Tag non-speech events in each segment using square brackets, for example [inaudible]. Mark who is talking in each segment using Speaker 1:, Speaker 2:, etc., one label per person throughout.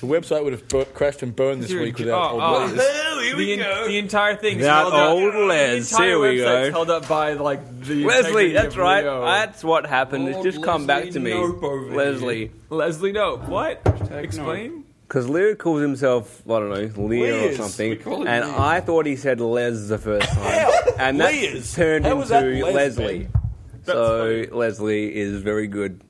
Speaker 1: The website would have bu- crashed and burned this
Speaker 2: You're-
Speaker 1: week without
Speaker 2: oh,
Speaker 1: old
Speaker 2: oh.
Speaker 1: Les.
Speaker 3: Oh, here
Speaker 2: the,
Speaker 3: we
Speaker 2: en-
Speaker 3: go.
Speaker 2: the entire thing.
Speaker 4: That
Speaker 2: held up,
Speaker 4: old Les,
Speaker 2: The entire
Speaker 4: here we
Speaker 2: website's
Speaker 4: go.
Speaker 2: Held up by like the
Speaker 4: Leslie,
Speaker 2: integrity
Speaker 4: that's
Speaker 2: of
Speaker 4: right.
Speaker 2: Leo.
Speaker 4: That's what happened. it's
Speaker 3: Lord
Speaker 4: just come back to
Speaker 3: Leslie
Speaker 4: me,
Speaker 3: Nope over
Speaker 4: Leslie,
Speaker 2: Leslie, no. What? Explain.
Speaker 4: because Leo calls himself I don't know Leo or
Speaker 1: Les.
Speaker 4: something,
Speaker 3: We call him
Speaker 4: and
Speaker 3: Les.
Speaker 4: I thought he said Les the first time, and that
Speaker 1: Les?
Speaker 4: turned
Speaker 1: How
Speaker 4: into
Speaker 1: was that Les,
Speaker 4: Leslie.
Speaker 1: man?
Speaker 4: So Leslie is very good.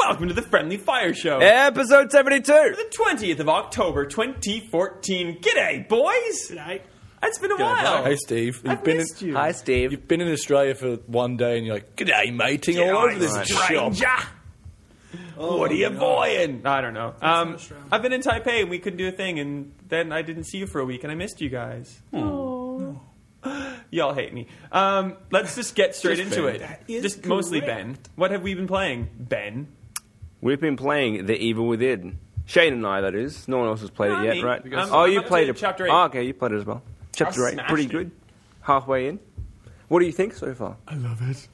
Speaker 2: Welcome to the Friendly Fire Show.
Speaker 4: Eh. Episode seventy-two.
Speaker 2: The 20th of October, 2014. G'day, boys.
Speaker 3: G'day.
Speaker 2: It's been a while.
Speaker 1: Hey, Steve. You've
Speaker 2: I've
Speaker 1: been
Speaker 2: missed
Speaker 1: in,
Speaker 2: you.
Speaker 4: Hi, Steve.
Speaker 1: You've been in Australia for one day and you're like, G'day, mating, all over this shop.
Speaker 2: stranger.
Speaker 1: what are you buying?
Speaker 2: Oh, I don't know. Um,
Speaker 3: Australia.
Speaker 2: I've been in Taipei and we couldn't do a thing, and then I didn't see you for a week, and I missed you guys.
Speaker 1: Hmm.
Speaker 2: Aw. [gasps] Y'all hate me. Um, let's just get straight into
Speaker 1: Ben.
Speaker 2: it.
Speaker 3: That is
Speaker 2: just mostly Ben.
Speaker 3: correct.
Speaker 2: What have we been playing, Ben?
Speaker 4: We've been playing The Evil Within. Shane and I, that is. No one else has played
Speaker 2: Not
Speaker 4: it yet,
Speaker 2: me.
Speaker 4: right?
Speaker 2: Because-
Speaker 4: oh,
Speaker 2: I'm
Speaker 4: you
Speaker 2: up to
Speaker 4: played it.
Speaker 2: chapter eight.
Speaker 4: Oh, okay, you played it as well. Chapter
Speaker 2: I
Speaker 4: eight, pretty
Speaker 2: smashed it.
Speaker 4: good. Halfway in. What do you think so far?
Speaker 5: I love it.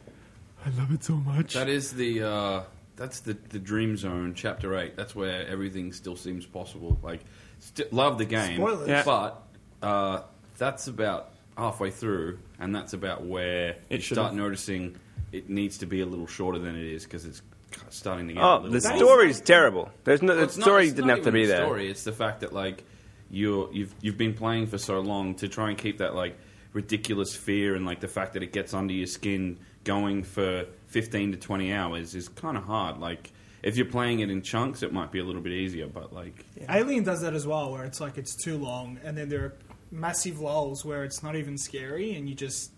Speaker 5: I love it so much.
Speaker 3: That is the uh, that's the the dream zone, chapter eight. That's where everything still seems possible. Like, st- love the game,
Speaker 5: Spoilers.
Speaker 2: Yeah.
Speaker 3: but uh, that's about halfway through, and that's about where you
Speaker 2: should've-
Speaker 3: start noticing it needs to be a little shorter than it is because it's starting to get. a
Speaker 4: Oh,
Speaker 3: little
Speaker 4: the
Speaker 3: long.
Speaker 4: story's terrible. There's no the
Speaker 3: It's not-
Speaker 4: story
Speaker 3: it's
Speaker 4: didn't
Speaker 3: not
Speaker 4: have to
Speaker 3: even
Speaker 4: be
Speaker 3: the
Speaker 4: there.
Speaker 3: Story. It's the fact that like you're you've you've been playing for so long to try and keep that like ridiculous fear and like the fact that it gets under your skin going for fifteen to twenty hours is kind of hard. Like if you're playing it in chunks, it might be a little bit easier, but like
Speaker 6: Alien does that as well, where it's like it's too long, and then there are massive lulls where it's not even scary, and you just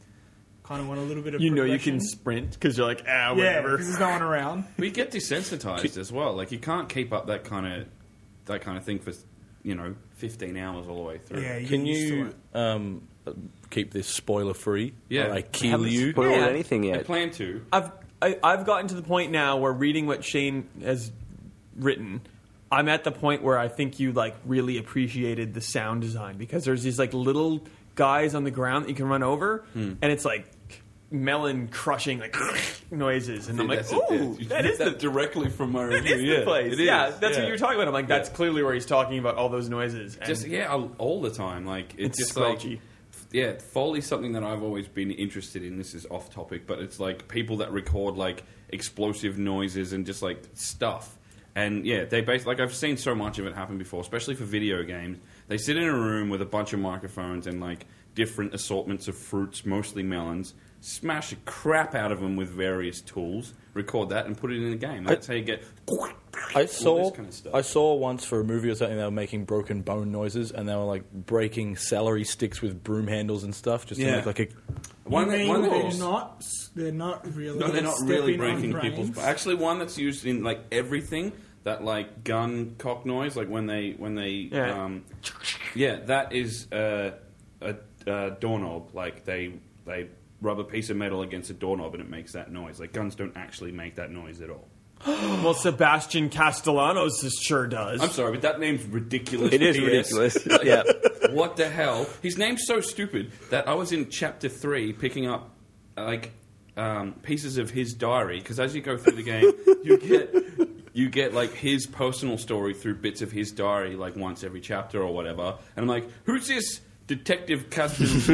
Speaker 6: kind of want a little bit of progression.
Speaker 2: sprint because you're like, ah,
Speaker 6: yeah, 'cause there's no one around.
Speaker 3: we get desensitized as well. Like you can't keep up that kind of that kind of thing for you know fifteen hours all the way through.
Speaker 6: [laughs] Yeah, you
Speaker 1: Can
Speaker 6: get used to
Speaker 1: you
Speaker 6: it.
Speaker 1: um, keep this spoiler free?
Speaker 3: Yeah.
Speaker 1: I kill
Speaker 4: Haven't
Speaker 1: you.
Speaker 4: spoiled
Speaker 2: Yeah.
Speaker 4: anything
Speaker 3: I
Speaker 4: yet.
Speaker 3: plan to.
Speaker 2: I've I, I've gotten to the point now where reading what Shane has written, I'm at the point where I think you like really appreciated the sound design because there's these like little guys on the ground that you can run over,
Speaker 3: Hmm.
Speaker 2: and it's like melon crushing like [laughs] noises, and I'm like,
Speaker 3: That's it.
Speaker 2: ooh,
Speaker 3: You
Speaker 2: that
Speaker 3: [laughs] did
Speaker 2: is [laughs] the.
Speaker 3: directly from my review.
Speaker 2: It's the place.
Speaker 3: it
Speaker 2: yeah,
Speaker 3: is.
Speaker 2: that's what you were talking about. I'm like, that's clearly where he's talking about all those noises. And
Speaker 3: just yeah, all- all the time. Like it's,
Speaker 2: It's
Speaker 3: just like
Speaker 2: squelchy.
Speaker 3: yeah, Foley's something that I've always been interested in. This is off topic, but it's like people that record like explosive noises and just like stuff. And yeah, they base like I've seen so much of it happen before, especially for video games. They sit in a room with a bunch of microphones and like different assortments of fruits, mostly melons. Smash the crap out of them with various tools. Record that and put it in a game. That's how you get.
Speaker 1: I saw
Speaker 3: this kind of stuff.
Speaker 1: I saw once for a movie or something they were making broken bone noises and they were like breaking celery sticks with broom handles and stuff just to
Speaker 3: Yeah.
Speaker 1: make like a
Speaker 3: One,
Speaker 6: You mean
Speaker 3: one
Speaker 6: they're
Speaker 3: horse-
Speaker 6: not, they're not really.
Speaker 3: No, they're not
Speaker 6: stepping
Speaker 3: really
Speaker 6: on
Speaker 3: breaking
Speaker 6: brains.
Speaker 3: people's. Actually, one that's used in like everything that like gun cock noise, like when they when they
Speaker 2: Yeah.
Speaker 3: um, yeah that is uh, a, a doorknob. Like they they rub a piece of metal against a doorknob and it makes that noise. Like guns don't actually make that noise at all.
Speaker 2: well, Sebastian Castellanos just sure does.
Speaker 3: I'm sorry, but that name's
Speaker 4: [laughs]
Speaker 3: ridiculous.
Speaker 4: It is
Speaker 3: BS.
Speaker 4: ridiculous. yeah.
Speaker 3: what the hell? His name's so stupid that I was in chapter three picking up like um, pieces of his diary because as you go through the game, you get you get like his personal story through bits of his diary, like once every chapter or whatever. And I'm like, who's this? Detective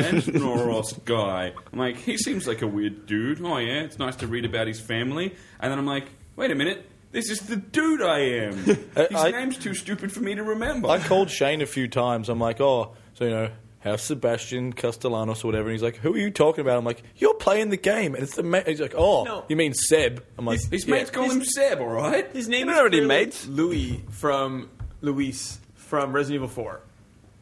Speaker 3: Kazansnoros guy. I'm like, he seems like a weird dude. Oh yeah, it's nice to read about his family. And then I'm like, wait a minute, this is the dude I am. His
Speaker 1: [laughs] I-
Speaker 3: name's too stupid for me to remember.
Speaker 1: I called Shane a few times. I'm like, oh, so you know, how's Sebastian Castellanos or whatever? And he's like, who are you talking about? I'm like, you're playing the game, and it's the. Ma-. He's like, oh,
Speaker 2: No.
Speaker 1: you mean Seb? I'm like,
Speaker 3: His
Speaker 1: yeah.
Speaker 3: mates call him Seb, all right?
Speaker 2: His name
Speaker 4: You
Speaker 2: is
Speaker 4: know what he
Speaker 2: clearly
Speaker 4: made?
Speaker 2: Louis from Luis from Resident Evil Four.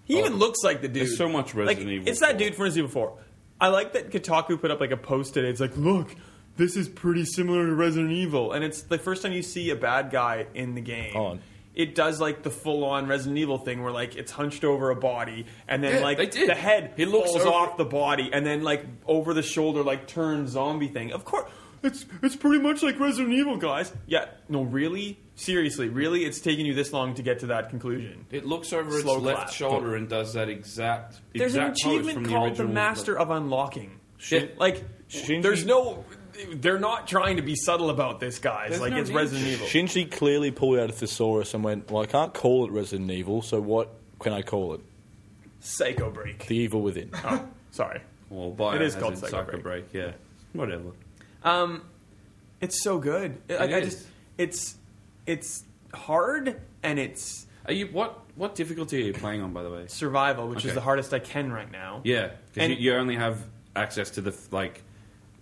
Speaker 2: He even looks like the dude.
Speaker 3: Oh. There's so much
Speaker 2: Like,
Speaker 3: Resident Evil
Speaker 2: It's that
Speaker 3: 4.
Speaker 2: dude from Resident Evil Four. I like that Kotaku put up like a post today. It's like, look, this is pretty similar to Resident Evil, and it's the first time you see a bad guy in the game.
Speaker 1: Oh.
Speaker 2: It does like the full-on Resident Evil thing, where like it's hunched over a body, and then
Speaker 3: Yeah,
Speaker 2: like
Speaker 3: they did.
Speaker 2: the head
Speaker 3: He looks
Speaker 2: falls
Speaker 3: over-
Speaker 2: off the body, and then like over the shoulder, like turn zombie thing. Of course, it's it's pretty much like Resident Evil, guys. Yeah, no, really. seriously, really, it's taken you this long to get to that conclusion.
Speaker 3: It looks over its
Speaker 2: Slow
Speaker 3: left
Speaker 2: clap.
Speaker 3: shoulder and does that exact.
Speaker 2: There's an
Speaker 3: exact pose from
Speaker 2: achievement
Speaker 3: the
Speaker 2: called the,
Speaker 3: original,
Speaker 2: Master of Unlocking.
Speaker 3: Yeah.
Speaker 2: Like,
Speaker 1: Shinji-
Speaker 2: there's no. They're not trying to be subtle about this, guys.
Speaker 3: There's
Speaker 2: like,
Speaker 3: no
Speaker 2: it's
Speaker 3: need.
Speaker 2: Resident Evil.
Speaker 1: Shinji clearly pulled out a thesaurus and went, "Well, I can't call it Resident Evil, so what can I call it?
Speaker 2: Psycho Break.
Speaker 1: The Evil Within."
Speaker 2: Oh, sorry.
Speaker 3: Well, Biohazard,
Speaker 2: It is called Psycho
Speaker 3: Psycho
Speaker 2: Break.
Speaker 3: break. Yeah, whatever.
Speaker 2: Um, it's so good. Like, I
Speaker 3: is.
Speaker 2: just, it's, it's hard and it's
Speaker 3: Are you what? What difficulty are you playing on, by the way?
Speaker 2: survival, which is
Speaker 3: Okay.
Speaker 2: the hardest I can right now.
Speaker 3: Yeah, because
Speaker 2: And-
Speaker 3: you, you only have access to the f- like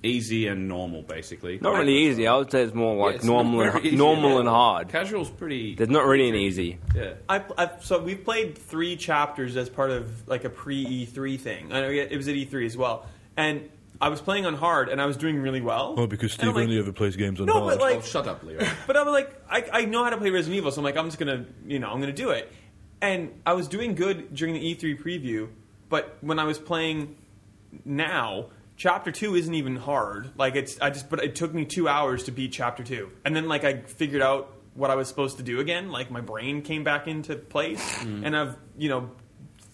Speaker 3: easy and normal, basically.
Speaker 4: Not
Speaker 3: Right.
Speaker 4: really easy. I would say it's more
Speaker 3: Yeah,
Speaker 4: like
Speaker 3: it's not
Speaker 4: normal, and,
Speaker 3: very easy
Speaker 4: normal
Speaker 3: at all.
Speaker 4: and hard.
Speaker 3: Casual's pretty.
Speaker 4: There's not really an easy.
Speaker 3: Yeah.
Speaker 2: I, I so we've played three chapters as part of like a pre E3 thing. I know yeah, it was at E3 as well, and I was playing on hard and I was doing really well.
Speaker 1: Oh, because
Speaker 2: And I'm
Speaker 1: Steve
Speaker 2: like,
Speaker 1: only ever plays games on
Speaker 2: No,
Speaker 1: hard.
Speaker 2: but like,
Speaker 3: oh, shut up, Leo.
Speaker 2: but I'm like, I, I know how to play Resident Evil, so I'm like, I'm just gonna, you know, I'm gonna do it. And I was doing good during the E3 preview, but when I was playing now, Chapter Two isn't even hard. Like it's, I just, but it took me two hours to beat Chapter Two, and then like I figured out what I was supposed to do again. Like my brain came back into place, and I've, you know,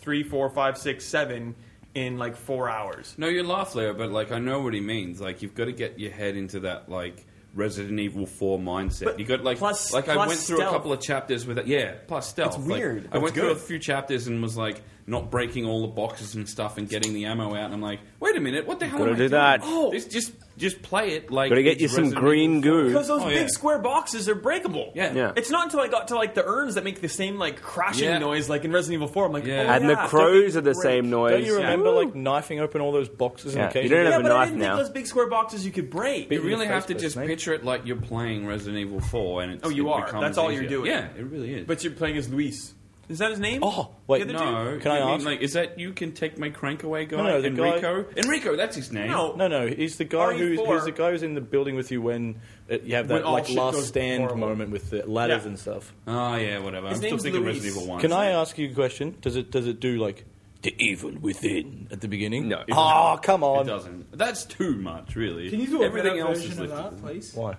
Speaker 2: three, four, five, six, seven in like four hours.
Speaker 3: no, you laugh, Leo, but like I know what he means. Like you've got to get your head into that like Resident Evil Four mindset.
Speaker 2: But
Speaker 3: you got like
Speaker 2: plus-
Speaker 3: like I
Speaker 2: plus
Speaker 3: went through
Speaker 2: stealth.
Speaker 3: a couple of chapters with it. Yeah, plus stealth.
Speaker 2: It's
Speaker 3: Like,
Speaker 2: weird.
Speaker 3: I
Speaker 2: It's
Speaker 3: went through a
Speaker 2: good.
Speaker 3: few chapters and was like not breaking all the boxes and stuff and getting the ammo out. And I'm like, wait a minute, what the hell?
Speaker 4: gotta
Speaker 3: am I
Speaker 4: do
Speaker 3: doing?
Speaker 4: that.
Speaker 3: Oh, just just just play it. Like
Speaker 4: Gotta get
Speaker 3: it's
Speaker 4: you some
Speaker 3: Resident
Speaker 4: green
Speaker 3: Evil
Speaker 4: goo.
Speaker 2: Because those
Speaker 3: Oh,
Speaker 2: big
Speaker 3: yeah.
Speaker 2: square boxes are breakable.
Speaker 3: Yeah.
Speaker 4: Yeah.
Speaker 2: It's not until I got to like the urns that make the same like crashing
Speaker 3: Yeah.
Speaker 2: noise like in Resident Evil 4. I'm like,
Speaker 3: Yeah.
Speaker 2: oh,
Speaker 4: And
Speaker 2: yeah.
Speaker 4: the crows are the
Speaker 2: Don't-
Speaker 4: same noise.
Speaker 1: Don't you remember like knifing open all those boxes
Speaker 4: Yeah,
Speaker 1: and
Speaker 4: you
Speaker 1: occasionally?
Speaker 4: don't
Speaker 2: Yeah,
Speaker 4: have a
Speaker 2: but I
Speaker 4: knife
Speaker 2: didn't
Speaker 4: now.
Speaker 2: think those big square boxes you could break.
Speaker 3: You really
Speaker 1: in the
Speaker 3: have to
Speaker 1: first
Speaker 3: just
Speaker 1: place, mate.
Speaker 3: picture it like you're playing Resident Evil 4, and it's,
Speaker 2: Oh, you
Speaker 3: it
Speaker 2: are.
Speaker 3: becomes
Speaker 2: That's all you're
Speaker 3: easier.
Speaker 2: doing.
Speaker 3: Yeah, it really is.
Speaker 2: But you're playing as Luis. Is that his name?
Speaker 1: Oh, wait,
Speaker 2: The other dude?
Speaker 3: no,
Speaker 1: Can I
Speaker 3: you mean,
Speaker 1: ask?
Speaker 3: Like, is that you can take my crank away guy?
Speaker 1: No, no, the guy-
Speaker 3: Enrico. Enrico, that's his name.
Speaker 2: No.
Speaker 1: No, no, he's the guy who's,
Speaker 2: RE4.
Speaker 1: he's the guy who's in the building with you when uh, you have
Speaker 2: Oh, When
Speaker 1: that
Speaker 2: all
Speaker 1: like
Speaker 2: shit
Speaker 1: last
Speaker 2: goes
Speaker 1: stand
Speaker 2: horrible.
Speaker 1: moment with the ladders
Speaker 2: Yeah.
Speaker 1: and stuff.
Speaker 3: Oh yeah, whatever.
Speaker 2: His
Speaker 3: I'm still
Speaker 2: name's
Speaker 3: thinking
Speaker 2: Luis.
Speaker 3: Resident Evil One.
Speaker 1: Can I ask you a question? Does it does it do like the evil within at the beginning?
Speaker 4: No.
Speaker 1: Oh, come
Speaker 3: It
Speaker 1: on.
Speaker 3: doesn't. That's too much, really.
Speaker 6: Can you do a
Speaker 3: everything
Speaker 6: better
Speaker 3: else is
Speaker 6: version of
Speaker 3: lifted.
Speaker 6: that, please?
Speaker 1: Why?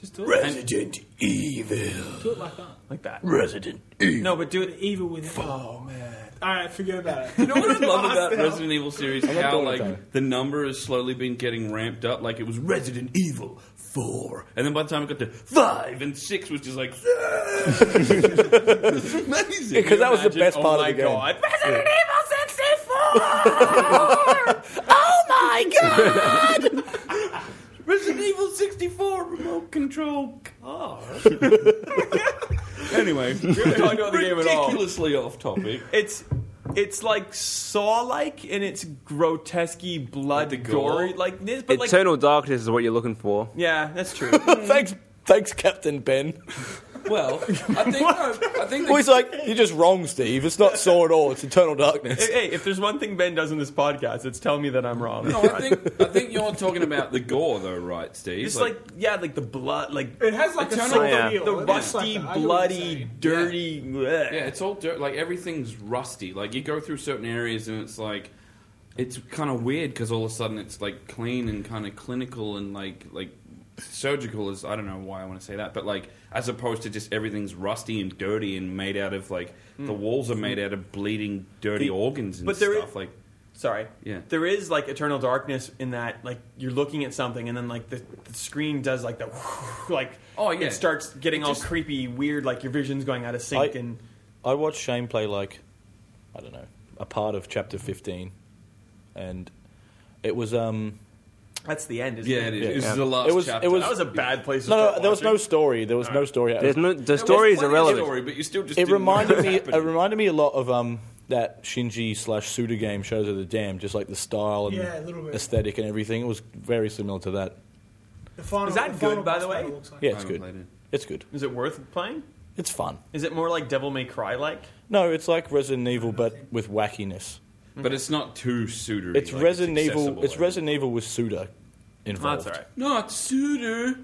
Speaker 6: Just do it.
Speaker 1: Resident Evil.
Speaker 6: Do it like that.
Speaker 2: Like that.
Speaker 1: Resident Evil.
Speaker 2: No, but do it.
Speaker 6: Evil with.
Speaker 2: Oh, man.
Speaker 6: All right, forget about it.
Speaker 3: You know what I love about Resident Evil series?
Speaker 1: not
Speaker 3: How
Speaker 1: doing it,
Speaker 3: like
Speaker 1: though.
Speaker 3: the number has slowly been getting ramped up. Like it was Resident Evil four, and then by the time it got to five and six, was just like "Ah,
Speaker 1: [laughs]
Speaker 3: It's amazing.
Speaker 1: Because that was the
Speaker 2: Imagine-
Speaker 1: best part
Speaker 2: oh
Speaker 1: of the game.
Speaker 2: my God. Oh
Speaker 3: Resident Evil sixty four remote control car. anyway,
Speaker 2: We're talking about the game at all.
Speaker 3: ridiculously off topic.
Speaker 2: It's it's like saw like and it's grotesque blood
Speaker 3: the gore?
Speaker 2: gory like this but like
Speaker 4: Eternal darkness is what you're looking for.
Speaker 2: yeah that's
Speaker 1: [laughs]
Speaker 2: true
Speaker 1: thanks, thanks, Captain Ben.
Speaker 3: Well, I think no, I think
Speaker 1: Well, he's like, you're just wrong, Steve. It's not Saw at all. It's Eternal
Speaker 3: [laughs]
Speaker 1: Darkness.
Speaker 2: hey if there's one thing ben does in this podcast it's tell me that i'm wrong
Speaker 3: no, I think I think you're talking about the gore, though, right, Steve?
Speaker 2: It's like, yeah, like the blood, like
Speaker 6: It has like a
Speaker 3: Eternal-
Speaker 6: subtle
Speaker 4: Yeah.
Speaker 6: feel.
Speaker 2: the
Speaker 6: It looks
Speaker 2: rusty,
Speaker 6: like that. I get what you're
Speaker 2: bloody,
Speaker 6: saying.
Speaker 2: dirty. bleh.
Speaker 3: yeah, it's all dirt. Like everything's rusty. Like you go through certain areas, and it's like it's kind of weird because all of a sudden it's like clean and kind of clinical and like like surgical is I don't know why I want to say that, but like as opposed to just everything's rusty and dirty and made out of like the walls are made out of bleeding, dirty
Speaker 2: Mm. The-
Speaker 3: organs and
Speaker 2: but there
Speaker 3: stuff.
Speaker 2: is-
Speaker 3: like
Speaker 2: Sorry.
Speaker 3: Yeah.
Speaker 2: There is like eternal darkness in that, like you're looking at something, and then like the, the screen does like the, [laughs] like
Speaker 3: Oh, yeah.
Speaker 2: it starts getting
Speaker 3: It
Speaker 2: all
Speaker 3: just-
Speaker 2: creepy, weird, like your vision's going out of sync,
Speaker 1: I-
Speaker 2: and
Speaker 1: I watched Shane play like I don't know a part of chapter fifteen, and it was um
Speaker 2: that's the end. Isn't
Speaker 3: yeah,
Speaker 2: it?
Speaker 3: it is. This
Speaker 4: Yeah.
Speaker 3: is the last
Speaker 1: It was-
Speaker 3: chapter.
Speaker 1: it
Speaker 2: That was a bad place. To
Speaker 1: no no
Speaker 2: start
Speaker 1: there was no
Speaker 2: watching.
Speaker 1: story there was no story.
Speaker 4: There's no, the
Speaker 3: There was
Speaker 4: story is
Speaker 3: plenty of
Speaker 4: irrelevant.
Speaker 3: story, but you still just
Speaker 1: it
Speaker 3: didn't know
Speaker 1: reminded
Speaker 3: what
Speaker 1: me
Speaker 3: happened.
Speaker 1: it reminded me a lot of um that Shinji slash Suda game Shadows of the Dam just like the style and
Speaker 6: Yeah, a little bit.
Speaker 1: aesthetic and everything it was very similar to that.
Speaker 6: The final,
Speaker 2: Is that
Speaker 6: the final
Speaker 2: good, by the
Speaker 6: boss
Speaker 2: way?
Speaker 6: battle looks like
Speaker 1: Yeah,
Speaker 3: I
Speaker 1: it's
Speaker 3: haven't
Speaker 1: good.
Speaker 3: played it.
Speaker 1: It's good.
Speaker 2: Is it worth playing?
Speaker 1: It's fun.
Speaker 2: Is it more like Devil May Cry like?
Speaker 1: No, it's like Resident Evil but with wackiness.
Speaker 3: But it's not too suitor.
Speaker 1: It's Resident Evil. It's Resident Evil with Suda involved.
Speaker 2: that's all right.
Speaker 3: Not suitor.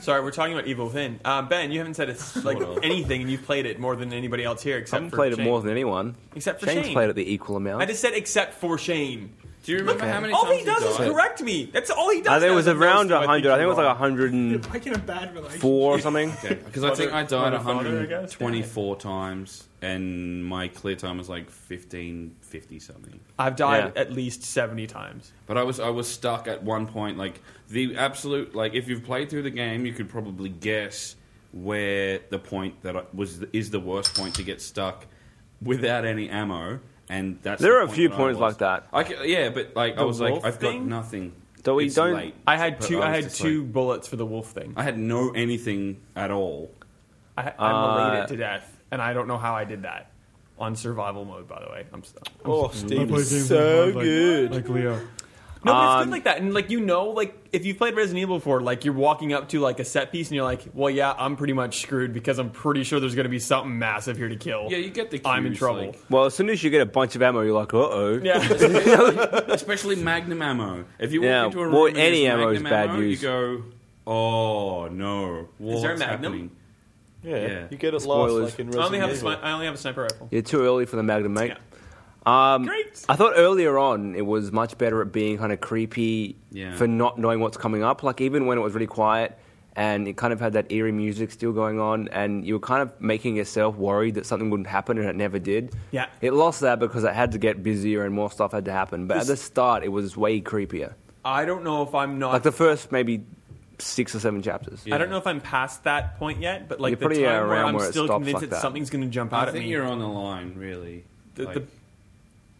Speaker 2: Sorry, we're talking about Evil Within. Uh, ben, you haven't said [laughs] it's like
Speaker 3: Sort of.
Speaker 2: anything, and you've played it more than anybody else here,
Speaker 4: I
Speaker 2: except
Speaker 4: haven't
Speaker 2: for
Speaker 4: played it
Speaker 2: Shane.
Speaker 4: more than anyone.
Speaker 2: Except for
Speaker 4: Shane's
Speaker 2: Shane.
Speaker 4: played it the equal amount.
Speaker 2: I just said except for Shane.
Speaker 3: Do you remember how many
Speaker 2: All
Speaker 3: times
Speaker 2: he does is
Speaker 3: died?
Speaker 2: correct me. That's all he does.
Speaker 4: Uh, there
Speaker 2: now
Speaker 4: was
Speaker 2: is most
Speaker 4: around
Speaker 2: of what
Speaker 4: hundred. I think it was
Speaker 2: you're
Speaker 4: like
Speaker 2: wrong.
Speaker 4: hundred and
Speaker 2: [laughs]
Speaker 6: Like in a bad relationship.
Speaker 4: four or something.
Speaker 3: Because I think I died
Speaker 2: Mother, father, I guess.
Speaker 3: 124 times, and my clear time was like 1550 something.
Speaker 2: I've died
Speaker 4: Yeah.
Speaker 2: at least seventy times.
Speaker 3: But I was I was stuck at one point. Like the absolute like if you've played through the game, you could probably guess where the point that I- was is the worst point to get stuck without any ammo. And that's
Speaker 4: There
Speaker 3: the
Speaker 4: are a
Speaker 3: point
Speaker 4: few
Speaker 3: that I
Speaker 4: points
Speaker 3: was.
Speaker 4: like that.
Speaker 3: I ca- yeah, but like I
Speaker 2: The
Speaker 3: was
Speaker 2: wolf
Speaker 3: like I've
Speaker 2: thing?
Speaker 3: got nothing.
Speaker 4: So we
Speaker 3: It's
Speaker 4: don't-
Speaker 3: late.
Speaker 2: I had
Speaker 3: But
Speaker 2: two. I,
Speaker 3: was
Speaker 2: had
Speaker 3: just
Speaker 2: two
Speaker 3: like-
Speaker 2: bullets for the wolf thing.
Speaker 3: I had no anything at all.
Speaker 2: I, I'm
Speaker 4: Uh,
Speaker 2: related to death, and I don't know how I did that on survival mode. By the way, I'm. St- I'm
Speaker 1: Oh,
Speaker 5: I
Speaker 1: Steve
Speaker 5: play
Speaker 1: is
Speaker 5: games
Speaker 1: so
Speaker 5: in hard, like,
Speaker 1: good.
Speaker 5: Like Leo.
Speaker 2: No, but it's
Speaker 4: Um,
Speaker 2: good like that, and like you know, like if you've played Resident Evil before, like you're walking up to like a set piece, and you're like, "Well, yeah, I'm pretty much screwed because I'm pretty sure there's going to be something massive here to kill."
Speaker 3: Yeah, you get the.
Speaker 2: I'm in
Speaker 3: cues,
Speaker 2: trouble.
Speaker 3: like-
Speaker 4: Well, as soon as you get a bunch of ammo, you're like, uh oh.
Speaker 3: [laughs]
Speaker 2: yeah,
Speaker 3: especially Magnum ammo. If you walk
Speaker 4: Yeah,
Speaker 3: into a room
Speaker 4: well,
Speaker 3: and there's
Speaker 4: any ammo is
Speaker 3: Magnum
Speaker 4: bad
Speaker 3: ammo,
Speaker 4: use.
Speaker 3: you go, oh no, what's
Speaker 2: there a Magnum?
Speaker 3: happening?
Speaker 1: Yeah.
Speaker 3: Yeah.
Speaker 1: you get it last,
Speaker 4: Spoilers.
Speaker 1: like in
Speaker 2: I only
Speaker 1: Resident
Speaker 2: have a
Speaker 1: Evil.
Speaker 2: sni- I only have a sniper rifle.
Speaker 4: You're too early for the Magnum, mate. Um,
Speaker 2: Great.
Speaker 4: I thought earlier on it was much better at being kind of creepy
Speaker 3: Yeah.
Speaker 4: for not knowing what's coming up. Like even when it was really quiet and it kind of had that eerie music still going on, and you were kind of making yourself worried that something wouldn't happen, and it never did.
Speaker 2: Yeah.
Speaker 4: it lost that because it had to get busier and more stuff had to happen. But at the start, it was way creepier.
Speaker 2: I don't know if I'm not.
Speaker 4: Like the first maybe six or seven chapters.
Speaker 2: I don't know if I'm past that point yet, but like
Speaker 4: You're
Speaker 2: the
Speaker 4: pretty,
Speaker 2: time where
Speaker 4: uh, around
Speaker 2: I'm
Speaker 4: where it
Speaker 2: still
Speaker 4: stops
Speaker 2: convinced
Speaker 4: like
Speaker 2: that
Speaker 4: that.
Speaker 2: something something's going to jump out
Speaker 3: I
Speaker 2: at
Speaker 3: think
Speaker 2: me.
Speaker 3: you're on the line, really.
Speaker 2: the,
Speaker 3: Like,
Speaker 2: the,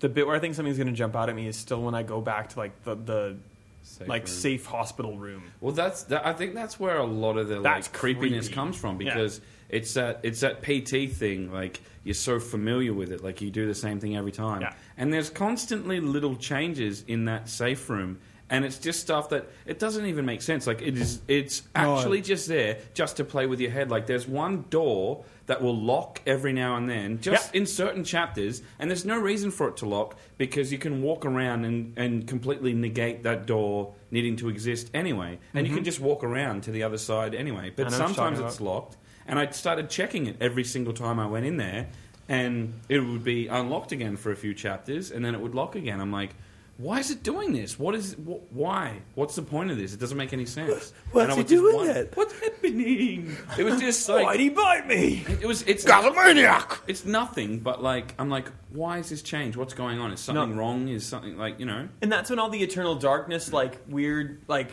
Speaker 2: the bit where I think something's going to jump out at me is still when I go back to like the, the
Speaker 3: safe
Speaker 2: like
Speaker 3: room.
Speaker 2: safe hospital room.
Speaker 3: Well, that's that, I think that's where a lot of the
Speaker 2: That's
Speaker 3: like creepiness
Speaker 2: creepy.
Speaker 3: comes from
Speaker 2: Yeah.
Speaker 3: because it's that it's that PT thing. Like you're so familiar with it, like you do the same thing every time.
Speaker 2: Yeah.
Speaker 3: And there's constantly little changes in that safe room, and it's just stuff that it doesn't even make sense. Like it is, it's actually just there just to play with your head. Like there's one door that will lock every now and then, just
Speaker 2: Yeah.
Speaker 3: in certain chapters, and there's no reason for it to lock because you can walk around and, and completely negate that door needing to exist anyway, and you can just walk around to the other side anyway. But
Speaker 2: I know what you're
Speaker 3: sometimes
Speaker 2: talking
Speaker 3: it's locked, and I started checking it every single time I went in there, and it would be unlocked again for a few chapters, and then it would lock again. I'm like, why is it doing this? What is wh- why? What's the point of this? It doesn't make any sense.
Speaker 1: What's
Speaker 3: And I
Speaker 1: he
Speaker 3: would just
Speaker 1: doing
Speaker 3: wonder,
Speaker 1: that?
Speaker 3: What's happening? It was just like
Speaker 1: Why'd he bite me?
Speaker 3: it was. It's
Speaker 1: Gallimaniac!
Speaker 3: It's nothing, but like I'm like, why is this change? What's going on? Is something
Speaker 2: No.
Speaker 3: wrong? Is something like you know?
Speaker 2: And that's when all the eternal darkness, like weird, like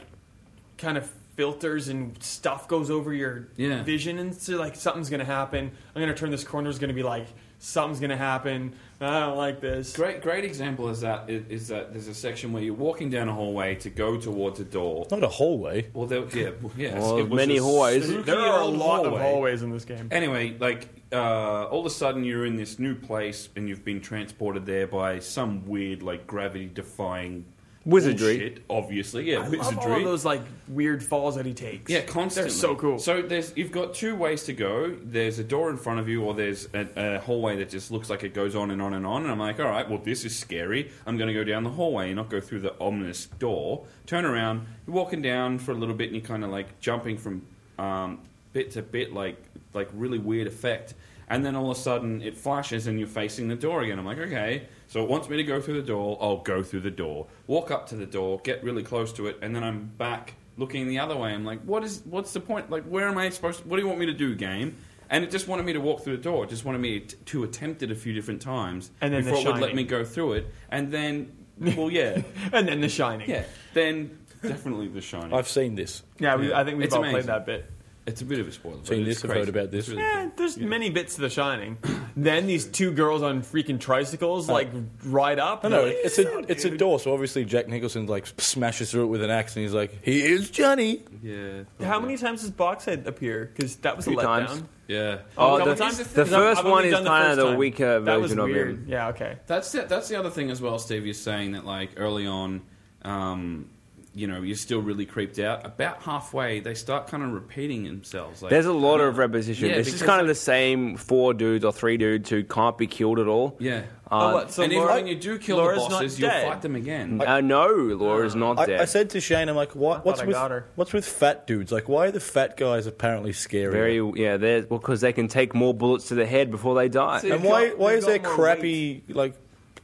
Speaker 2: kind of filters and stuff goes over your
Speaker 3: Yeah.
Speaker 2: vision, and so like something's gonna happen. I'm gonna turn this corner. It's gonna be like something's gonna happen. I don't like this.
Speaker 3: Great, great example is that is, is that there's a section where you're walking down a hallway to go towards a door.
Speaker 1: Not a hallway.
Speaker 3: Well, there, yeah, yes,
Speaker 4: Well,
Speaker 3: it was
Speaker 4: many
Speaker 3: a
Speaker 4: hallways.
Speaker 3: spooky
Speaker 2: There are a
Speaker 3: old
Speaker 2: lot of
Speaker 3: hallway.
Speaker 2: hallways in this game.
Speaker 3: Anyway, like uh, all of a sudden you're in this new place and you've been transported there by some weird like gravity defying
Speaker 4: Wizardry.
Speaker 3: obviously, yeah,
Speaker 2: I
Speaker 3: wizardry.
Speaker 2: love all of those like weird falls that he takes.
Speaker 3: Yeah, constantly.
Speaker 2: They're so cool.
Speaker 3: So there's you've got two ways to go. There's a door in front of you, or there's a, a hallway that just looks like it goes on and on and on. And I'm like, all right, well this is scary. I'm going to go down the hallway and not go through the ominous door. Turn around. You're walking down for a little bit, and you're kind of like jumping from um, bit to bit, like like really weird effect. And then all of a sudden it flashes and you're facing the door again. I'm like, okay, so it wants me to go through the door. I'll go through the door. Walk up to the door, get really close to it, and then I'm back looking the other way. I'm like, what is? What's the point? Like, where am I supposed? To, what do you want me to do, game? And it just wanted me to walk through the door. It just wanted me t- to attempt it a few different times
Speaker 2: And then The
Speaker 3: before it would let
Speaker 2: Shining.
Speaker 3: me go through it. And then, well, yeah,
Speaker 2: and then The Shining. [laughs]
Speaker 3: yeah, then definitely the shining.
Speaker 1: I've seen this.
Speaker 2: yeah. We,
Speaker 3: Yeah.
Speaker 2: I think we've
Speaker 3: It's
Speaker 2: all
Speaker 3: amazing.
Speaker 2: played that bit.
Speaker 3: it's a bit of a spoiler. but
Speaker 1: Seen
Speaker 3: it's
Speaker 1: this, I've
Speaker 3: crazy.
Speaker 1: heard about this.
Speaker 3: It's really
Speaker 2: Eh, there's many bits to The Shining. then these two girls on freaking
Speaker 3: Uh,
Speaker 2: tricycles like ride up.
Speaker 1: I
Speaker 2: and
Speaker 1: know
Speaker 2: they're like,
Speaker 1: it's a it's a door, so obviously Jack Nicholson like smashes through it with an axe, and he's like, "He is Johnny."
Speaker 3: Yeah.
Speaker 2: How
Speaker 3: probably.
Speaker 2: many times does Boxhead appear? Because that was a
Speaker 4: Two
Speaker 2: letdown.
Speaker 4: Oh, times.
Speaker 3: Yeah.
Speaker 4: Oh,
Speaker 2: a couple
Speaker 4: the-
Speaker 2: times?
Speaker 4: the
Speaker 2: 'Cause I've-
Speaker 4: first
Speaker 2: I've only
Speaker 4: one is
Speaker 2: done the
Speaker 4: kinda
Speaker 2: first
Speaker 4: the
Speaker 2: time.
Speaker 4: weaker
Speaker 2: that was
Speaker 4: version of
Speaker 2: weird.
Speaker 4: him.
Speaker 2: Yeah, okay.
Speaker 3: That's the, that's the other thing as well, Steve. You're saying that like early on, um, you know, you're still really creeped out. About halfway, they start kind of repeating themselves. Like,
Speaker 4: There's a lot of repetition.
Speaker 3: Yeah,
Speaker 4: it's just
Speaker 3: because,
Speaker 4: kind of the same four dudes or three dudes who can't be killed at all.
Speaker 3: yeah.
Speaker 2: oh, what, so
Speaker 3: Uh, and
Speaker 2: Laura,
Speaker 3: even when you do kill
Speaker 2: Laura's
Speaker 3: the
Speaker 2: not
Speaker 3: bosses, you'll
Speaker 2: dead.
Speaker 3: fight them again.
Speaker 4: Uh, no, Laura's not
Speaker 1: I,
Speaker 4: dead.
Speaker 1: I said to Shane, "I'm like,
Speaker 2: I
Speaker 1: what,
Speaker 2: thought
Speaker 1: what's
Speaker 2: I
Speaker 1: with
Speaker 2: got her.
Speaker 1: what's with fat dudes? Like, why are the fat guys apparently scary?
Speaker 4: Very yeah, they're well because they can take more bullets to the head before they die.
Speaker 2: See,
Speaker 1: and
Speaker 2: They've
Speaker 1: why
Speaker 2: got-
Speaker 1: why
Speaker 2: they've
Speaker 1: is
Speaker 2: got
Speaker 1: there
Speaker 2: more
Speaker 1: crappy like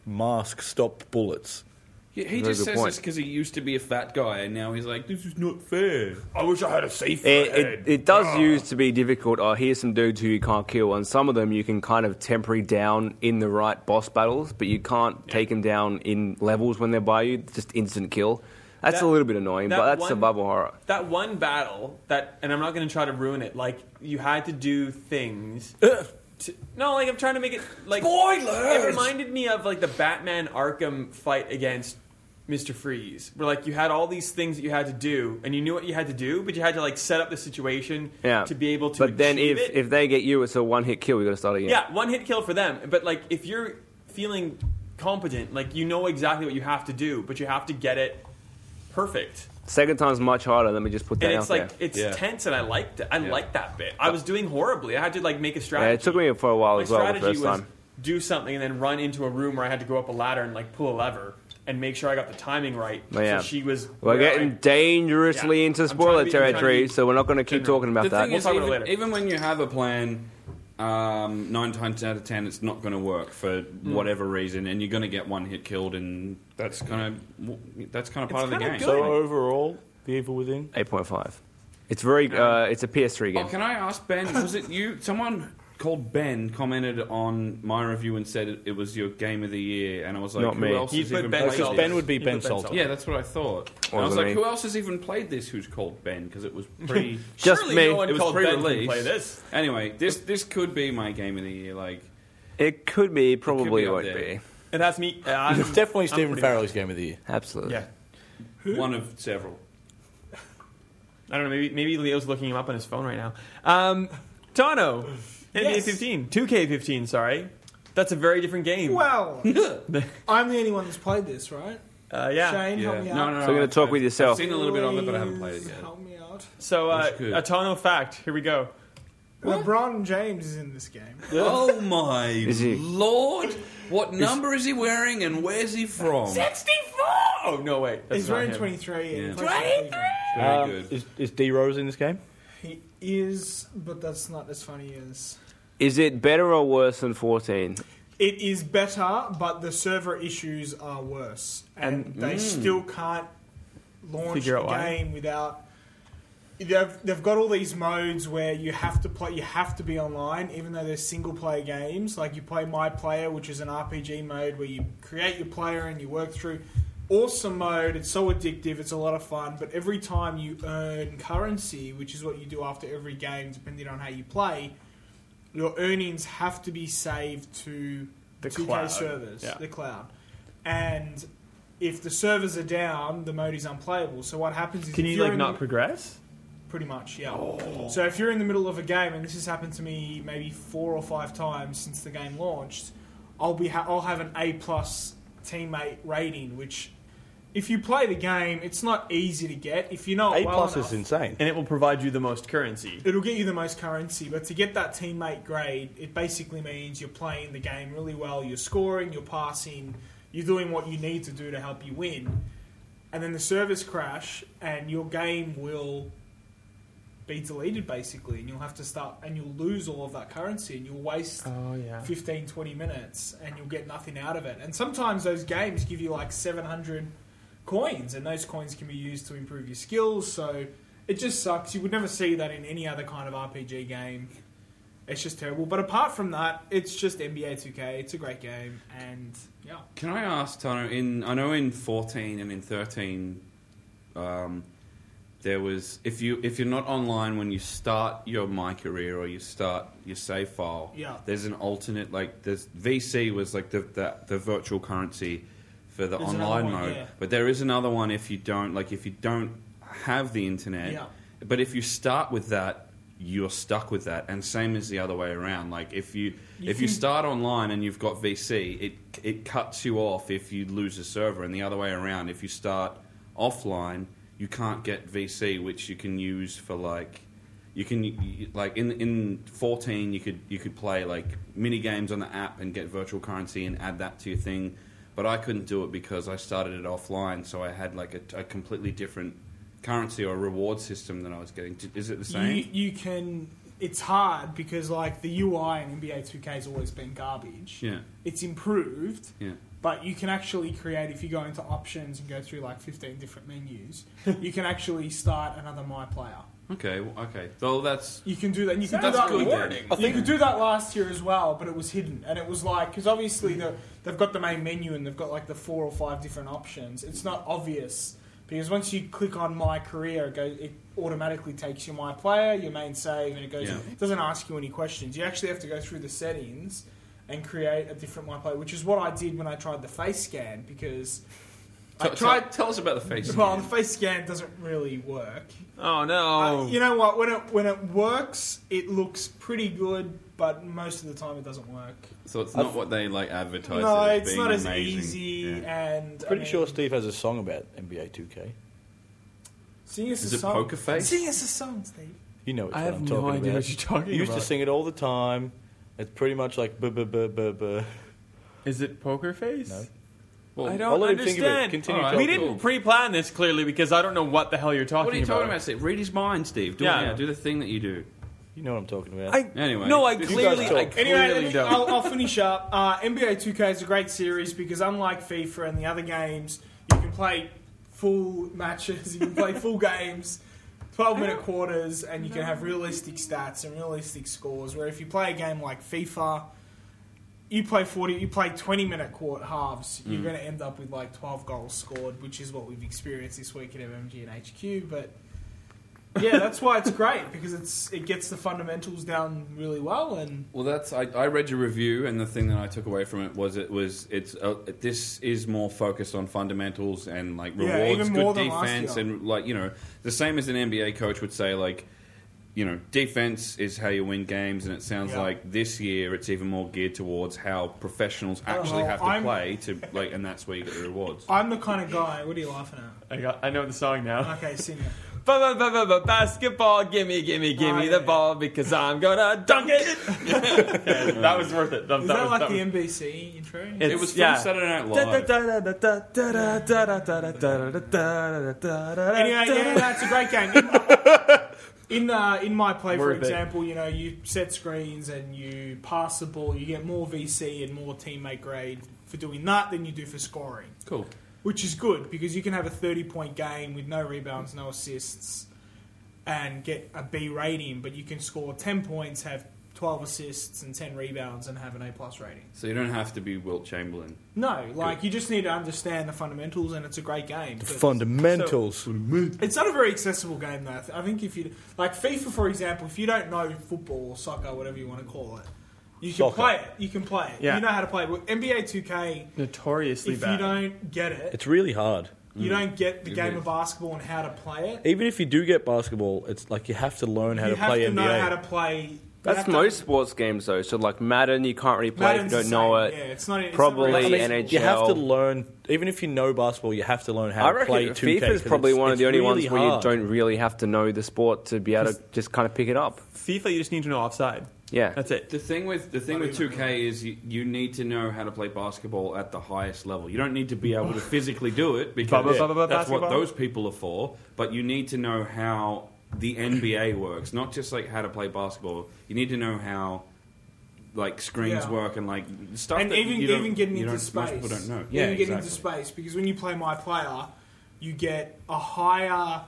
Speaker 1: mask stop bullets?
Speaker 3: He, he
Speaker 4: Very
Speaker 3: just
Speaker 4: good
Speaker 3: says
Speaker 4: point.
Speaker 3: this because he used to be a fat guy, and now he's like, "This is not fair."
Speaker 5: I wish I had a safe
Speaker 4: It, it, it does
Speaker 2: Oh.
Speaker 4: use to be difficult. Oh, here's some dudes who you can't kill, and some of them you can kind of temporary down in the right boss battles, but you can't take them down in levels when they're by you. Just instant kill. That's
Speaker 2: That-
Speaker 4: a little bit annoying,
Speaker 2: that
Speaker 4: but that's
Speaker 2: one-
Speaker 4: survival horror.
Speaker 2: That one battle that, and I'm not going to try to ruin it. Like you had to do things. to- no, like I'm trying to make it like It reminded me of like the Batman Arkham fight against Mister Freeze, where like you had all these things that you had to do, and you knew what you had to do, but you had to like set up the situation
Speaker 4: Yeah,
Speaker 2: to be able to.
Speaker 4: But then
Speaker 2: achieve
Speaker 4: if
Speaker 2: it.
Speaker 4: if they get you, it's a one hit kill. We got to start again.
Speaker 2: Yeah, one hit kill for them. But like, if you're feeling competent, like you know exactly what you have to do, but you have to get it perfect.
Speaker 4: Second time's much harder. Let me just put that
Speaker 2: And
Speaker 4: out
Speaker 2: it's like
Speaker 4: there.
Speaker 2: it's
Speaker 3: Yeah.
Speaker 2: tense, and I liked it. I liked that bit. I was doing horribly. I had to like make a strategy.
Speaker 4: Yeah, it took me for a while
Speaker 2: My
Speaker 4: as well. The
Speaker 2: strategy
Speaker 4: first
Speaker 2: was
Speaker 4: time.
Speaker 2: do something and then run into a room where I had to go up a ladder and like pull a lever and make sure I got the timing right.
Speaker 4: Oh, Yeah.
Speaker 2: So she was. where
Speaker 4: We're
Speaker 2: I-
Speaker 4: getting dangerously
Speaker 2: Yeah.
Speaker 4: into
Speaker 2: I'm trying to
Speaker 4: spoiler
Speaker 2: be- I'm trying to
Speaker 4: territory,
Speaker 2: be
Speaker 4: so we're not going to keep
Speaker 2: general.
Speaker 4: talking about
Speaker 3: The
Speaker 4: that.
Speaker 3: thing is,
Speaker 2: We'll talk
Speaker 3: even,
Speaker 2: about it later.
Speaker 3: even when you have a plan, um, nine times out of ten, it's not going to work for
Speaker 2: Hmm.
Speaker 3: whatever reason, and you're going to get one hit killed, and that's kind of that's kind of part of the
Speaker 2: kinda
Speaker 3: game.
Speaker 2: good.
Speaker 1: So overall, The Evil Within.
Speaker 4: 8.5. It's very. Uh, it's a PS3 game.
Speaker 3: Oh, can I
Speaker 2: [laughs]
Speaker 3: ask Ben? Was it you? Someone called Ben commented on my review and said it, it was your game of the year, and I was like,
Speaker 4: Not
Speaker 3: who
Speaker 4: me.
Speaker 3: else
Speaker 2: He
Speaker 3: has
Speaker 2: put
Speaker 3: even
Speaker 2: Ben
Speaker 3: played
Speaker 2: Salt.
Speaker 3: this?
Speaker 1: Ben would be
Speaker 2: He put
Speaker 1: Ben Salt.
Speaker 3: Yeah, that's what I thought. And I
Speaker 4: Wasn't
Speaker 3: was like,
Speaker 4: me.
Speaker 3: who else has even played this? Who's called Ben? Because
Speaker 2: [laughs]
Speaker 3: it was pre.
Speaker 4: Just
Speaker 2: Surely
Speaker 4: me.
Speaker 2: No one
Speaker 3: it was
Speaker 2: called Ben can
Speaker 3: pre-release.
Speaker 2: Play this.
Speaker 3: Anyway, this this could be my game of the year. Like,
Speaker 4: It could be, probably
Speaker 3: be up
Speaker 4: won't
Speaker 3: there.
Speaker 4: be.
Speaker 2: It has me. I'm,
Speaker 4: [laughs]
Speaker 1: It's definitely
Speaker 2: I'm
Speaker 1: Stephen
Speaker 2: pretty-
Speaker 1: Farrell's game of the year.
Speaker 4: Absolutely.
Speaker 2: Yeah.
Speaker 3: one of several.
Speaker 2: I don't know. Maybe maybe Leo's looking him up on his phone right now. Um, Tono, NBA
Speaker 6: Yes.
Speaker 2: 15, 2K15. Sorry, that's a very different game.
Speaker 3: [laughs]
Speaker 6: Well, I'm the only one that's played this, right?
Speaker 2: Uh, yeah.
Speaker 6: Shane, help me
Speaker 3: No,
Speaker 6: out.
Speaker 3: no, no.
Speaker 4: So you're gonna
Speaker 3: I-
Speaker 4: talk with
Speaker 3: I've
Speaker 4: yourself.
Speaker 3: seen a little bit of it, but I haven't played it
Speaker 6: Please
Speaker 3: yet.
Speaker 6: Help me out.
Speaker 2: So uh,
Speaker 3: That's good.
Speaker 2: a Tono fact. Here we go.
Speaker 6: LeBron James is in this game.
Speaker 3: Oh my
Speaker 4: he?
Speaker 3: lord! What number is he wearing, and where's he from?
Speaker 2: Oh no, wait. That's
Speaker 6: He's
Speaker 2: not
Speaker 6: wearing
Speaker 2: him.
Speaker 6: 23. and
Speaker 3: Yeah.
Speaker 6: plays for the Cleveland.
Speaker 3: Very
Speaker 1: Um,
Speaker 3: good.
Speaker 1: Is, is D Rose in this game?
Speaker 6: He is, but that's not as funny as.
Speaker 4: Is it better or worse than 14?
Speaker 6: It is better, but the server issues are worse, and, they still can't launch
Speaker 2: mm. Figure
Speaker 6: the
Speaker 2: out why.
Speaker 6: game without. They've, they've got all these modes where you have to play, you have to be online, even though they're single player games. Like you play My Player, which is an RPG mode where you create your player and you work through. Awesome mode, it's so addictive, it's a lot of fun. But every time you earn currency, which is what you do after every game, depending on how you play, your earnings have to be saved to
Speaker 2: The
Speaker 6: 2K
Speaker 2: cloud.
Speaker 6: servers,
Speaker 2: Yeah.
Speaker 6: the cloud. And if the servers are down, the mode is unplayable. So what happens is
Speaker 2: Can
Speaker 6: if
Speaker 2: you
Speaker 6: you're
Speaker 2: like
Speaker 6: in
Speaker 2: not Oh.
Speaker 6: the-
Speaker 2: progress?
Speaker 6: pretty much, yeah. So if you're in the middle of a game, and this has happened to me maybe four or five times since the game launched, I'll be ha- I'll have an A plus teammate rating, which if you play the game, it's not easy to get. If you're not
Speaker 1: A
Speaker 6: well
Speaker 1: plus
Speaker 6: enough,
Speaker 1: is insane.
Speaker 2: And it will provide you the most currency.
Speaker 6: It'll get you the most currency, but to get that teammate grade, it basically means you're playing the game really well, you're scoring, you're passing, you're doing what you need to do to help you win. And then the servers crash, and your game will be deleted basically, and you'll have to start, and you'll lose all of that currency, and you'll waste
Speaker 2: Oh yeah.
Speaker 6: 15, 20 minutes, and you'll get nothing out of it. And sometimes those games give you like 700 coins, and those coins can be used to improve your skills. So it just sucks. You would never see that in any other kind of RPG game. It's just terrible. But apart from that, it's just NBA 2K. It's a great game, and yeah.
Speaker 3: Can I ask Tano? In I know in fourteen and in thirteen, um, there was if you if you're not online when you start your my career or you start your save file,
Speaker 6: Yeah.
Speaker 3: There's an alternate like there's VC was like the the, the virtual currency for the
Speaker 6: There's another
Speaker 3: online
Speaker 6: one,
Speaker 3: mode,
Speaker 6: yeah.
Speaker 3: but there is another one if you don't like if you don't have the internet.
Speaker 6: Yeah.
Speaker 3: But if you start with that, you're stuck with that, and same as the other way around. Like if you,
Speaker 6: You
Speaker 3: if you
Speaker 6: can-
Speaker 3: start online and you've got VC, it it cuts you off if you lose a server, and the other way around, if you start offline, you can't get VC, which you can use for like. You can you- like in in fourteen, you could you could play like mini games on the app and get virtual currency and add that to your thing, but I couldn't do it because I started it offline, so I had like a, a completely different currency or reward system that I was getting. Is it the same?
Speaker 6: You, you can it's hard because like the UI in NBA 2K has always been garbage.
Speaker 3: Yeah.
Speaker 6: It's improved,
Speaker 3: Yeah.
Speaker 6: but you can actually create if you go into options and go through like 15 different menus, you can actually start another My Player.
Speaker 3: Okay. Well, okay. Well, that's
Speaker 6: You can do that. And you can
Speaker 3: That's
Speaker 6: do that.
Speaker 3: good then. I
Speaker 6: You could do that last year as well, but it was hidden, and it was like because obviously the, they've got the main menu and they've got like the four or five different options. It's not obvious because once you click on My Career, it, goes, it automatically takes you My Player, your main save, and it goes.
Speaker 3: Yeah.
Speaker 6: It doesn't ask you any questions. You actually have to go through the settings and create a different My Player, which is what I did when I tried the face scan because I
Speaker 3: Tell-
Speaker 6: tried.
Speaker 3: Tell, tell us about the face.
Speaker 6: Well, the face scan doesn't really work.
Speaker 2: Oh
Speaker 6: Uh,
Speaker 2: no!
Speaker 6: you know what? When it when it works, it looks pretty good, but most of the time it doesn't work.
Speaker 3: so it's not what they like advertise.
Speaker 6: no,
Speaker 3: as
Speaker 6: it's
Speaker 3: being
Speaker 6: not as
Speaker 3: amazing.
Speaker 6: easy.
Speaker 3: Yeah.
Speaker 6: And I
Speaker 1: Pretty
Speaker 6: mean,
Speaker 1: sure Steve has a song about NBA 2K.
Speaker 6: Sing us
Speaker 3: Is
Speaker 6: a
Speaker 3: it
Speaker 6: song.
Speaker 3: poker face?
Speaker 6: Sing us a song, Steve.
Speaker 1: You know which
Speaker 2: I
Speaker 1: one
Speaker 2: have
Speaker 1: I'm
Speaker 2: no
Speaker 1: talking
Speaker 2: idea
Speaker 1: about.
Speaker 2: what you're talking
Speaker 1: You used to
Speaker 2: about.
Speaker 1: sing it all the time. It's pretty much like buh, buh, buh, buh, buh.
Speaker 2: Is it poker face?
Speaker 1: No.
Speaker 3: Well,
Speaker 2: I don't
Speaker 1: I'll let him think of it.
Speaker 2: understand.
Speaker 1: Continue
Speaker 3: Alright.
Speaker 2: We
Speaker 3: talking.
Speaker 2: didn't pre-plan this clearly because I don't know what the hell you're talking
Speaker 3: What are you
Speaker 2: about.
Speaker 3: talking about, Steve? Read his mind, Steve. Do
Speaker 2: Yeah.
Speaker 3: yeah. Do the thing that you do.
Speaker 1: You know what I'm talking about.
Speaker 2: I,
Speaker 3: Anyway.
Speaker 2: no, I
Speaker 3: You guys
Speaker 2: clearly,
Speaker 1: talk.
Speaker 2: I clearly
Speaker 6: Anyway, let me-
Speaker 2: don't.
Speaker 6: I'll, I'll finish up. Uh, NBA 2K is a great series because unlike FIFA and the other games, you can play full matches, you can play full games, 12 minute quarters, and you can have realistic stats and realistic scores. Where if you play a game like FIFA, you play 40, you play 20 minute quarter halves, you're going to end up with like 12 goals scored, which is what we've experienced this week at MMG and HQ, but yeah, that's why it's great because it's it gets the fundamentals down really well and
Speaker 3: Well, that's I, I read your review, and the thing that I took away from it was it was it's uh, this is more focused on fundamentals and like
Speaker 6: Yeah,
Speaker 3: rewards
Speaker 6: even more
Speaker 3: good
Speaker 6: than last
Speaker 3: defense
Speaker 6: year.
Speaker 3: and like you know the same as an NBA coach would say like you know defense is how you win games, and it sounds
Speaker 6: Yeah.
Speaker 3: like this year it's even more geared towards how professionals actually
Speaker 6: well,
Speaker 3: have to
Speaker 6: Oh, I'm-
Speaker 3: play to like, and that's where you get the
Speaker 6: [laughs]
Speaker 3: rewards.
Speaker 6: I'm the kind of guy. What are you laughing at?
Speaker 2: I, got, I know the song now.
Speaker 6: Okay, sing it.
Speaker 2: Ba- ba- ba- ba- ba- Basketball, gimme, gimme, gimme
Speaker 6: Oh, yeah,
Speaker 2: the
Speaker 6: yeah.
Speaker 2: ball because I'm
Speaker 6: [laughs]
Speaker 2: gonna dunk it. Okay, that was worth it. That,
Speaker 6: Is
Speaker 2: that
Speaker 6: that
Speaker 2: was,
Speaker 6: like
Speaker 2: that
Speaker 6: the
Speaker 2: was,
Speaker 6: NBC intro?
Speaker 2: It's-
Speaker 3: it was from
Speaker 2: yeah.
Speaker 3: Saturday Night Live.
Speaker 6: Anyway, yeah,
Speaker 2: Anyway,
Speaker 6: that's a great game. In, in, uh, in my play, for
Speaker 2: Worth it.
Speaker 6: example, you know, you set screens and you pass the ball. You get more VC and more teammate grade for doing that than you do for scoring,
Speaker 3: Cool.
Speaker 6: which is good because you can have a 30 point game with no rebounds, no assists, and get a B rating. But you can score 10 points, have 12 assists and 10 rebounds, and have an A plus rating.
Speaker 3: So you don't have to be Wilt Chamberlain.
Speaker 6: No, like you just need to understand the fundamentals, and it's a great game.
Speaker 1: the
Speaker 6: But
Speaker 1: fundamentals.
Speaker 6: It's not a very accessible game, though. I th- I think if you like FIFA, for example, if you don't know football or soccer, whatever you want to call it, you can
Speaker 1: Soccer.
Speaker 6: play it. You can play it.
Speaker 2: Yeah.
Speaker 6: You know how to play it. With NBA Two K,
Speaker 2: notoriously
Speaker 6: if you
Speaker 2: bad.
Speaker 6: don't get it,
Speaker 1: it's mm. really hard.
Speaker 6: you don't get the
Speaker 3: It
Speaker 6: game
Speaker 3: is.
Speaker 6: of basketball and how to play it.
Speaker 1: Even if you do get basketball, it's like you have to learn how
Speaker 6: you
Speaker 1: to
Speaker 6: have
Speaker 1: play
Speaker 6: to
Speaker 1: NBA.
Speaker 6: know how to play. you have
Speaker 4: That's
Speaker 6: to-
Speaker 4: most sports games though. So like Madden, you can't really play
Speaker 6: Madden's
Speaker 4: if
Speaker 6: the
Speaker 4: you don't know it.
Speaker 6: same. Yeah, it's not. It's
Speaker 4: Probably
Speaker 6: not
Speaker 1: I
Speaker 6: very-
Speaker 1: mean,
Speaker 4: NHL.
Speaker 1: you have to learn. Even if you know basketball, you have to learn how
Speaker 4: I
Speaker 1: to
Speaker 4: reckon
Speaker 1: play 2K.
Speaker 4: FIFA is
Speaker 1: 'cause
Speaker 4: probably
Speaker 1: it's-
Speaker 4: one of
Speaker 1: it's
Speaker 4: the only
Speaker 1: really
Speaker 4: ones where you
Speaker 1: hard.
Speaker 4: don't really have to know the sport to be able to just kind of pick it up.
Speaker 2: FIFA, you just need to know offside.
Speaker 4: Yeah,
Speaker 2: That's it.
Speaker 3: The thing with the thing with 2K is you, you need to know how to play basketball at the highest level. You don't need to be able to physically do it because
Speaker 2: Bubba, bubba, bubba,
Speaker 3: that's what
Speaker 2: basketball.
Speaker 3: those people are for. But you need to know how the NBA works, not just like how to play basketball. You need to know how like screens
Speaker 6: Yeah.
Speaker 3: work and like stuff.
Speaker 6: and
Speaker 3: that
Speaker 6: even
Speaker 3: you don't-
Speaker 6: even getting
Speaker 3: you
Speaker 6: into
Speaker 3: don't-
Speaker 6: space,
Speaker 3: most people don't know.
Speaker 6: even getting into
Speaker 3: exactly.
Speaker 6: space because when you play my player, you get a higher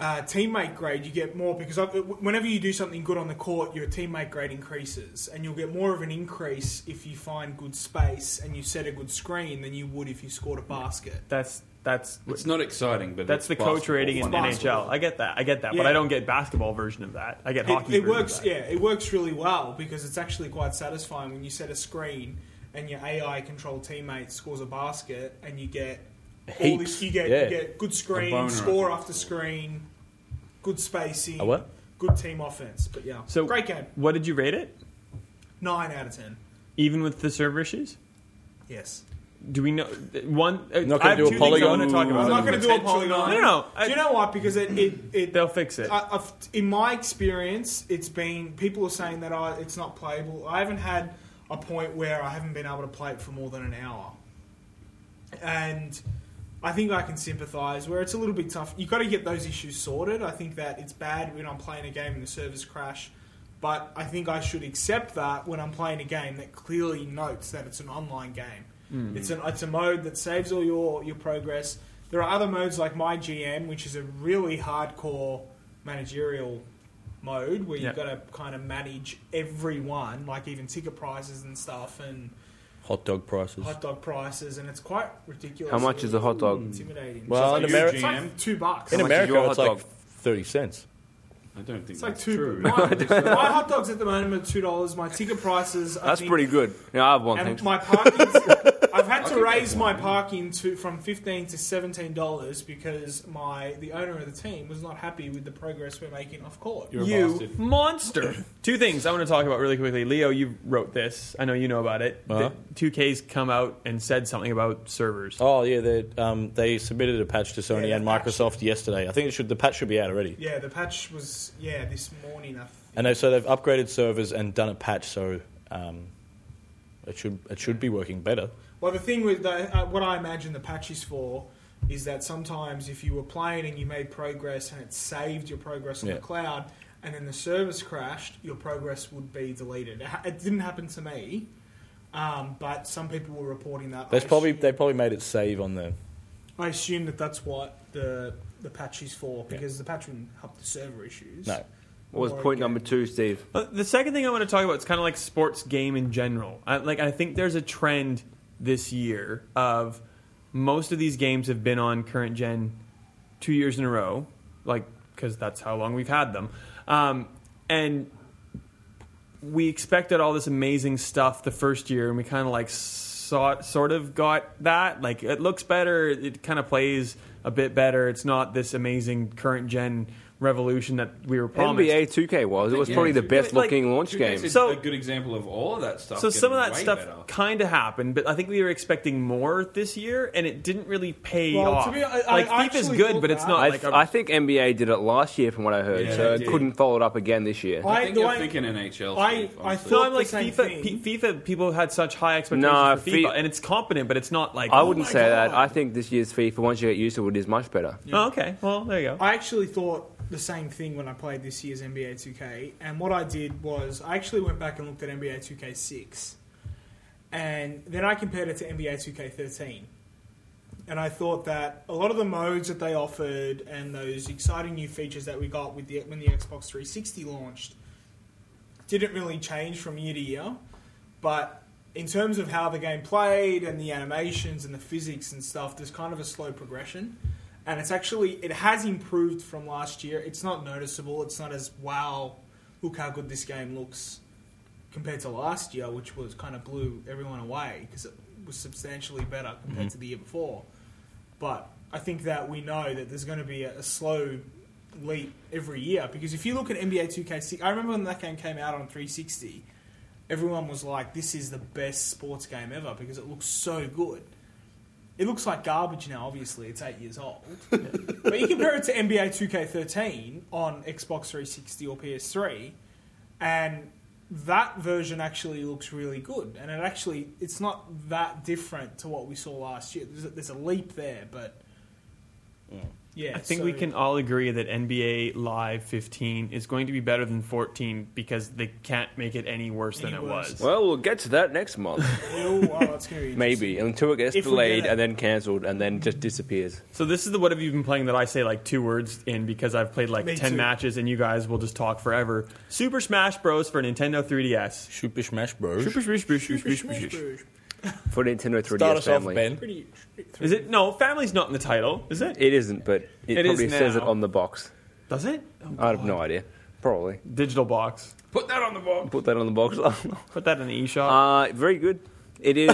Speaker 6: uh, teammate grade. You get more because I, whenever you do something good on the court, your teammate grade increases, and you'll get more of an increase if you find good space and you set a good screen than you would if you scored a basket.
Speaker 2: That's that's
Speaker 3: It's not exciting, but
Speaker 2: that's
Speaker 3: it's
Speaker 2: the coach
Speaker 3: basketball.
Speaker 2: rating in
Speaker 6: It's basketball.
Speaker 2: NHL. I get that. I get that, but
Speaker 6: Yeah.
Speaker 2: I don't get basketball version of that. I get hockey.
Speaker 6: It, it
Speaker 2: version of
Speaker 6: works,
Speaker 2: that.
Speaker 6: yeah. It works really well because it's actually quite satisfying when you set a screen and your AI-controlled teammate scores a basket, and you get all
Speaker 1: Heaps,
Speaker 6: this. You get
Speaker 1: yeah.
Speaker 6: you get good
Speaker 3: boner, I
Speaker 6: screen, score
Speaker 3: think.
Speaker 6: after screen, good spacing,
Speaker 1: A what?
Speaker 6: good team offense. But yeah,
Speaker 2: So-
Speaker 6: great game.
Speaker 2: What did you rate it?
Speaker 6: Nine out of ten.
Speaker 2: Even with the server issues?
Speaker 6: Yes.
Speaker 2: Do we know one? uh,
Speaker 1: Not gonna
Speaker 2: I have
Speaker 1: do a
Speaker 2: two things I want to
Speaker 1: polygon.
Speaker 2: talk
Speaker 6: I'm not
Speaker 2: about.
Speaker 6: going to do a
Speaker 3: potential
Speaker 6: polygon.
Speaker 2: nine? No, no,
Speaker 6: do
Speaker 2: I-
Speaker 6: you know what? Because it it, it
Speaker 2: They'll fix it.
Speaker 6: I, I've, in my experience, it's been people are saying that I, it's not playable. I haven't had a point where I haven't been able to play it for more than an hour, and I think I can sympathise where it's a little bit tough. You've got to get those issues sorted. I think that it's bad when I'm playing a game and the servers crash, but I think I should accept that when I'm playing a game that clearly notes that it's an online game. It's an it's a mode that saves all your your progress. There are other modes like my GM, which is a really hardcore managerial mode where
Speaker 2: Yeah.
Speaker 6: you've got to kind of manage everyone, like even ticket prices and stuff, and
Speaker 1: Hot dog prices.
Speaker 6: hot dog prices, and it's quite ridiculous.
Speaker 4: How much is a hot dog?
Speaker 6: Intimidating.
Speaker 1: Well,
Speaker 6: it's
Speaker 1: in
Speaker 6: like,
Speaker 1: Ameri-
Speaker 6: it's like two bucks.
Speaker 1: In
Speaker 4: How much is
Speaker 1: America,
Speaker 4: your
Speaker 1: it's
Speaker 4: hot
Speaker 1: like
Speaker 4: dog?
Speaker 1: thirty cents.
Speaker 3: I don't think
Speaker 6: it's like
Speaker 3: that's
Speaker 6: two.
Speaker 3: true.
Speaker 1: [laughs]
Speaker 6: My,
Speaker 3: [laughs]
Speaker 6: my hot dogs at the moment are two dollars. My ticket prices. I
Speaker 4: That's
Speaker 6: think,
Speaker 4: pretty good. Yeah, I have one.
Speaker 6: And
Speaker 4: Thanks. [laughs]
Speaker 6: my parking, I've had to
Speaker 3: could
Speaker 6: raise
Speaker 3: get
Speaker 6: my
Speaker 3: one.
Speaker 6: parking to from fifteen to seventeen dollars because my the owner of the team was not happy with the progress we're making off court.
Speaker 3: You're a
Speaker 2: you
Speaker 3: bastard.
Speaker 2: monster. [clears throat] Two things I want to talk about really quickly. Leo, you wrote this. I know you know about it.
Speaker 1: Uh-huh.
Speaker 2: Two K's come out and said something about servers.
Speaker 1: Oh yeah, they um, they submitted a patch to Sony
Speaker 6: Yeah,
Speaker 1: and
Speaker 6: the patch.
Speaker 1: Microsoft yesterday. I think it should the patch should be out already.
Speaker 6: Yeah, the patch was yeah this morning. I think.
Speaker 1: And they, so they've upgraded servers and done a patch, so um, it should it should be working better.
Speaker 6: Well, the thing with the, uh, what I imagine the patch is for is that sometimes if you were playing and you made progress and it saved your progress on
Speaker 1: Yeah.
Speaker 6: the cloud, and then the service crashed, your progress would be deleted. It, ha- it didn't happen to me, um, but some people were reporting that.
Speaker 1: That's
Speaker 6: I
Speaker 1: probably
Speaker 6: assume,
Speaker 1: they probably made it save on the
Speaker 6: I assume that that's what the the patch is for
Speaker 1: Yeah.
Speaker 6: because the patch wouldn't help the server issues.
Speaker 1: no.
Speaker 4: What was point number two, Steve?
Speaker 2: Uh, The second thing I want to talk about is kind of like sports game in general. I, like I think there's a trend this year of most of these games have been on current gen two years in a row, like because that's how long we've had them, um, and we expected all this amazing stuff the first year, and we kind of like saw, sort of got that. Like it looks better, it kind of plays a bit better. It's not this amazing current gen revolution that we were promised.
Speaker 4: NBA 2K was. It was
Speaker 3: Yeah.
Speaker 4: probably the
Speaker 3: Like,
Speaker 4: best looking launch
Speaker 3: 2K
Speaker 4: game.
Speaker 3: 's a-
Speaker 2: So-
Speaker 3: a good example of all of that stuff.
Speaker 2: So some of
Speaker 3: getting
Speaker 2: that
Speaker 3: way
Speaker 2: stuff
Speaker 3: better.
Speaker 2: kind of happened, but I think we were expecting more this year, and it didn't really pay
Speaker 6: Well, to
Speaker 2: off.
Speaker 6: be- I- I
Speaker 2: like FIFA is
Speaker 6: actually
Speaker 2: good,
Speaker 6: thought
Speaker 2: but it's
Speaker 6: that.
Speaker 2: not
Speaker 4: I,
Speaker 2: like
Speaker 4: th-
Speaker 2: a-
Speaker 4: I think NBA did it last year, from what I heard,
Speaker 3: Yeah,
Speaker 4: so
Speaker 3: they
Speaker 4: it
Speaker 3: did.
Speaker 4: couldn't follow it up again this year.
Speaker 6: I-
Speaker 3: I think
Speaker 6: the
Speaker 3: you're
Speaker 6: way-
Speaker 3: thinking NHL.
Speaker 6: I-
Speaker 3: Steve, honestly.
Speaker 6: I
Speaker 2: no,
Speaker 6: thought
Speaker 2: I'm like
Speaker 6: the same
Speaker 2: FIFA.
Speaker 6: thing.
Speaker 2: P- FIFA people had such high expectations
Speaker 4: Nah,
Speaker 2: for FIFA,
Speaker 4: Fi-
Speaker 2: and it's competent, but it's not like
Speaker 4: I wouldn't
Speaker 6: my
Speaker 4: say that.
Speaker 6: God.
Speaker 4: I think this year's FIFA, once you get used to it, is much better.
Speaker 2: Oh, okay, well there you go.
Speaker 6: I actually thought the same thing when I played this year's NBA 2K, and what I did was I actually went back and looked at NBA 2K6, and then I compared it to NBA 2K13. And I thought that a lot of the modes that they offered and those exciting new features that we got with the, when the Xbox 360 launched didn't really change from year to year, but in terms of how the game played and the animations and the physics and stuff, there's kind of a slow progression. And it's actually it has improved from last year. It's not noticeable. It's not as wow, look how good this game looks compared to last year, which was kind of blew everyone away because it was substantially better compared to the year before. But I think that we know that there's going to be a, a slow leap every year because if you look at NBA 2K6, I remember when that game came out on 360, everyone was like, "This is the best sports game ever" because it looks so good. It looks like garbage now. Obviously, it's eight years old. [laughs] but you compare it to NBA 2K13 on Xbox 360 or PS3, and that version actually looks really good. And it actually, it's not that different to what we saw last year. There's a, there's a leap there, but yeah,
Speaker 2: I think
Speaker 6: so-
Speaker 2: we can all agree that NBA Live 15 is going to be better than 14 because they can't make it any worse than
Speaker 6: Any
Speaker 2: it
Speaker 6: worse.
Speaker 2: was.
Speaker 4: Well, we'll get to that next [laughs] month,
Speaker 6: [laughs] Oh, wow, that's gonna be
Speaker 4: maybe, until it gets
Speaker 6: If we
Speaker 4: delayed
Speaker 6: get it.
Speaker 4: and then cancelled and then just disappears.
Speaker 2: So this is the what have you been playing that I say like two words in because I've played like
Speaker 6: Me
Speaker 2: ten
Speaker 6: too.
Speaker 2: matches and you guys will just talk forever. Super Smash Bros for Nintendo 3DS.
Speaker 1: Super Smash Bros.
Speaker 6: interesting.
Speaker 4: For Nintendo 3DS
Speaker 1: Start us off,
Speaker 4: family.
Speaker 1: Ben.
Speaker 6: Pretty.
Speaker 2: Is it no? Family's not in the title, is it?
Speaker 4: It isn't, but
Speaker 2: It
Speaker 4: it,
Speaker 2: is
Speaker 4: probably says it
Speaker 2: now.
Speaker 4: on the box.
Speaker 2: Does it?
Speaker 4: I have no idea. Probably.
Speaker 2: Digital box.
Speaker 3: Put that on the box.
Speaker 4: Put that on the box. [laughs]
Speaker 2: Put that in the eShop.
Speaker 4: uh, very good. It is.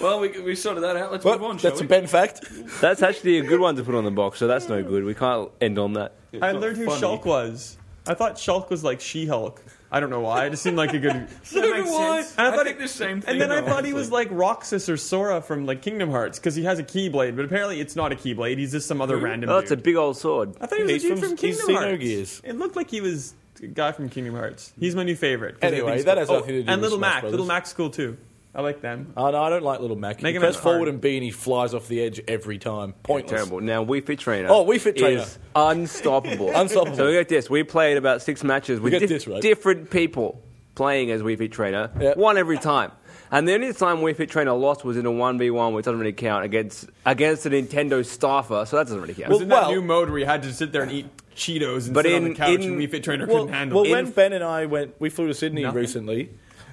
Speaker 3: Well, we, we sorted that out. Let's
Speaker 1: Well,
Speaker 3: move on.
Speaker 1: that's a
Speaker 3: shall
Speaker 1: Ben fact.
Speaker 4: [laughs] That's actually a good one to put on the box, so that's no good. We can't end on that.
Speaker 3: we? It's
Speaker 2: I
Speaker 3: not
Speaker 2: learned who
Speaker 3: funny.
Speaker 2: Shulk was. I thought Shulk was like She-Hulk. I don't know why. It just seemed like a
Speaker 3: [laughs]
Speaker 2: good.
Speaker 3: So
Speaker 6: That makes
Speaker 3: do I.
Speaker 6: sense.
Speaker 2: And I
Speaker 3: I
Speaker 2: thought
Speaker 3: think
Speaker 2: it-
Speaker 3: the same thing.
Speaker 2: And then I
Speaker 3: though,
Speaker 2: thought he was
Speaker 3: honestly.
Speaker 2: like Roxas or Sora from like Kingdom Hearts because he has a keyblade, but apparently it's not a keyblade. He's just some other
Speaker 3: Who?
Speaker 2: random.
Speaker 4: Oh, that's a
Speaker 2: dude.
Speaker 4: big old sword.
Speaker 2: I thought he was
Speaker 1: He's
Speaker 2: a dude
Speaker 1: from-
Speaker 2: from,
Speaker 1: he's
Speaker 2: Kingdom Hearts.
Speaker 1: Xenogears.
Speaker 2: It looked like he was a guy from Kingdom Hearts. He's my new favorite. 'cause
Speaker 1: Anyway,
Speaker 2: everything's
Speaker 1: that
Speaker 2: cool.
Speaker 1: has nothing to do
Speaker 2: And
Speaker 1: with
Speaker 2: Little
Speaker 1: Smash
Speaker 2: Mac.
Speaker 1: Brothers.
Speaker 2: Little Mac's cool too. I like them.
Speaker 1: Oh, no, I don't like Little Mac.
Speaker 2: Make
Speaker 1: you
Speaker 2: him
Speaker 1: press
Speaker 2: an
Speaker 1: forward
Speaker 2: iron.
Speaker 1: and B and he flies off the edge every time. Pointless.
Speaker 4: Terrible. Now, We Fit Trainer.
Speaker 1: Oh, Wii Fit Trainer.
Speaker 4: Is unstoppable.
Speaker 1: [laughs] Unstoppable.
Speaker 4: So we got this. We played about six matches with
Speaker 1: got
Speaker 4: dif-
Speaker 1: this, right?
Speaker 4: different people playing as We Fit Trainer.
Speaker 1: Yep.
Speaker 4: One every time. And the only time We Fit Trainer lost was in a 1v1, which doesn't really count, against against a Nintendo staffer, so that doesn't really count.
Speaker 2: was in that
Speaker 1: well-
Speaker 2: new mode where you had to sit there and eat Cheetos and
Speaker 4: But
Speaker 2: sit on
Speaker 4: in-
Speaker 2: the couch
Speaker 4: in-
Speaker 2: and Wii Fit Trainer
Speaker 1: Well,
Speaker 2: couldn't handle
Speaker 1: well
Speaker 2: it.
Speaker 1: when Ben and I went, we flew to Sydney
Speaker 2: Nothing.
Speaker 1: recently,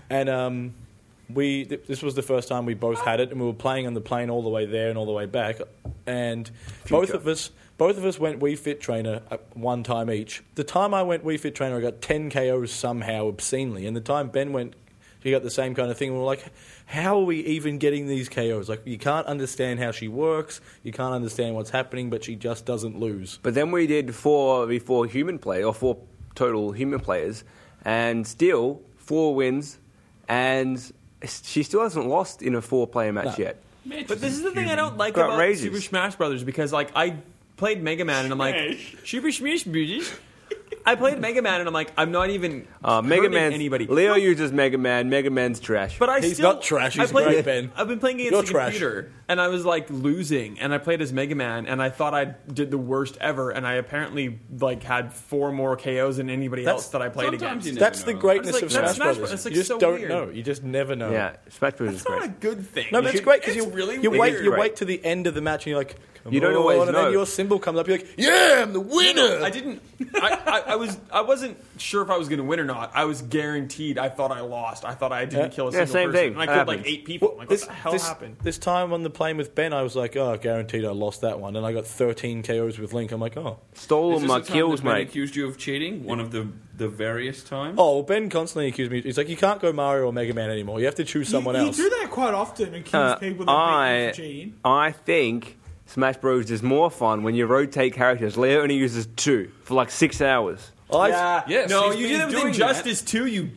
Speaker 1: and um, we th- this was the first time we both had it, and we were playing on the plane all the way there and all the way back, and both of us. Both of us went Wii Fit Trainer at one time each. The time I went Wii Fit Trainer, I got 10 KOs somehow obscenely. And the time Ben went, he got the same kind of thing. We were like, how are we even getting these KOs? Like, you can't understand how she works. You can't understand what's happening, but she just doesn't lose.
Speaker 4: But then we did four before human play, or four total human players, and still four wins, and she still hasn't lost in a four-player match yet.
Speaker 2: But this is the thing I don't like
Speaker 4: Got
Speaker 2: about
Speaker 4: raises.
Speaker 2: Super Smash Brothers because like I played Mega Man and I'm like Super Smash Brothers. I played Mega Man and I'm like I'm not even
Speaker 4: Uh, Mega
Speaker 2: hurting
Speaker 4: Man,
Speaker 2: anybody.
Speaker 4: Leo uses Mega Man. Mega Man's trash.
Speaker 2: But I
Speaker 1: He's
Speaker 2: still,
Speaker 1: not trash,
Speaker 2: I
Speaker 1: he's
Speaker 2: played,
Speaker 1: great, Ben.
Speaker 2: I've been playing against
Speaker 1: You're
Speaker 2: the
Speaker 1: trash.
Speaker 2: computer, and I was like losing, and I played as Mega Man, and I thought I did the worst ever, and I apparently like had four more KOs than anybody
Speaker 1: That's-
Speaker 2: else that I played
Speaker 3: Sometimes
Speaker 2: against.
Speaker 3: you
Speaker 1: That's
Speaker 3: never
Speaker 1: the
Speaker 3: know.
Speaker 1: greatness
Speaker 2: It's like-
Speaker 1: of
Speaker 2: that's
Speaker 1: Smash,
Speaker 2: Smash
Speaker 1: Brothers.
Speaker 2: Bros. It's like
Speaker 1: you just
Speaker 2: so
Speaker 1: don't
Speaker 2: weird.
Speaker 1: know. You just never know.
Speaker 4: yeah, Smash Bros is
Speaker 2: That's not
Speaker 4: great.
Speaker 2: a good thing.
Speaker 1: No, but it's great because
Speaker 2: It's
Speaker 1: you
Speaker 2: really
Speaker 1: you
Speaker 2: weird.
Speaker 1: wait you
Speaker 4: Right.
Speaker 1: wait to the end of the match and you're like
Speaker 4: You don't
Speaker 1: "Come
Speaker 4: always
Speaker 1: on," and
Speaker 4: know.
Speaker 1: then your symbol comes up. You're like, yeah, I'm the winner.
Speaker 2: I didn't. I, I, I was. I wasn't sure if I was going to win or not. I was guaranteed. I thought I lost. I thought I didn't
Speaker 1: Yeah.
Speaker 2: kill a
Speaker 4: Yeah,
Speaker 2: single
Speaker 4: same
Speaker 2: person.
Speaker 4: thing.
Speaker 2: And I
Speaker 4: That
Speaker 2: killed like
Speaker 4: happens.
Speaker 2: eight people.
Speaker 1: Well,
Speaker 2: I'm like,
Speaker 1: this,
Speaker 2: Oh what the hell
Speaker 1: this-
Speaker 2: happened?
Speaker 1: This time on the plane with Ben, I was like, oh, guaranteed I lost that one, and I got 13 KOs with Link. I'm like, oh,
Speaker 4: Stole
Speaker 3: Is this
Speaker 4: my
Speaker 3: the time
Speaker 4: kills,
Speaker 3: that Ben
Speaker 4: mate.
Speaker 3: accused you of cheating one of the, the various times?
Speaker 1: oh. Well, ben constantly accused me. He's like, you can't go Mario or Mega Man anymore. You have to choose someone
Speaker 6: you,
Speaker 1: else.
Speaker 6: You do that quite often. Accuse
Speaker 4: Uh,
Speaker 6: people that I,
Speaker 4: I,
Speaker 6: of cheating.
Speaker 4: I think Smash Bros is more fun when you rotate characters. Leo only uses two for like six hours.
Speaker 1: I-
Speaker 2: yeah.
Speaker 3: Yes,
Speaker 2: no,
Speaker 3: he's
Speaker 2: you
Speaker 3: been
Speaker 2: did it with
Speaker 3: doing
Speaker 2: Injustice too. You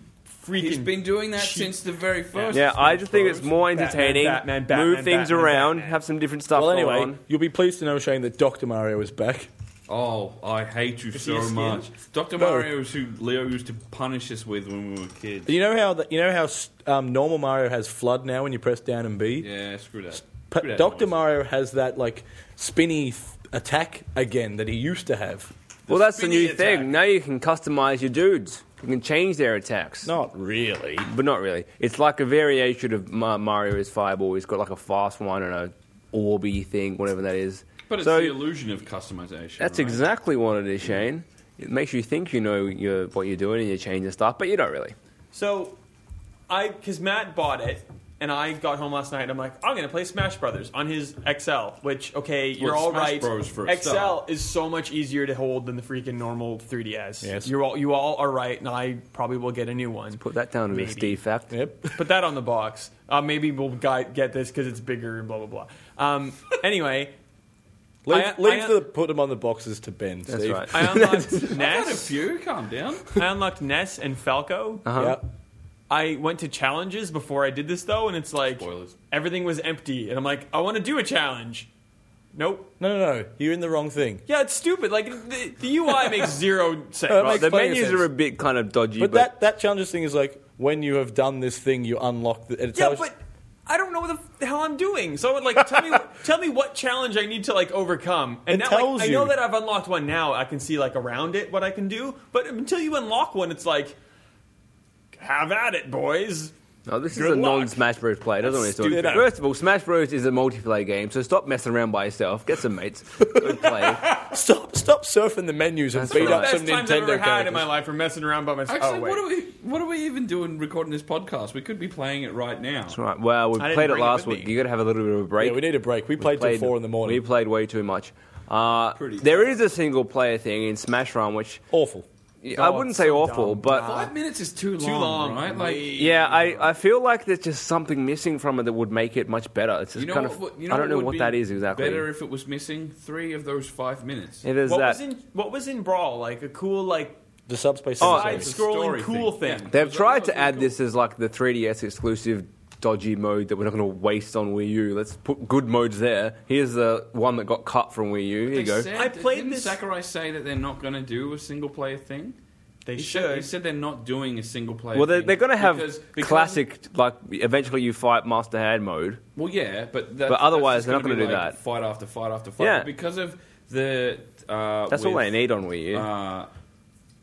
Speaker 2: freaking.
Speaker 3: He's been doing that since the very first.
Speaker 4: Yeah, I just think
Speaker 3: Bros.
Speaker 4: it's more
Speaker 2: Batman,
Speaker 4: entertaining.
Speaker 2: Batman, Batman,
Speaker 4: Move things
Speaker 2: Batman,
Speaker 4: around,
Speaker 2: Batman.
Speaker 4: have some different stuff
Speaker 1: Well,
Speaker 4: going
Speaker 1: anyway,
Speaker 4: on.
Speaker 1: you'll be pleased to know, Shane, that Dr. Mario is back.
Speaker 3: Oh, I hate you
Speaker 2: he a
Speaker 3: so
Speaker 2: skin?
Speaker 3: much. Dr.
Speaker 1: No.
Speaker 3: Mario is who Leo used to punish us with when we were kids.
Speaker 1: You know how the, you know how um, normal Mario has flood now when you press down and B.
Speaker 3: Yeah, screw that. Screw
Speaker 1: But
Speaker 3: that
Speaker 1: Dr.
Speaker 3: noise.
Speaker 1: Mario has that like spinny th- attack again that he used to have.
Speaker 4: Well, that's the new
Speaker 3: spinning attack.
Speaker 4: thing. Now you can customize your dudes. You can change their attacks.
Speaker 1: Not really.
Speaker 4: But not really. It's like a variation of Ma- Mario's Fireball. He's got like a fast one and a Orby thing, whatever that is.
Speaker 3: But it's
Speaker 4: so
Speaker 3: the illusion of customization.
Speaker 4: that's
Speaker 3: right?
Speaker 4: exactly what it is, Shane. It makes you think you know your, what you're doing and you're changing stuff, but you don't really.
Speaker 2: So, I because Matt bought it, and I got home last night. and I'm like, I'm gonna play Smash Brothers on his XL. Which, okay, you're
Speaker 3: Well,
Speaker 2: all
Speaker 3: Smash
Speaker 2: right.
Speaker 3: Bros for a
Speaker 2: XL
Speaker 3: start.
Speaker 2: is so much easier to hold than the freaking normal 3DS.
Speaker 1: Yes.
Speaker 2: you're all you all are right, and I probably will get a new one.
Speaker 4: Put that down to a
Speaker 2: Maybe.
Speaker 4: Steve fact.
Speaker 1: Yep.
Speaker 2: Put that on the box. Uh, maybe we'll gui- get this because it's bigger and blah blah blah.
Speaker 3: [laughs]
Speaker 2: Um, anyway,
Speaker 1: Leave,
Speaker 2: I-
Speaker 1: leave
Speaker 2: I-
Speaker 1: the put them on the boxes to Ben.
Speaker 4: That's
Speaker 1: Steve.
Speaker 4: right.
Speaker 2: I unlocked
Speaker 3: I've had a
Speaker 2: Ness.
Speaker 3: few. Uh-huh. Calm down.
Speaker 2: I unlocked Ness and Falco.
Speaker 4: Uh-huh.
Speaker 1: Yep.
Speaker 2: I went to challenges before I did this though, and it's like
Speaker 3: Spoilers.
Speaker 2: everything was empty, and I'm like, I want to do a challenge. Nope.
Speaker 1: No, no, no. You're in the wrong thing.
Speaker 2: Yeah, it's stupid. Like the, the UI
Speaker 1: [laughs]
Speaker 2: makes zero sense.
Speaker 1: Well, it makes
Speaker 4: the
Speaker 1: plenty of
Speaker 4: menus
Speaker 1: sense.
Speaker 4: are a bit kind of dodgy,
Speaker 1: But,
Speaker 4: but,
Speaker 1: that that challenges thing is like when you have done this thing, you unlock. The, it
Speaker 2: yeah,
Speaker 1: tells-
Speaker 2: but I don't know what the f- the hell I'm doing. So like,
Speaker 1: [laughs]
Speaker 2: tell me, tell me what challenge I need to like overcome. And
Speaker 1: It
Speaker 2: now, like,
Speaker 1: tells
Speaker 2: I know
Speaker 1: you.
Speaker 2: that I've unlocked one now. I can see like around it what I can do. But until you unlock one, it's like, have at it, boys.
Speaker 4: No, oh, this is
Speaker 2: Good
Speaker 4: a
Speaker 2: luck.
Speaker 4: non Smash Bros. play. It doesn't really
Speaker 2: Stupid.
Speaker 4: stop. First of all, Smash Bros. is a multiplayer game, so stop messing around by yourself. Get some mates. Go play.
Speaker 1: stop stop surfing the menus and
Speaker 4: That's
Speaker 1: beat
Speaker 4: right.
Speaker 1: up
Speaker 2: Best
Speaker 1: some
Speaker 2: times
Speaker 1: Nintendo
Speaker 2: I've ever
Speaker 1: characters.
Speaker 2: had in my life for messing around by myself.
Speaker 3: Actually,
Speaker 2: oh, wait.
Speaker 3: what are we? What are we even doing recording this podcast? We could be playing it right now.
Speaker 4: All right. Well, we
Speaker 2: didn't
Speaker 4: played it
Speaker 2: bring it
Speaker 4: last
Speaker 2: with
Speaker 4: week.
Speaker 2: me.
Speaker 4: You got to have a little bit of a break.
Speaker 1: Yeah, we need a break. We played, till four in the morning.
Speaker 4: We played way too much. Uh,
Speaker 3: Pretty
Speaker 4: there is a single player thing in Smash Run, which
Speaker 1: Awful.
Speaker 4: I
Speaker 2: Oh,
Speaker 4: wouldn't
Speaker 2: it's
Speaker 4: say
Speaker 2: so
Speaker 4: awful,
Speaker 2: dumb.
Speaker 4: but
Speaker 3: Five minutes is too long.
Speaker 2: Too long,
Speaker 3: right? Like,
Speaker 2: we-
Speaker 4: yeah, I, I feel like there's just something missing from it that would make it much better. It's just
Speaker 3: you know,
Speaker 4: kind
Speaker 3: what,
Speaker 4: of
Speaker 3: would- you know
Speaker 4: I don't know
Speaker 3: would
Speaker 4: what
Speaker 3: be
Speaker 4: that is exactly.
Speaker 3: Better if it was missing three of those five minutes.
Speaker 4: it is
Speaker 2: What
Speaker 4: that
Speaker 2: was in what was in Brawl? Like a cool like
Speaker 1: The subspace.
Speaker 4: Oh,
Speaker 1: is-
Speaker 4: I-
Speaker 2: side
Speaker 4: it's
Speaker 3: a
Speaker 2: scrolling
Speaker 3: story
Speaker 2: cool
Speaker 3: thing.
Speaker 2: thing.
Speaker 3: Yeah.
Speaker 4: They've
Speaker 3: Because I
Speaker 4: tried
Speaker 3: thought
Speaker 4: to
Speaker 3: it was
Speaker 4: add
Speaker 3: cool.
Speaker 4: this as like the 3DS exclusive dodgy mode that we're not going to waste on Wii U. Let's put good modes there. Here's the one that got cut from Wii U. Here you
Speaker 3: They
Speaker 4: go.
Speaker 3: said-
Speaker 2: I played
Speaker 3: didn't
Speaker 2: this-
Speaker 3: Sakurai say that they're not going to do a single player thing.
Speaker 2: They
Speaker 3: He
Speaker 2: should.
Speaker 3: said, he said they're not doing a single player.
Speaker 4: Well, they're,
Speaker 3: thing
Speaker 4: they're going to have
Speaker 3: because- because-
Speaker 4: classic, like, eventually you fight Master Hand mode.
Speaker 3: Well, yeah, but that,
Speaker 4: But otherwise,
Speaker 3: that's just
Speaker 4: they're not
Speaker 3: gonna
Speaker 4: gonna do
Speaker 3: be like
Speaker 4: that.
Speaker 3: Fight after fight after fight.
Speaker 4: Yeah.
Speaker 3: But because of the uh,
Speaker 4: That's all
Speaker 3: with,
Speaker 4: they need on Wii U.
Speaker 3: Uh,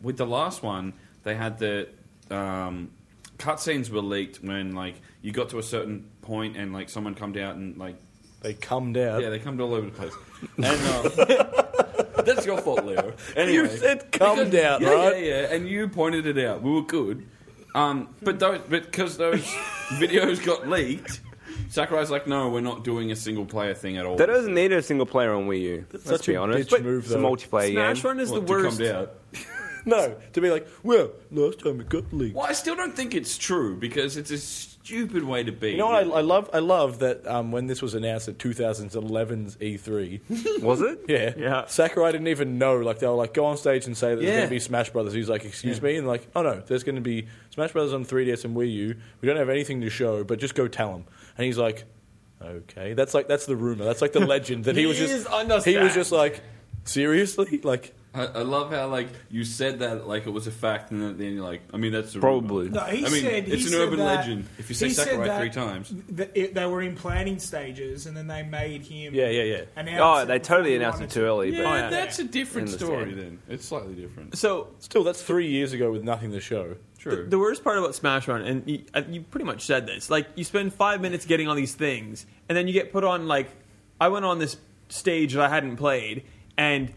Speaker 3: with the last one, they had the um, cutscenes were leaked when like you got to a certain point and like someone come out and like
Speaker 1: They come down.
Speaker 3: yeah, they come all over
Speaker 1: [laughs]
Speaker 3: the place. And uh, that's your fault, Leo. Anyway,
Speaker 1: You said come down,
Speaker 3: yeah,
Speaker 1: right?
Speaker 3: Yeah, yeah, and you pointed it out. We were good, um, but those
Speaker 1: [laughs]
Speaker 3: because those videos got leaked. Sakurai's like, no, we're not doing a single player thing at all.
Speaker 4: That doesn't need a single player on Wii U. Let's
Speaker 1: such
Speaker 4: be
Speaker 1: a
Speaker 4: honest.
Speaker 1: bitch
Speaker 4: But
Speaker 1: move,
Speaker 4: it's a
Speaker 1: though.
Speaker 4: multiplayer
Speaker 2: Smash
Speaker 4: game.
Speaker 2: Run is
Speaker 3: Well,
Speaker 2: the
Speaker 3: to come
Speaker 2: worst.
Speaker 3: down.
Speaker 1: No, to be like, well, last time it got leaked.
Speaker 3: Well, I still don't think it's true because it's a stupid way to be.
Speaker 1: You know what? I, I love. I love that um, when this was announced at 2011's E3.
Speaker 4: Was it?
Speaker 1: E [laughs] Yeah.
Speaker 2: Yeah.
Speaker 1: Sakurai didn't even know. Like they were like, go on stage and say that there's
Speaker 3: Yeah.
Speaker 1: going to be Smash Brothers. He's like, excuse me, and like, oh no, there's going to be Smash Brothers on 3DS and Wii U. We don't have anything to show, but just go tell him. And he's like, okay, that's like that's the rumor. That's like the legend that he, was
Speaker 2: Please
Speaker 1: just.
Speaker 2: understand.
Speaker 1: He was just like, seriously, like.
Speaker 3: I, I love how like you said that like it was a fact, and then at the end you're like, I mean, that's a
Speaker 4: Probably.
Speaker 6: No, he
Speaker 3: I mean,
Speaker 6: said
Speaker 3: it's
Speaker 6: he
Speaker 3: an
Speaker 6: said
Speaker 3: urban
Speaker 6: that-
Speaker 3: legend. If you say
Speaker 6: he said
Speaker 3: Sakurai
Speaker 6: that
Speaker 3: three times.
Speaker 6: th- it- they were in planning stages, and then they made him.
Speaker 1: Yeah, yeah, yeah.
Speaker 6: announce
Speaker 4: Oh, they
Speaker 6: it before
Speaker 4: totally
Speaker 6: he
Speaker 4: announced it
Speaker 6: wanted
Speaker 4: too early.
Speaker 3: Yeah,
Speaker 4: But Oh,
Speaker 2: yeah.
Speaker 3: that's a different
Speaker 4: Understand.
Speaker 3: story. Then it's slightly different.
Speaker 2: So
Speaker 1: Still, that's three years ago with nothing to show.
Speaker 3: True.
Speaker 2: The worst part about Smash Run, and you, uh, you pretty much said this, like you spend five minutes getting all these things, and then you get put on like I went on this stage that I hadn't played, and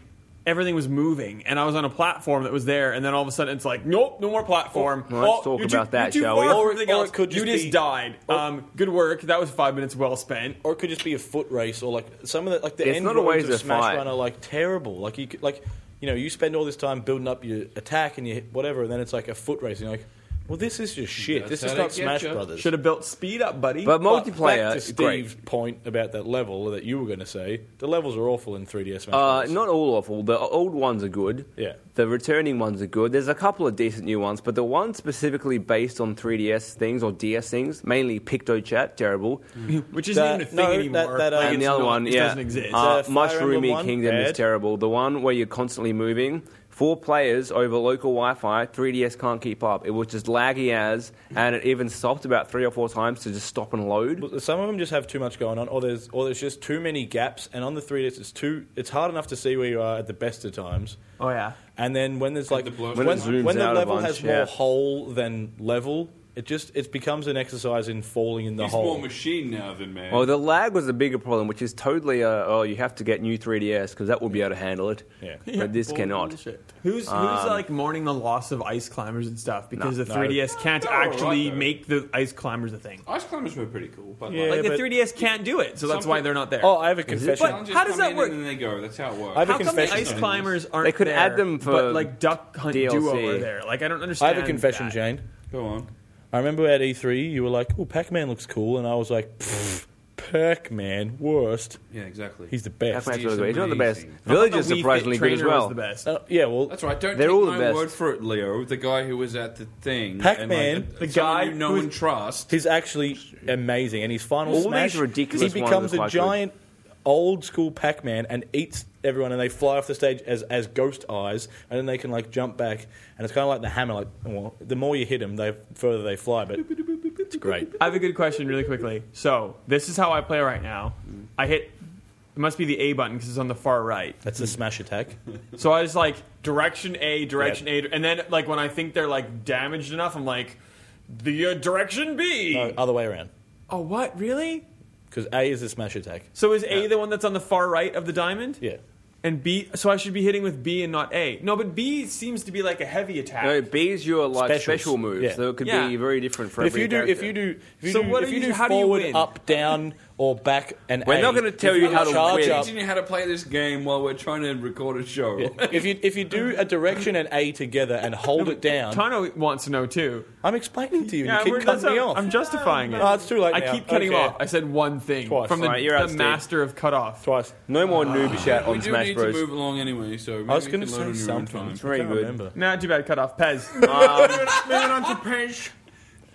Speaker 2: everything was moving, and I was on a platform that was there, and then all of a sudden it's like, nope, no more platform.
Speaker 4: Well, let's talk
Speaker 2: you're too-
Speaker 4: about that,
Speaker 2: you're too
Speaker 4: shall
Speaker 2: far
Speaker 4: we?
Speaker 2: from
Speaker 1: Or-
Speaker 2: everything
Speaker 1: or it
Speaker 2: else.
Speaker 1: could just
Speaker 2: you just
Speaker 1: be- Oh.
Speaker 2: died. Um, good work. That was five minutes well spent.
Speaker 1: or it could just be a foot race, or like some of the like the
Speaker 4: It's
Speaker 1: end
Speaker 4: not
Speaker 1: runs
Speaker 4: always
Speaker 1: of
Speaker 4: a
Speaker 1: Smash
Speaker 4: fight.
Speaker 1: Run are like terrible. Like you could, like you know you spend all this time building up your attack and your whatever, and then it's like a foot race. And you're like, well, this is just shit.
Speaker 3: That's
Speaker 1: this is
Speaker 3: how they
Speaker 1: not
Speaker 3: get
Speaker 1: Smash
Speaker 3: ya.
Speaker 1: Brothers.
Speaker 2: Should have built speed up, buddy.
Speaker 4: but
Speaker 1: But
Speaker 4: multiplayer
Speaker 1: back to
Speaker 4: is great.
Speaker 1: Steve's point about that level that you were going to say, the levels are awful in 3DS Smash
Speaker 4: Uh,
Speaker 1: Brothers.
Speaker 4: not all awful. The old ones are good.
Speaker 1: Yeah.
Speaker 4: The returning ones are good. There's a couple of decent new ones, but the ones specifically based on 3DS things or DS things, mainly PictoChat, terrible.
Speaker 2: which isn't
Speaker 1: that-
Speaker 2: even a thing
Speaker 1: no,
Speaker 2: anymore.
Speaker 1: that- that, uh,
Speaker 2: Like,
Speaker 4: and
Speaker 2: it's
Speaker 4: the other
Speaker 2: not-
Speaker 4: one,
Speaker 2: it
Speaker 4: yeah,
Speaker 2: doesn't exist.
Speaker 4: Uh,
Speaker 1: The Fire
Speaker 4: Mushroomy
Speaker 1: Emblem one,
Speaker 4: Kingdom is
Speaker 1: bad.
Speaker 4: terrible. The one where you're constantly moving. Four players over local Wi-Fi. 3DS can't keep up. It was just laggy as, and it even stopped about three or four times to just stop and load.
Speaker 1: Well, Some of them just have too much going on, or there's or there's just too many gaps. And on the 3DS, it's too it's hard enough to see where you are at the best of times.
Speaker 2: oh yeah.
Speaker 1: And then when there's like
Speaker 3: the blow-
Speaker 1: when,
Speaker 3: When
Speaker 1: when,
Speaker 4: it zooms
Speaker 1: the
Speaker 4: out a
Speaker 1: level
Speaker 4: bunch,
Speaker 1: has
Speaker 4: yeah.
Speaker 1: more hole than level, it just it becomes an exercise in falling in the
Speaker 3: He's
Speaker 1: hole.
Speaker 3: more machine now than man.
Speaker 4: Well, Oh, the lag was a bigger problem, which is totally. Uh, oh, you have to get new 3DS because that will be able to handle it.
Speaker 1: Yeah.
Speaker 4: But this
Speaker 2: Bull-
Speaker 4: cannot. Um,
Speaker 2: bullshit. Who's who's like mourning the loss of ice climbers and stuff because the
Speaker 1: No.
Speaker 2: 3DS can't
Speaker 3: They're all right,
Speaker 2: actually
Speaker 3: though.
Speaker 2: make the ice climbers a thing.
Speaker 3: ice climbers were pretty cool, but
Speaker 1: Yeah,
Speaker 2: like
Speaker 3: like,
Speaker 2: the
Speaker 1: but-
Speaker 2: 3DS can't do it, so that's
Speaker 3: Some
Speaker 2: why
Speaker 3: people-
Speaker 2: they're not there.
Speaker 1: Oh, I have a
Speaker 3: the
Speaker 1: confession.
Speaker 2: But-
Speaker 3: challenges
Speaker 2: how does
Speaker 3: come
Speaker 2: that
Speaker 3: in
Speaker 2: work?
Speaker 3: And then they go. That's how it works.
Speaker 1: I have a
Speaker 2: How come the
Speaker 1: confession.
Speaker 2: ice climbers aren't?
Speaker 4: They could
Speaker 2: there,
Speaker 4: add them for
Speaker 2: but like Duck Hunt
Speaker 4: DLC.
Speaker 2: Duo are there. Like I don't
Speaker 1: I
Speaker 2: understand.
Speaker 1: have a confession,
Speaker 2: that.
Speaker 1: Jane.
Speaker 3: go on.
Speaker 1: I remember at E3, you were like, "Oh, Pac-Man looks cool," and I was like, "Pfft, "Pac-Man, worst.
Speaker 3: Yeah, exactly.
Speaker 1: He's the best."
Speaker 4: Pac-Man's
Speaker 3: He's
Speaker 4: really good. He's not the best.
Speaker 3: amazing.
Speaker 2: I thought
Speaker 4: Village is
Speaker 2: the Wii Fit
Speaker 4: surprisingly good as
Speaker 2: trainer
Speaker 4: well.
Speaker 2: Was the best.
Speaker 1: Uh, yeah, well,
Speaker 3: That's right. Don't
Speaker 4: They're
Speaker 3: take
Speaker 4: all the
Speaker 3: my
Speaker 4: best.
Speaker 3: word for it, Leo. The guy who was at the thing, and,
Speaker 1: Pac-Man,
Speaker 3: like,
Speaker 1: the
Speaker 3: someone
Speaker 2: guy
Speaker 3: you know
Speaker 2: who-
Speaker 3: and trust.
Speaker 1: he's actually amazing. And his final
Speaker 4: All
Speaker 1: smash,
Speaker 4: these ridiculous
Speaker 1: he
Speaker 4: ones
Speaker 1: becomes
Speaker 4: are quite
Speaker 1: a giant old school Pac-Man and eats everyone, and they fly off the stage as as ghost eyes, and then they can like jump back, and it's kind of like the hammer. Like, well, the more you hit them, the further they fly. But it's great.
Speaker 2: I have a good question, really quickly. So this is how I play right now. I hit. It must be the A button because it's on the far right.
Speaker 1: That's the smash attack.
Speaker 2: So I was like direction A, direction
Speaker 1: Yeah.
Speaker 2: A, and then like when I think they're like damaged enough, I'm like the uh, direction B.
Speaker 1: No, other way around.
Speaker 2: Oh, what really?
Speaker 1: Because A is the smash attack.
Speaker 2: So is A the one that's on the far right of the diamond?
Speaker 1: Yeah.
Speaker 2: And B, so I should be hitting with B and not A. No, but B seems to be like a heavy attack.
Speaker 4: No, B's your like
Speaker 1: Specials.
Speaker 4: special moves,
Speaker 1: Yeah.
Speaker 4: so it could
Speaker 2: Yeah.
Speaker 4: be very different for
Speaker 1: But if
Speaker 4: every
Speaker 1: you do, if
Speaker 4: character.
Speaker 1: you do, if you
Speaker 2: So
Speaker 1: do,
Speaker 2: what
Speaker 1: if
Speaker 2: do
Speaker 1: you
Speaker 2: you-
Speaker 1: do
Speaker 2: how do you
Speaker 1: forward,
Speaker 2: win?
Speaker 1: up, down, or back, and
Speaker 4: We're
Speaker 1: A,
Speaker 4: not gonna tell
Speaker 1: if
Speaker 4: you how to
Speaker 1: charge
Speaker 4: win.
Speaker 1: up-
Speaker 3: Teaching you how to play this game while we're trying to record a show.
Speaker 1: [laughs] if you if you do a direction and A together and hold it down,
Speaker 2: Tano wants to know too.
Speaker 1: I'm explaining to you. and you
Speaker 2: we're-
Speaker 1: keep
Speaker 2: that's
Speaker 1: cutting me
Speaker 2: how-
Speaker 1: off.
Speaker 2: I'm justifying it.
Speaker 1: Oh, it's too late
Speaker 2: I
Speaker 1: now.
Speaker 2: keep cutting
Speaker 1: Okay.
Speaker 2: off. I said one thing
Speaker 1: Twice.
Speaker 2: from the,
Speaker 4: Alright, you're out,
Speaker 2: the
Speaker 4: Steve.
Speaker 2: master of cutoff.
Speaker 1: twice.
Speaker 4: no more noob chat
Speaker 3: We
Speaker 4: on
Speaker 3: do
Speaker 4: Smash
Speaker 3: need
Speaker 4: Bros.
Speaker 3: to move along anyway, so maybe
Speaker 1: I was
Speaker 3: we
Speaker 1: going to
Speaker 3: can learn
Speaker 1: say
Speaker 3: on your own
Speaker 1: something.
Speaker 3: time.
Speaker 1: It's very
Speaker 4: Can't
Speaker 1: good.
Speaker 4: remember.
Speaker 2: Nah, too bad. Cutoff. Pez.
Speaker 6: Moving on to Pej.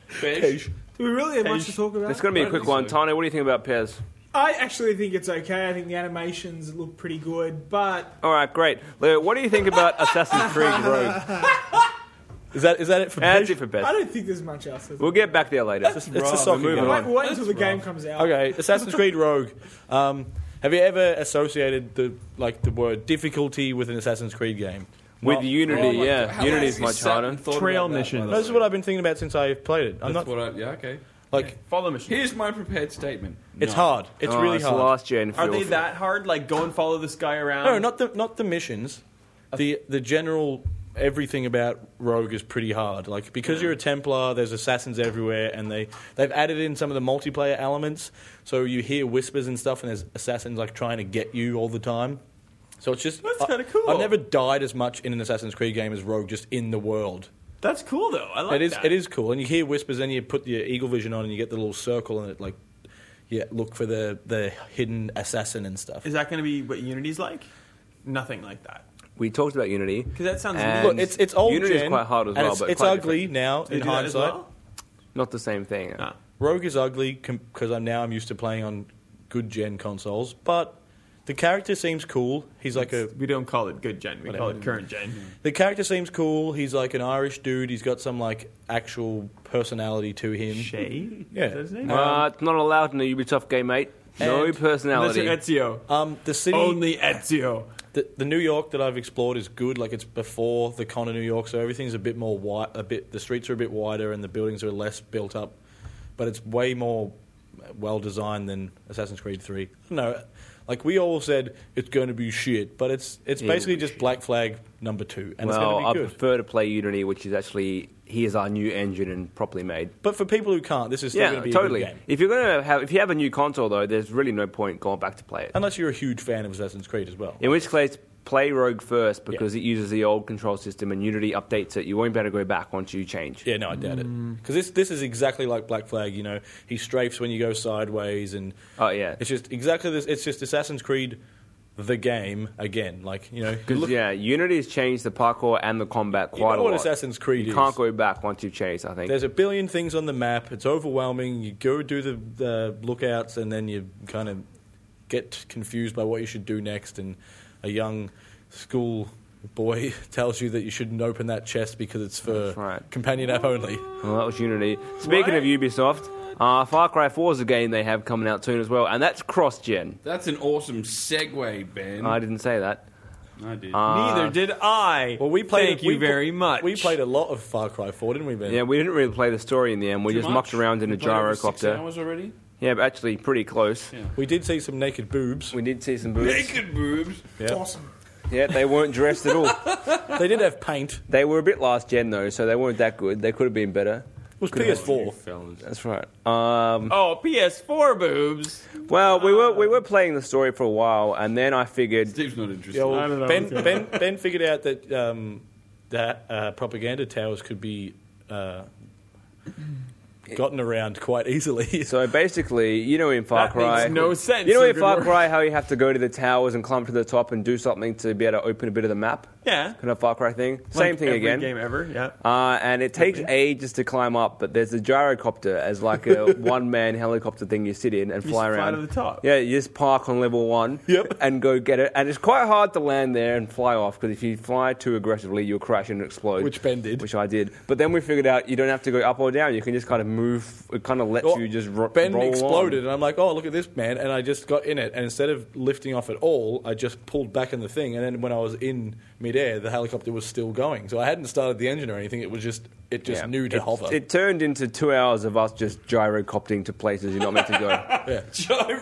Speaker 3: Fish.
Speaker 6: Do we really have much to talk about?
Speaker 4: It's going to be a
Speaker 3: I
Speaker 4: quick
Speaker 3: think
Speaker 4: one.
Speaker 3: so.
Speaker 4: Tano, what do you think about Pez?
Speaker 6: I actually think it's okay. I think the animations look pretty good, but
Speaker 4: All right, great. Leo, what do you think about Assassin's Creed Rogue?
Speaker 1: Is that is that it for
Speaker 4: That's
Speaker 1: Pesh?
Speaker 4: it for
Speaker 6: I
Speaker 4: best.
Speaker 6: don't think there's much else. Is there?
Speaker 4: We'll get back there later.
Speaker 1: It's a- it's a soccer
Speaker 4: moving
Speaker 1: game.
Speaker 6: Wait,
Speaker 4: on.
Speaker 6: wait until the game comes out.
Speaker 1: Okay, Assassin's Creed Rogue. Um, have you ever associated the like the word difficulty with an Assassin's Creed game?
Speaker 4: With
Speaker 1: Not-
Speaker 3: Oh
Speaker 4: Unity,
Speaker 3: my God,
Speaker 4: yeah.
Speaker 3: how
Speaker 4: Unity
Speaker 3: long
Speaker 4: is
Speaker 3: have you
Speaker 4: much
Speaker 3: sat
Speaker 4: harder.
Speaker 3: and thought
Speaker 2: Trail
Speaker 3: about that,
Speaker 2: mission.
Speaker 3: by the
Speaker 1: This is
Speaker 3: way?
Speaker 1: what I've been thinking about since I've played it. I'm not
Speaker 3: That's what I. Yeah. Okay.
Speaker 1: like
Speaker 2: Follow machine.
Speaker 3: Here's my prepared statement.
Speaker 1: it's
Speaker 3: No.
Speaker 1: hard. It's
Speaker 4: Oh,
Speaker 1: really
Speaker 4: it's
Speaker 1: hard.
Speaker 4: last gen.
Speaker 2: Are they
Speaker 4: filth.
Speaker 2: that hard? Like go and follow this guy around?
Speaker 1: No, not the not the missions. The the general everything about Rogue is pretty hard. Like because you're a Templar, there's assassins everywhere, and they they've added in some of the multiplayer elements. So you hear whispers and stuff, and there's assassins like trying to get you all the time. So it's just
Speaker 2: That's
Speaker 1: I-
Speaker 2: kinda cool.
Speaker 1: I've never died as much in an Assassin's Creed game as Rogue, just in the world.
Speaker 2: That's cool though. I like
Speaker 1: it is
Speaker 2: that.
Speaker 1: it is cool, and you hear whispers, and you put your eagle vision on, and you get the little circle, and it like yeah, look for the the hidden assassin and stuff.
Speaker 2: Is that going to be what Unity's like? Nothing like that.
Speaker 4: We talked about Unity. Because
Speaker 2: that sounds-
Speaker 4: and
Speaker 1: Look, it's it's old
Speaker 4: Unity is
Speaker 1: gen,
Speaker 4: quite hard as
Speaker 1: and
Speaker 4: well,
Speaker 1: it's,
Speaker 4: but
Speaker 1: it's
Speaker 4: quite
Speaker 1: ugly
Speaker 4: different.
Speaker 1: now
Speaker 2: They
Speaker 1: in
Speaker 2: do that as
Speaker 1: hindsight.
Speaker 2: well?
Speaker 4: Not the same thing.
Speaker 2: No.
Speaker 1: Rogue is ugly because I'm now I'm used to playing on good gen consoles, but the character seems cool. He's like a
Speaker 2: We don't call it good gen. We call
Speaker 1: Whatever. Mm-hmm.
Speaker 2: it current gen.
Speaker 1: the character seems cool. He's like an Irish dude. He's got some like actual personality to him.
Speaker 2: Shay?
Speaker 1: Yeah.
Speaker 2: Is that his name?
Speaker 1: Um,
Speaker 4: Uh, it's not allowed in a Ubisoft game, mate. No
Speaker 1: And-
Speaker 2: Unless
Speaker 4: personality.
Speaker 2: you're Ezio.
Speaker 1: Um, the city,
Speaker 4: Oh,
Speaker 2: Only Ezio.
Speaker 1: the, the New York that I've explored is good. Like it's before the con of New York, so everything's a bit more wide. A bit the streets are a bit wider and the buildings are less built up, but it's way more well designed than Assassin's Creed Three. No, like we all said, it's going to be shit, but it's it's
Speaker 4: Yeah,
Speaker 1: basically
Speaker 4: it'll be
Speaker 1: just Black Flag number two, and it's going
Speaker 4: well,
Speaker 1: to
Speaker 4: I
Speaker 1: be good.
Speaker 4: prefer to play Unity, which is actually here's our new engine and properly made.
Speaker 1: but for people who can't, this is still
Speaker 4: Yeah,
Speaker 1: going to be
Speaker 4: totally.
Speaker 1: a good game.
Speaker 4: If you're gonna have, if you have a new console though, there's really no point going back to play it.
Speaker 1: Unless you're a huge fan of Assassin's Creed as well.
Speaker 4: In which case, play Rogue first because it uses the old control system and Unity updates it. You won't be able to go back once you change.
Speaker 1: Yeah, no, I doubt it. Because this this is exactly like Black Flag. You know, he strafes when you go sideways, and
Speaker 4: Oh, yeah.
Speaker 1: it's just exactly this. It's just Assassin's Creed, the game again. Like you know,
Speaker 4: Because yeah, Unity has changed the parkour and the combat
Speaker 1: you know
Speaker 4: quite a
Speaker 1: what
Speaker 4: lot.
Speaker 1: Assassin's Creed
Speaker 4: you
Speaker 1: is.
Speaker 4: can't go back once you've changed. I think.
Speaker 1: There's a billion things on the map. It's overwhelming. You go do the, the lookouts, and then you kind of get confused by what you should do next. And a young school boy [laughs] tells you that you shouldn't open that chest because it's for
Speaker 4: That's right.
Speaker 1: companion app only.
Speaker 4: Well, that was Unity. Speaking
Speaker 2: What?
Speaker 4: of Ubisoft, uh, Far Cry 4 is a game they have coming out soon as well, and that's cross-gen.
Speaker 3: That's an awesome segue, Ben.
Speaker 4: I
Speaker 3: I,
Speaker 4: didn't say that.
Speaker 3: did.
Speaker 1: uh,
Speaker 2: Neither did I.
Speaker 1: Um, Well, we played.
Speaker 2: Thank
Speaker 1: we
Speaker 2: you
Speaker 1: pl-
Speaker 2: very much.
Speaker 1: We played a lot of Far Cry 4, didn't we, Ben?
Speaker 4: Yeah, we didn't really play the story in the end. We
Speaker 3: Too
Speaker 4: just
Speaker 3: much?
Speaker 4: mucked around in a
Speaker 3: We played over six
Speaker 4: gyrocopter.
Speaker 3: hours already.
Speaker 4: Yeah, but actually pretty close.
Speaker 3: Yeah.
Speaker 1: We did see some naked boobs.
Speaker 4: We did see some boobs.
Speaker 3: Naked boobs.
Speaker 1: Yeah.
Speaker 6: Awesome.
Speaker 4: Yeah, they weren't dressed at all.
Speaker 1: They did have paint.
Speaker 4: They were a bit last gen though, so they weren't that good. They could have been better.
Speaker 1: It was PS4.
Speaker 4: That's right. Um,
Speaker 2: Oh, PS4 boobs.
Speaker 4: well, we were we were playing the story for a while, and then I figured
Speaker 3: Steve's not interested.
Speaker 1: Yeah, well,
Speaker 2: I don't know
Speaker 1: ben,
Speaker 2: what's going
Speaker 1: ben, ben figured out that um, that uh, propaganda towers could be uh, gotten around quite easily. [laughs]
Speaker 4: So basically, you know, in Far
Speaker 2: That
Speaker 4: Cry,
Speaker 2: makes no sense,
Speaker 4: You know,
Speaker 2: so
Speaker 4: in
Speaker 2: good
Speaker 4: Far
Speaker 2: work.
Speaker 4: Cry, how you have to go to the towers and climb to the top and do something to be able to open a bit of the map.
Speaker 2: Yeah.
Speaker 4: kind of Far Cry thing. Same
Speaker 2: Like
Speaker 4: thing
Speaker 2: every
Speaker 4: again.
Speaker 2: Game ever. Yeah.
Speaker 4: Uh, and it takes ages to climb up, but there's a gyrocopter as
Speaker 2: [laughs]
Speaker 4: like a one-man helicopter thing you sit in and
Speaker 2: You
Speaker 4: fly
Speaker 2: fly
Speaker 4: around.
Speaker 2: to the top.
Speaker 4: Yeah, you just park on level one.
Speaker 1: [laughs] Yep.
Speaker 4: And go get it, and it's quite hard to land there and fly off because if you fly too aggressively, you'll crash and explode.
Speaker 1: Which Ben did.
Speaker 4: Which I did. But then we figured out you don't have to go up or down. You can just kind of move. It kind of lets
Speaker 1: Well,
Speaker 4: you just ro-
Speaker 1: ben
Speaker 4: roll on.
Speaker 1: exploded, and I'm like, "Oh, look at this man!" And I just got in it, and instead of lifting off at all, I just pulled back in the thing. And then when I was in midair, the helicopter was still going, so I hadn't started the engine or anything. It was just it just
Speaker 4: Yeah.
Speaker 1: knew to
Speaker 4: it,
Speaker 1: hover.
Speaker 4: It turned into two hours of us just gyrocoptering to places you're not meant
Speaker 1: [laughs]
Speaker 4: to go.
Speaker 1: Yeah.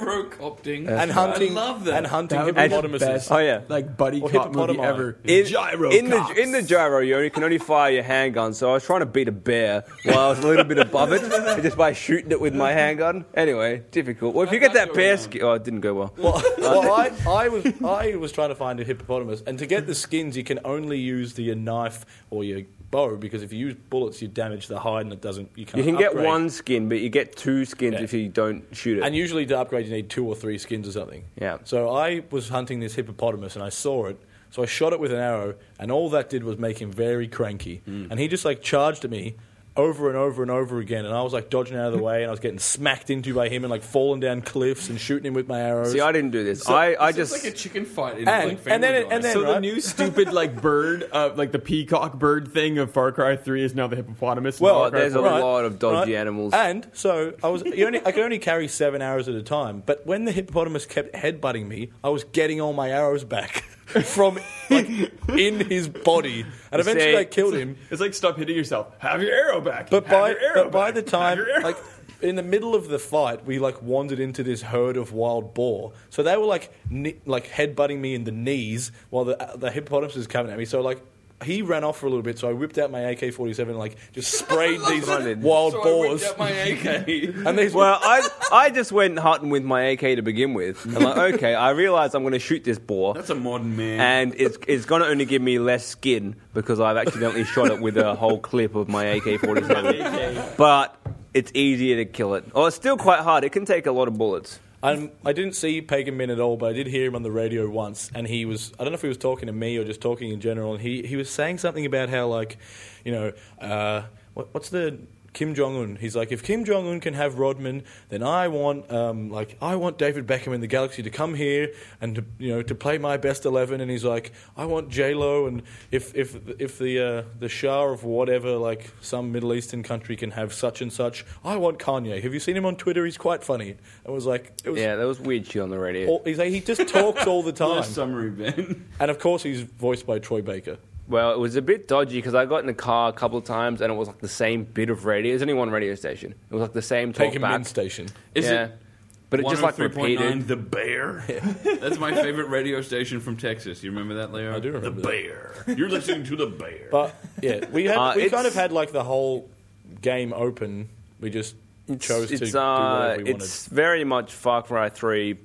Speaker 3: Gyrocopting.
Speaker 1: and hunting
Speaker 3: I love that.
Speaker 1: and hunting
Speaker 2: That would be the
Speaker 1: hippopotamuses.
Speaker 2: best,
Speaker 4: Oh, yeah.
Speaker 2: Like buddy
Speaker 1: Or
Speaker 2: cop movie
Speaker 1: hippopotami.
Speaker 2: ever.
Speaker 4: In,
Speaker 2: gyro
Speaker 4: in the
Speaker 2: cops.
Speaker 4: in the gyro, you only- can only fire your handgun. So I was trying to beat a bear while I was a little bit above it, [laughs] just by shooting it with my handgun. Anyway, difficult. Well, if you get that bear skill, oh, it didn't go well.
Speaker 1: Well,
Speaker 4: [laughs]
Speaker 1: well I, I was I was trying to find a hippopotamus, and to get the skins, you can only use the, your knife or your bow because if you use bullets, you damage the hide, and it doesn't. You can't.
Speaker 4: You can get
Speaker 1: upgrade.
Speaker 4: one skin, but you get two skins
Speaker 1: Yeah.
Speaker 4: if you don't shoot it.
Speaker 1: and usually to upgrade, you need two or three skins or something.
Speaker 4: Yeah.
Speaker 1: So I was hunting this hippopotamus, and I saw it. So
Speaker 4: Hmm.
Speaker 1: I shot it with an arrow, and all that did was make him very cranky, and he just like charged at me. over and over and over again. And I was like dodging out of the
Speaker 4: [laughs]
Speaker 1: way, and I was getting smacked into by him, and like falling down cliffs and shooting him with my arrows.
Speaker 4: See, I didn't do this. I, I
Speaker 3: This is
Speaker 4: just
Speaker 3: like a chicken fight in
Speaker 1: And-
Speaker 3: like
Speaker 1: and then
Speaker 3: Family
Speaker 1: it- and
Speaker 3: Guy.
Speaker 1: then-
Speaker 2: So the
Speaker 1: right?
Speaker 2: new stupid like bird, uh, like the peacock bird thing of Far Cry Three is now the hippopotamus. in
Speaker 1: Well,
Speaker 2: Far Cry
Speaker 4: there's a
Speaker 2: 4.
Speaker 4: lot of dodgy animals.
Speaker 1: And so I was, you only, I could only carry seven arrows at a time. But when the hippopotamus kept headbutting me, I was getting all my arrows back [laughs] from like, in his body, and eventually
Speaker 4: See,
Speaker 1: I killed him.
Speaker 2: It's like stop hitting yourself. Have your arrow back.
Speaker 1: But
Speaker 2: Have
Speaker 1: by
Speaker 2: your arrow
Speaker 1: but by
Speaker 2: back.
Speaker 1: the
Speaker 2: Have
Speaker 1: time
Speaker 2: your arrow-
Speaker 1: like in the middle of the fight, we like wandered into this herd of wild boar. So they were like kni like headbutting me in the knees while the the hippopotamus was coming at me. So like. He ran off for a little bit, so I whipped out my AK forty-seven, and, like just sprayed these
Speaker 4: Splendid.
Speaker 1: wild
Speaker 3: so
Speaker 1: boars, [laughs]
Speaker 3: I whipped out my AK.
Speaker 1: and these
Speaker 4: Well, I I just went hunting with my AK to begin with. I'm like, okay, I realize I'm going to shoot this boar,
Speaker 3: That's a modern man.
Speaker 4: [laughs] and it's it's going to only give me less skin because I've accidentally shot it with a whole clip of my [laughs] AK-47. but it's easier to kill it. Oh, it's still quite hard. It can take a lot of bullets.
Speaker 1: I'm, I didn't see Pagan Min at all, but I did hear him on the radio once, and he was I don't know if he was talking to me or just talking in general, and he, he was saying something about how like, you know, uh, what, what's the Kim Jong Un? He's like, if Kim Jong Un can have Rodman, then I want um, like I want David Beckham in the Galaxy to come here and to, you know to play my best eleven, and he's like, I want J Lo, and if if if the uh, the Shah of whatever like some Middle Eastern country can have such and such, I want Kanye. Have you seen him on Twitter? He's quite funny. It was like it was
Speaker 4: Yeah, that was weird shit on the radio.
Speaker 1: all, he's like, he just talks
Speaker 4: [laughs]
Speaker 1: all the time.
Speaker 3: Nice summary, Ben.
Speaker 1: and of course, he's voiced by Troy Baker.
Speaker 4: Well, it was a bit dodgy because I got in the car a couple of times and it was like the same bit of radio. There's only one radio station. It was like the same talk
Speaker 1: Take him in
Speaker 4: back.
Speaker 1: station.
Speaker 3: Is
Speaker 4: yeah.
Speaker 3: it
Speaker 4: but it just like
Speaker 3: 103.9
Speaker 4: repeated.
Speaker 3: The Bear. [laughs] That's my favorite radio station from Texas. You remember that, Leo?
Speaker 1: I do remember
Speaker 3: The
Speaker 1: that.
Speaker 3: Bear. You're listening to The Bear.
Speaker 1: But yeah, we had
Speaker 4: Uh,
Speaker 1: we
Speaker 4: it's-
Speaker 1: kind of had like the whole game open. We just chose to
Speaker 4: it's,
Speaker 1: do
Speaker 4: uh,
Speaker 1: whatever we
Speaker 4: it's very much Far Cry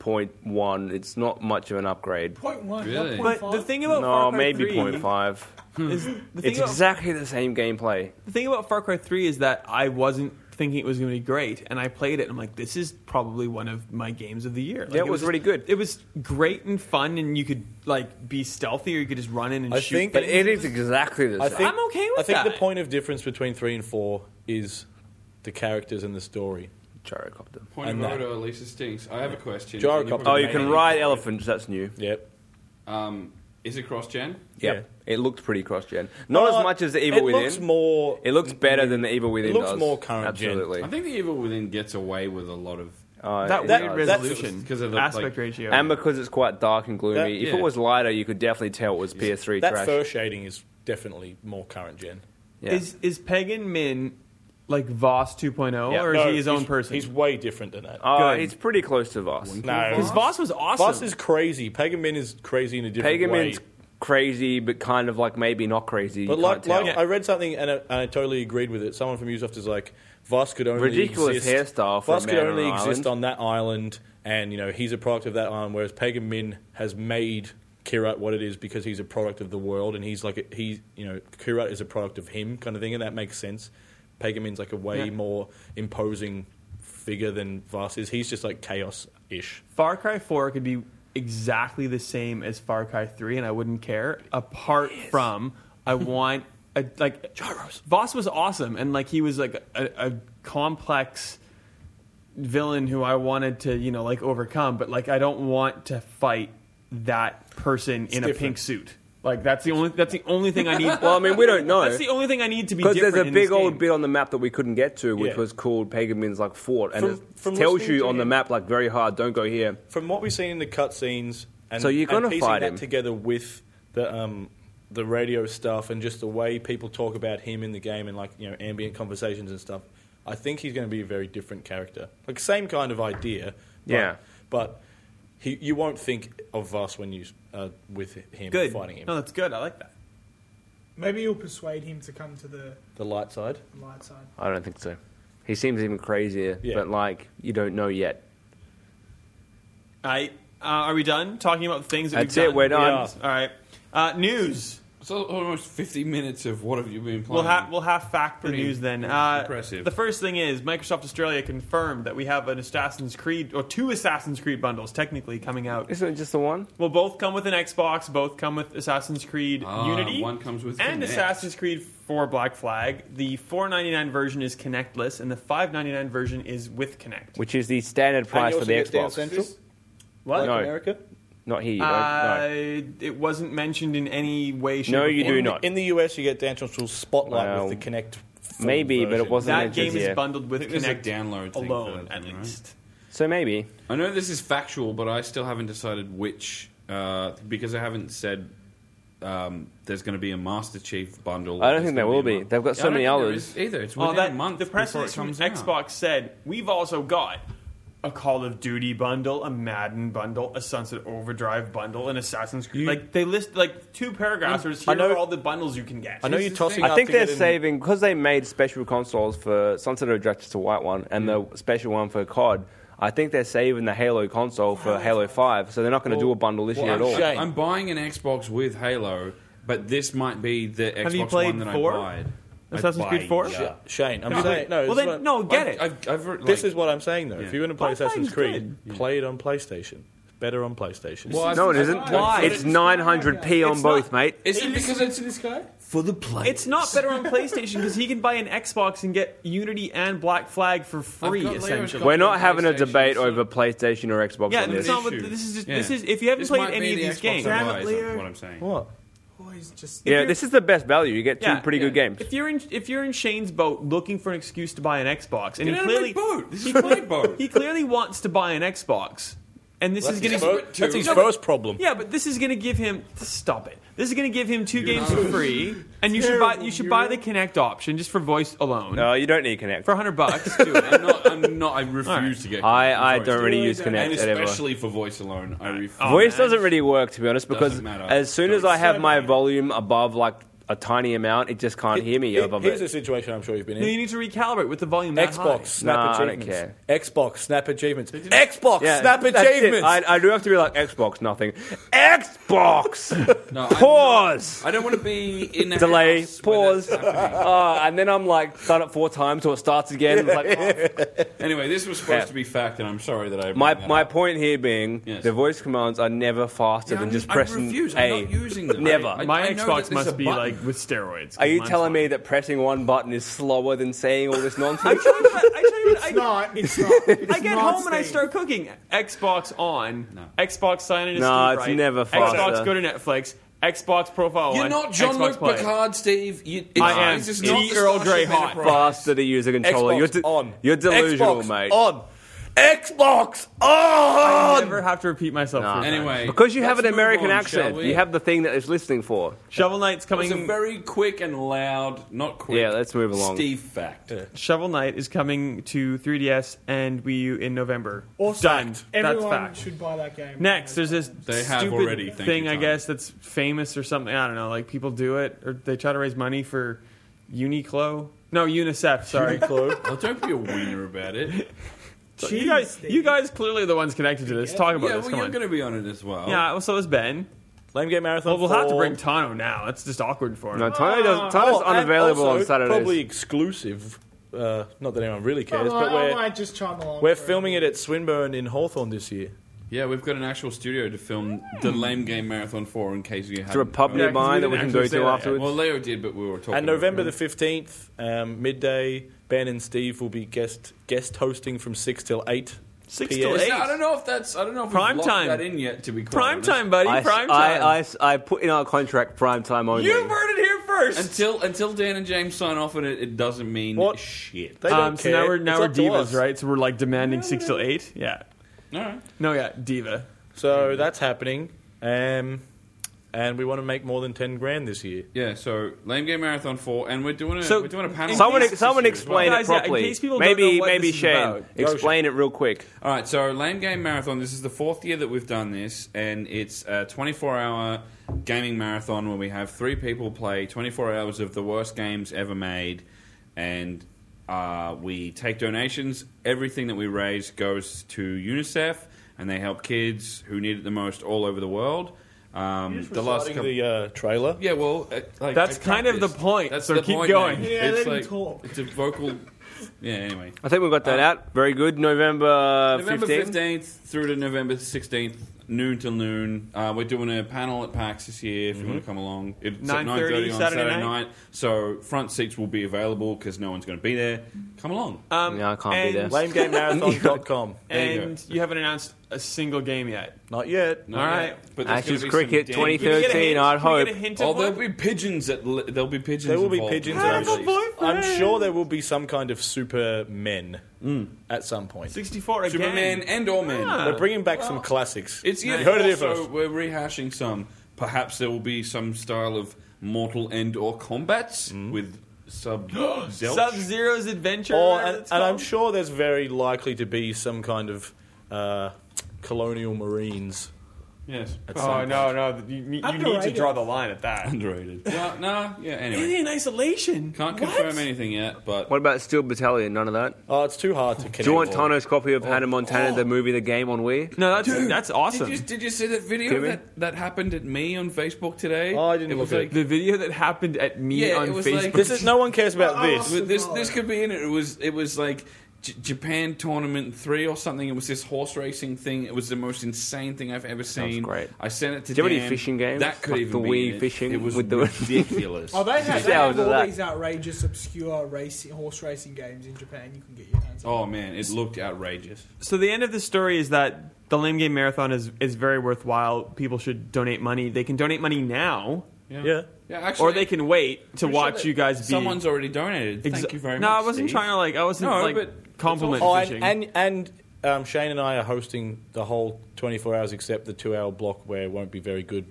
Speaker 4: 3.1. It's not much of an upgrade.
Speaker 6: Point one,
Speaker 3: Really?
Speaker 6: not
Speaker 2: [laughs] But
Speaker 6: point five.
Speaker 2: the thing about
Speaker 4: no,
Speaker 2: Oh, Far Cry
Speaker 4: maybe
Speaker 2: 3
Speaker 4: 0.5.
Speaker 2: is the thing
Speaker 4: It's
Speaker 2: about
Speaker 4: exactly the same gameplay.
Speaker 2: The thing about Far Cry 3 is that I wasn't thinking it was going to be great, and I played it, and I'm like, this is probably one of my games of the year. Like,
Speaker 4: Yeah, it was really good.
Speaker 2: It was great and fun, and you could, like, be stealthy, or you could just run in and
Speaker 1: I
Speaker 2: shoot.
Speaker 1: think-
Speaker 4: But
Speaker 2: things.
Speaker 4: it is exactly the same.
Speaker 1: wanted.
Speaker 2: I'm okay with
Speaker 1: I think
Speaker 2: that.
Speaker 1: the point of difference between three and four is the characters and the story.
Speaker 4: Gyrocopter.
Speaker 3: Point of
Speaker 1: And that-
Speaker 3: order, Lisa stinks. I have a question.
Speaker 1: Gyrocopter.
Speaker 3: And probably
Speaker 4: Oh, you
Speaker 3: made
Speaker 4: can
Speaker 3: it.
Speaker 4: ride elephants. That's new.
Speaker 1: Yep.
Speaker 3: Um, is it cross-gen?
Speaker 1: Yeah.
Speaker 4: It looked pretty cross-gen. Not
Speaker 1: Well,
Speaker 4: as much as the
Speaker 1: it
Speaker 4: Evil Within.
Speaker 1: Looks more,
Speaker 4: it looks better than the Evil Within
Speaker 1: looks
Speaker 4: does.
Speaker 1: more current gen.
Speaker 4: Absolutely.
Speaker 3: I think the Evil Within gets away with a lot of.
Speaker 4: Uh,
Speaker 2: that
Speaker 1: that-
Speaker 2: weird
Speaker 4: it does.
Speaker 1: that's-
Speaker 2: resolution,
Speaker 3: because of the,
Speaker 2: aspect
Speaker 3: like-
Speaker 2: ratio.
Speaker 4: And because it's quite dark and gloomy,
Speaker 1: That-
Speaker 4: if it
Speaker 3: yeah.
Speaker 4: was lighter, you could definitely tell it was PS3
Speaker 1: that
Speaker 4: trash.
Speaker 1: fur shading is definitely more current gen.
Speaker 4: yeah.
Speaker 2: Is, is Pagan Min, like, Voss 2.0,
Speaker 4: Yeah.
Speaker 2: or is
Speaker 1: No,
Speaker 2: he his own
Speaker 1: he's-
Speaker 2: person?
Speaker 1: He's way different than that.
Speaker 4: Uh,
Speaker 2: good.
Speaker 4: it's pretty close to Voss.
Speaker 1: no,
Speaker 2: because Voss was awesome.
Speaker 1: Voss is crazy. Pegamin is crazy in a different way.
Speaker 4: Pagamin's crazy, but kind of like maybe not crazy.
Speaker 1: But
Speaker 4: you
Speaker 1: like,
Speaker 4: can't
Speaker 1: like
Speaker 4: tell.
Speaker 1: I read something and I, and I totally agreed with it. Someone from Ubisoft is like, Voss could only
Speaker 4: Ridiculous
Speaker 1: exist,
Speaker 4: hairstyle for a
Speaker 1: Voss could
Speaker 4: man on
Speaker 1: only
Speaker 4: an
Speaker 1: exist
Speaker 4: island."
Speaker 1: on that island, and you know he's a product of that island. Whereas Pagan Min has made Kirat what it is because he's a product of the world, and he's like a, he, you know, Kirat is a product of him, kind of thing, and that makes sense. Pagan Min's like a way
Speaker 2: Yeah.
Speaker 1: more imposing figure than Voss is. He's just like chaos ish.
Speaker 2: Far Cry 4 could be exactly the same as Far Cry 3, and I wouldn't care. Apart from,
Speaker 4: [laughs]
Speaker 2: I want a, like Gyros. Voss was awesome, and like he was like a, a complex villain who I wanted to you know like overcome, but like I don't want to fight that person in a
Speaker 1: different.
Speaker 2: pink suit. Like that's the only that's the only thing I need.
Speaker 4: [laughs] well, I mean,
Speaker 2: [laughs]
Speaker 4: we don't know.
Speaker 2: that's the only thing I need to be
Speaker 4: Because
Speaker 2: different
Speaker 4: there's a
Speaker 2: in this
Speaker 4: big old
Speaker 2: game.
Speaker 4: bit on the map that we couldn't get to, which
Speaker 1: Yeah.
Speaker 4: was called Pagamin's like fort, and
Speaker 1: From-
Speaker 4: it
Speaker 1: from
Speaker 4: tells
Speaker 1: listening
Speaker 4: you
Speaker 1: to
Speaker 4: on the
Speaker 1: him-
Speaker 4: map like very hard, don't go here.
Speaker 1: from what we've seen in the cutscenes, and
Speaker 4: So you're
Speaker 1: and
Speaker 4: gonna
Speaker 1: piecing
Speaker 4: fight
Speaker 1: that
Speaker 4: him.
Speaker 1: together with the um, the radio stuff and just the way people talk about him in the game and like you know ambient conversations and stuff. I think he's going to be a very different character, like same kind of idea. But,
Speaker 4: Yeah.
Speaker 1: but he, you won't think of us when you uh, with him
Speaker 2: good.
Speaker 1: fighting him.
Speaker 2: No, that's good. I like that.
Speaker 6: Maybe you'll persuade him to come to the
Speaker 1: The light side.
Speaker 6: light side.
Speaker 4: I don't think so. He seems even crazier,
Speaker 1: Yeah.
Speaker 4: but like you don't know yet.
Speaker 2: I uh, are we done talking about the things that
Speaker 4: That's
Speaker 2: we've
Speaker 4: it,
Speaker 2: done?
Speaker 4: we're
Speaker 1: done.
Speaker 2: All right. Uh, news.
Speaker 3: So almost 50 minutes of what have you been playing?
Speaker 2: We'll have we'll have fact the
Speaker 3: Pretty
Speaker 2: news then. Uh,
Speaker 3: impressive.
Speaker 2: The first thing is Microsoft Australia confirmed that we have an Assassin's Creed or two Assassin's Creed bundles technically coming out.
Speaker 4: Isn't it just the one?
Speaker 2: Well, both come with an Xbox. Both come with Assassin's Creed
Speaker 3: Ah,
Speaker 2: Unity.
Speaker 3: one comes with
Speaker 2: and
Speaker 3: Kinect.
Speaker 2: Assassin's Creed 4 Black Flag. The 4.99 version is Kinectless, and the 5.99 version is with Kinect.
Speaker 4: Which is the standard price for the Xbox? Oh.
Speaker 1: Central?
Speaker 2: What?
Speaker 1: Like
Speaker 4: No.
Speaker 1: America?
Speaker 4: Not here. you don't-
Speaker 2: Uh,
Speaker 4: no.
Speaker 2: It wasn't mentioned in any way. Shape,
Speaker 4: No,
Speaker 2: or
Speaker 4: you
Speaker 2: form.
Speaker 4: do not.
Speaker 1: In the US, you get Dance Central Spotlight
Speaker 4: Well,
Speaker 1: with the Kinect. full
Speaker 4: Maybe, but it
Speaker 1: version.
Speaker 4: wasn't
Speaker 2: That game
Speaker 4: mentioned here.
Speaker 2: is bundled
Speaker 3: I
Speaker 2: with
Speaker 3: think there's a
Speaker 2: Kinect
Speaker 3: download thing for
Speaker 2: alone,
Speaker 3: that
Speaker 2: at
Speaker 3: thing, right?
Speaker 2: least.
Speaker 4: so maybe.
Speaker 3: I know this is factual, but I still haven't decided which uh, because I haven't said um, there's going to be a Master Chief bundle.
Speaker 4: I don't
Speaker 3: There's
Speaker 4: think there
Speaker 3: gonna
Speaker 4: will
Speaker 3: a
Speaker 4: be.
Speaker 3: mon-
Speaker 4: They've got
Speaker 3: Yeah,
Speaker 4: so
Speaker 3: I don't
Speaker 4: many
Speaker 3: think there
Speaker 4: others.
Speaker 3: is Either it's
Speaker 2: Oh,
Speaker 3: within
Speaker 2: that
Speaker 3: a month
Speaker 2: the press
Speaker 3: before it
Speaker 2: release from
Speaker 3: comes out.
Speaker 2: Xbox said we've also got a Call of Duty bundle, a Madden bundle, a Sunset Overdrive bundle, an Assassin's Creed. like they list like two paragraphs. Or just
Speaker 1: I
Speaker 2: here
Speaker 1: know-
Speaker 2: are all the bundles you can get.
Speaker 1: I know
Speaker 3: Here's
Speaker 1: you're
Speaker 3: the
Speaker 1: tossing.
Speaker 3: thing.
Speaker 1: up
Speaker 4: I think
Speaker 1: to
Speaker 4: they're
Speaker 1: get in-
Speaker 4: saving because they made special consoles for Sunset Overdrive, just a white one, and the special one for COD. I think they're saving the Halo console for Halo Five, so they're not going to do a bundle this year at all.
Speaker 1: I'm Shame.
Speaker 3: I'm buying an Xbox with Halo, but this might be the Xbox
Speaker 2: Have you played
Speaker 3: One that
Speaker 2: four?
Speaker 3: I buyed.
Speaker 2: Assassin's
Speaker 3: I
Speaker 2: Creed
Speaker 3: buy-
Speaker 2: four?
Speaker 3: yeah.
Speaker 1: Sh- Shane, I'm
Speaker 2: No,
Speaker 1: saying no.
Speaker 2: well
Speaker 1: this is
Speaker 2: then,
Speaker 1: what-
Speaker 2: no, get it.
Speaker 3: I've, I've, I've, like,
Speaker 1: This is what I'm saying though.
Speaker 3: Yeah.
Speaker 1: If you're going to play
Speaker 2: Well,
Speaker 1: Assassin's
Speaker 2: mine's
Speaker 1: Creed, play it on PlayStation. It's better on PlayStation.
Speaker 3: Well, I-
Speaker 4: No, it isn't.
Speaker 3: Why?
Speaker 4: It's 900p on
Speaker 2: It's
Speaker 4: both,
Speaker 2: not-
Speaker 4: mate.
Speaker 3: Is it because it's this guy?
Speaker 5: For the play.
Speaker 2: It's not better on PlayStation because he can buy an Xbox and get Unity and Black Flag for free.
Speaker 3: got Leo's
Speaker 2: Essentially,
Speaker 3: got-
Speaker 4: We're not having a
Speaker 3: PlayStation,
Speaker 4: debate
Speaker 3: so-
Speaker 4: over PlayStation or Xbox
Speaker 2: yeah,
Speaker 4: on
Speaker 2: and
Speaker 4: this.
Speaker 2: it's not.
Speaker 3: Issue.
Speaker 2: What, this is just,
Speaker 3: Yeah.
Speaker 2: this is if you haven't
Speaker 3: This
Speaker 2: played
Speaker 3: might
Speaker 2: any
Speaker 3: be
Speaker 2: of
Speaker 3: the
Speaker 2: these
Speaker 3: Xbox
Speaker 2: games.
Speaker 3: I
Speaker 6: Damn
Speaker 3: buy,
Speaker 6: it,
Speaker 3: is
Speaker 6: Leo.
Speaker 3: what I'm saying.
Speaker 1: what?
Speaker 6: Always just
Speaker 4: yeah, this is the best value. You get two
Speaker 2: Yeah,
Speaker 4: pretty good
Speaker 3: yeah.
Speaker 4: games.
Speaker 2: If you're in, if you're in Shane's boat looking for an excuse to buy an Xbox, and
Speaker 3: Get
Speaker 2: he
Speaker 3: out of
Speaker 2: clearly
Speaker 3: my
Speaker 2: [laughs]
Speaker 3: boat. This
Speaker 2: he
Speaker 3: is my
Speaker 2: clearly-
Speaker 3: boat.
Speaker 2: he clearly wants to buy an Xbox, and this is
Speaker 1: That's his,
Speaker 2: going
Speaker 1: fir-
Speaker 2: to
Speaker 1: that's his
Speaker 2: No, but-
Speaker 1: first problem.
Speaker 2: yeah, but this is going to give him stop it. This is going to give him two games for
Speaker 3: [laughs]
Speaker 2: free, and you should buy you should buy the Kinect option just for voice alone
Speaker 4: No, you don't need Connect.
Speaker 2: for hundred bucks.
Speaker 4: [laughs]
Speaker 2: Do it.
Speaker 3: I'm not.
Speaker 2: [laughs]
Speaker 3: I'm not. I refuse
Speaker 2: right.
Speaker 3: to get.
Speaker 4: I, I
Speaker 3: voice.
Speaker 4: don't really
Speaker 6: Yeah,
Speaker 4: use
Speaker 6: yeah.
Speaker 4: Connect
Speaker 3: And
Speaker 4: at ever.
Speaker 3: especially for voice alone, I refuse.
Speaker 2: Oh, man.
Speaker 4: Voice doesn't really work, to be honest, because
Speaker 3: Doesn't matter.
Speaker 4: as soon as
Speaker 3: Don't-
Speaker 4: I have
Speaker 6: so
Speaker 4: my
Speaker 6: bad.
Speaker 4: volume above like a tiny amount, it just can't hear me
Speaker 1: Here-
Speaker 4: above
Speaker 1: Here's a
Speaker 4: it.
Speaker 1: situation I'm sure you've been
Speaker 2: No,
Speaker 1: in.
Speaker 2: you need to recalibrate with the volume. That
Speaker 1: Xbox
Speaker 2: high.
Speaker 1: snap
Speaker 4: Nah, I don't
Speaker 1: achievements.
Speaker 4: care.
Speaker 1: Xbox snap achievements. Xbox
Speaker 4: Yeah,
Speaker 1: snap
Speaker 4: that's it.
Speaker 1: achievements.
Speaker 4: I, I do have to be like Xbox, nothing. Xbox.
Speaker 3: No, I'm
Speaker 4: pause.
Speaker 3: I don't want to be in a
Speaker 4: Delay.
Speaker 3: house where that's
Speaker 4: Pause.
Speaker 3: happening.
Speaker 4: Uh, and then I'm like done it four times, so it starts again. It's like, oh,
Speaker 3: Anyway, this was supposed
Speaker 4: Yeah.
Speaker 3: to be fact, and I'm sorry that
Speaker 4: [laughs]
Speaker 3: I.
Speaker 4: My,
Speaker 3: bring that
Speaker 4: my
Speaker 3: up.
Speaker 4: point here being
Speaker 3: Yes.
Speaker 4: the voice commands are never faster
Speaker 3: Yeah,
Speaker 4: than
Speaker 3: I'm-
Speaker 4: just
Speaker 3: I
Speaker 4: pressing
Speaker 3: refuse.
Speaker 4: A.
Speaker 3: I'm not using them.
Speaker 4: Never.
Speaker 3: I- I-
Speaker 4: My
Speaker 2: My
Speaker 3: I know that
Speaker 2: Xbox
Speaker 3: there's a
Speaker 2: must be
Speaker 3: button.
Speaker 2: like with steroids. 'cause
Speaker 4: are you
Speaker 2: mine's
Speaker 4: telling
Speaker 2: fine.
Speaker 4: me that pressing one button is slower than saying all this
Speaker 2: I
Speaker 4: nonsense?
Speaker 2: tell you what. I tell you what. I,
Speaker 6: It's not. It's not. It's
Speaker 2: I get
Speaker 6: not
Speaker 2: home and I
Speaker 6: Steam.
Speaker 2: start cooking. Xbox on.
Speaker 3: No.
Speaker 2: Xbox sign in. as
Speaker 4: No,
Speaker 2: Steve
Speaker 4: it's
Speaker 2: Wright.
Speaker 4: never faster.
Speaker 2: Xbox go to Netflix. Xbox profile.
Speaker 3: You're
Speaker 2: on,
Speaker 3: not John
Speaker 2: Xbox
Speaker 3: Luke
Speaker 2: play.
Speaker 3: Picard, Steve. You, it's,
Speaker 2: I am
Speaker 3: This is
Speaker 2: T.
Speaker 3: not the
Speaker 2: Earl Grey
Speaker 3: Starship
Speaker 2: hot.
Speaker 3: Enterprise.
Speaker 4: faster to use a controller.
Speaker 1: Xbox
Speaker 4: you're, de-
Speaker 1: on.
Speaker 4: you're delusional,
Speaker 1: Xbox
Speaker 4: mate.
Speaker 1: On. Xbox
Speaker 2: I
Speaker 1: on.
Speaker 2: never have to repeat myself.
Speaker 4: Nah.
Speaker 2: for
Speaker 3: Anyway,
Speaker 4: Because you have
Speaker 3: let's
Speaker 4: an
Speaker 3: move
Speaker 4: American
Speaker 3: on, shall
Speaker 4: accent,
Speaker 3: we?
Speaker 4: you have the thing that it's listening for.
Speaker 2: Shovel Knight's
Speaker 3: It's a
Speaker 2: coming.
Speaker 3: very quick and loud, not quick.
Speaker 4: Yeah, let's move along.
Speaker 3: Steve fact.
Speaker 2: Shovel Knight is coming to 3DS and Wii U in November.
Speaker 6: Or
Speaker 2: Done.
Speaker 6: fact. Everyone
Speaker 2: that's fact.
Speaker 6: should buy that game.
Speaker 2: Next, there's this
Speaker 3: They have
Speaker 2: stupid
Speaker 3: already, thank
Speaker 2: thing
Speaker 3: you,
Speaker 2: I
Speaker 3: Tom.
Speaker 2: guess that's famous or something. I don't know. Like people do it or they try to raise money for Uniqlo. No, UNICEF. Sorry. [laughs]
Speaker 3: Oh, don't be a wiener about it.
Speaker 2: So you guys, you guys clearly are the ones connected to this. Talk about
Speaker 3: yeah,
Speaker 2: this.
Speaker 3: well,
Speaker 2: Come
Speaker 3: you're
Speaker 2: on.
Speaker 3: going to be on it as well.
Speaker 2: Yeah, well, so is Ben.
Speaker 1: Lame game marathon.
Speaker 2: Well, we'll have to
Speaker 1: for-
Speaker 2: bring Tano now. That's just awkward for him.
Speaker 3: Ah,
Speaker 4: No, Tano does,
Speaker 1: Oh,
Speaker 4: Tano's
Speaker 1: and
Speaker 4: unavailable
Speaker 1: also,
Speaker 4: on Saturdays.
Speaker 1: Probably exclusive. Uh, not that anyone really
Speaker 6: I
Speaker 1: cares,
Speaker 6: might-
Speaker 1: but
Speaker 6: I
Speaker 1: we're
Speaker 6: might just chime along.
Speaker 1: we're
Speaker 6: for
Speaker 1: filming it at Swinburne in Hawthorne this year.
Speaker 3: Yeah, we've got an actual studio to film the Lame Game Marathon for in case you have.
Speaker 4: Is there a pub
Speaker 2: Yeah, 'cause we
Speaker 4: nearby that
Speaker 2: didn't
Speaker 4: we can
Speaker 2: actually
Speaker 4: go
Speaker 2: say
Speaker 4: to
Speaker 2: that yet.
Speaker 4: afterwards?
Speaker 3: Well, Leo did, but we were talking.
Speaker 1: And
Speaker 3: about
Speaker 1: November
Speaker 3: it.
Speaker 1: the fifteenth, um, midday. Ben and Steve will be guest guest hosting from six till eight.
Speaker 2: Six
Speaker 1: PM.
Speaker 2: till
Speaker 3: Is
Speaker 2: eight.
Speaker 3: that- I don't know if that's. I don't know if
Speaker 2: Prime
Speaker 3: we've locked
Speaker 2: time.
Speaker 3: that in yet. To be quite
Speaker 2: prime
Speaker 3: honest.
Speaker 2: time, buddy.
Speaker 4: I,
Speaker 2: prime time.
Speaker 4: I, I, I put in our contract prime time only.
Speaker 2: you heard it here first.
Speaker 3: Until until Dan and James sign off on it, it doesn't mean
Speaker 1: What?
Speaker 3: shit.
Speaker 1: They don't
Speaker 2: um, so
Speaker 1: care.
Speaker 2: now we're now
Speaker 1: It's
Speaker 2: we're
Speaker 1: up to us.
Speaker 2: divas, right? So we're like demanding six till eight. Yeah.
Speaker 3: All right.
Speaker 2: No, yeah, diva.
Speaker 1: So that's happening, um, and we want to make more than ten grand this year.
Speaker 3: Yeah. So Lame Game Marathon four, and we're doing a
Speaker 2: So,
Speaker 3: we're doing a panel.
Speaker 2: in
Speaker 4: Someone,
Speaker 2: case-
Speaker 4: someone
Speaker 3: this year as well.
Speaker 4: explain
Speaker 2: Guys,
Speaker 4: it
Speaker 2: yeah, in
Speaker 4: properly.
Speaker 2: case people don't
Speaker 4: maybe,
Speaker 2: know what
Speaker 4: maybe
Speaker 2: this is
Speaker 4: Shane,
Speaker 2: about.
Speaker 4: explain it real quick.
Speaker 3: All right, so Lame Game Marathon. This is the fourth year that we've done this, and it's a 24-hour gaming marathon where we have three people play 24 hours of the worst games ever made, and uh, we take donations. Everything that we raise goes to UNICEF, and they help kids who need it the most all over the world. Um,
Speaker 1: Just
Speaker 3: the last
Speaker 1: reciting
Speaker 3: couple,
Speaker 1: the uh, trailer.
Speaker 3: yeah, well, uh, like,
Speaker 2: That's
Speaker 3: I
Speaker 2: kind of the
Speaker 3: practiced.
Speaker 2: point,
Speaker 3: That's
Speaker 2: so
Speaker 3: the
Speaker 2: keep
Speaker 3: point,
Speaker 2: going.
Speaker 3: man.
Speaker 6: Yeah,
Speaker 3: it's
Speaker 6: let him
Speaker 3: like,
Speaker 6: talk.
Speaker 3: It's a vocal. Yeah. Anyway,
Speaker 4: I think we got that out. Very good. November
Speaker 3: November
Speaker 4: fifteenth.
Speaker 3: fifteenth through to November sixteenth, noon till noon. Uh, we're doing a panel at PAX this year. If you
Speaker 1: Mm-hmm.
Speaker 3: want to come along, it's
Speaker 2: 9:30
Speaker 3: at 9:30 on
Speaker 2: Saturday
Speaker 3: Saturday,
Speaker 2: night.
Speaker 3: night. So front seats will be available because no one's going to be there. Come along.
Speaker 1: Uh,
Speaker 2: Um,
Speaker 4: No, I can't
Speaker 2: and,
Speaker 4: be there.
Speaker 2: [laughs]
Speaker 1: LameGameMarathon.com.
Speaker 3: There you
Speaker 2: And you haven't announced a single game yet.
Speaker 1: Not yet.
Speaker 3: Not
Speaker 2: all
Speaker 3: yet,
Speaker 2: right.
Speaker 3: but there's
Speaker 4: Ashes
Speaker 3: gonna be some
Speaker 4: Cricket
Speaker 3: damn
Speaker 4: twenty
Speaker 3: good-
Speaker 2: Can we get a
Speaker 4: thirteen.
Speaker 2: hint?
Speaker 4: I'd
Speaker 2: Can we
Speaker 4: hope.
Speaker 2: get a hint
Speaker 3: Oh,
Speaker 2: of
Speaker 3: there'll
Speaker 2: what?
Speaker 3: be pigeons. That li- there'll be pigeons.
Speaker 1: There will be
Speaker 3: involved.
Speaker 1: pigeons
Speaker 2: Have a
Speaker 1: Actually,
Speaker 2: boyfriend.
Speaker 1: I'm sure there will be some kind of super men
Speaker 2: Mm.
Speaker 1: at some point.
Speaker 2: 64 again.
Speaker 3: Superman and all men.
Speaker 2: Ah.
Speaker 1: They're bringing back some classics.
Speaker 3: It's yeah.
Speaker 1: You heard it here
Speaker 3: also,
Speaker 1: first.
Speaker 3: We're rehashing some. Perhaps there will be some style of mortal end or combats
Speaker 1: Mm-hmm.
Speaker 3: with
Speaker 1: [gasps]
Speaker 3: sub
Speaker 2: Sub
Speaker 3: Zelch.
Speaker 2: Zero's Adventure.
Speaker 1: Or,
Speaker 2: whatever
Speaker 1: and,
Speaker 2: it's
Speaker 1: and I'm
Speaker 2: called.
Speaker 1: sure there's very likely to be some kind of uh, colonial marines.
Speaker 3: Yes,
Speaker 1: At some
Speaker 2: Oh,
Speaker 1: point.
Speaker 2: no, no. You, you need to
Speaker 6: Underrated.
Speaker 2: draw the line at that.
Speaker 3: underrated. Well, nah. Yeah. Anyway,
Speaker 2: Alien Isolation.
Speaker 3: can't
Speaker 2: What?
Speaker 3: confirm anything yet, but
Speaker 4: What about Steel Battalion? None of that.
Speaker 1: Oh, it's too hard to connect.
Speaker 4: Do you want
Speaker 1: all.
Speaker 4: Tano's copy
Speaker 2: Oh,
Speaker 4: of Hannah Montana, the movie, the game on Wii?
Speaker 2: No, that's, that's awesome.
Speaker 3: Did you, did you see that video
Speaker 4: Jimmy?
Speaker 3: that, that happened at me on Facebook today?
Speaker 1: Oh, I didn't
Speaker 3: it was
Speaker 1: look
Speaker 3: like,
Speaker 1: at
Speaker 2: the video that happened at me
Speaker 3: Yeah,
Speaker 2: on
Speaker 3: it was
Speaker 2: Facebook.
Speaker 3: like-
Speaker 1: This is
Speaker 3: [laughs]
Speaker 1: no one cares about
Speaker 6: Oh,
Speaker 1: this.
Speaker 6: oh,
Speaker 3: But this
Speaker 6: God.
Speaker 3: this could be in it. It was it was like J- Japan tournament three or something. It was this horse racing thing. It was the most insane thing I've ever seen.
Speaker 4: great.
Speaker 3: I sent it to.
Speaker 4: Do you have any
Speaker 3: Dan.
Speaker 4: fishing games?
Speaker 3: That could
Speaker 4: Like
Speaker 3: even
Speaker 4: the
Speaker 3: be
Speaker 4: Wii
Speaker 3: in it.
Speaker 4: fishing
Speaker 3: It was
Speaker 4: with the-
Speaker 3: ridiculous.
Speaker 6: Oh, they have, they
Speaker 4: Yeah,
Speaker 6: have
Speaker 4: I'll do
Speaker 6: all
Speaker 4: that.
Speaker 6: these outrageous, obscure racing, horse racing games in Japan. You can get your hands on.
Speaker 3: Oh man, it looked outrageous.
Speaker 2: so the end of the story is that the Lame Game Marathon is, is very worthwhile. People should donate money. They can donate money now,
Speaker 1: Yeah.
Speaker 3: Yeah, actually,
Speaker 2: or they can wait to
Speaker 3: pretty
Speaker 2: watch
Speaker 3: sure that
Speaker 2: you guys be.
Speaker 3: Someone's already donated.
Speaker 2: Exa-
Speaker 3: Thank you very
Speaker 2: no,
Speaker 3: much.
Speaker 2: I wasn't
Speaker 3: Steve.
Speaker 2: trying to like. I wasn't
Speaker 3: No, but
Speaker 2: like
Speaker 3: it's
Speaker 2: compliment
Speaker 1: Oh, and
Speaker 2: fishing.
Speaker 1: and, and um, Shane and I are hosting the whole 24 hours except the two-hour block where it won't be very good.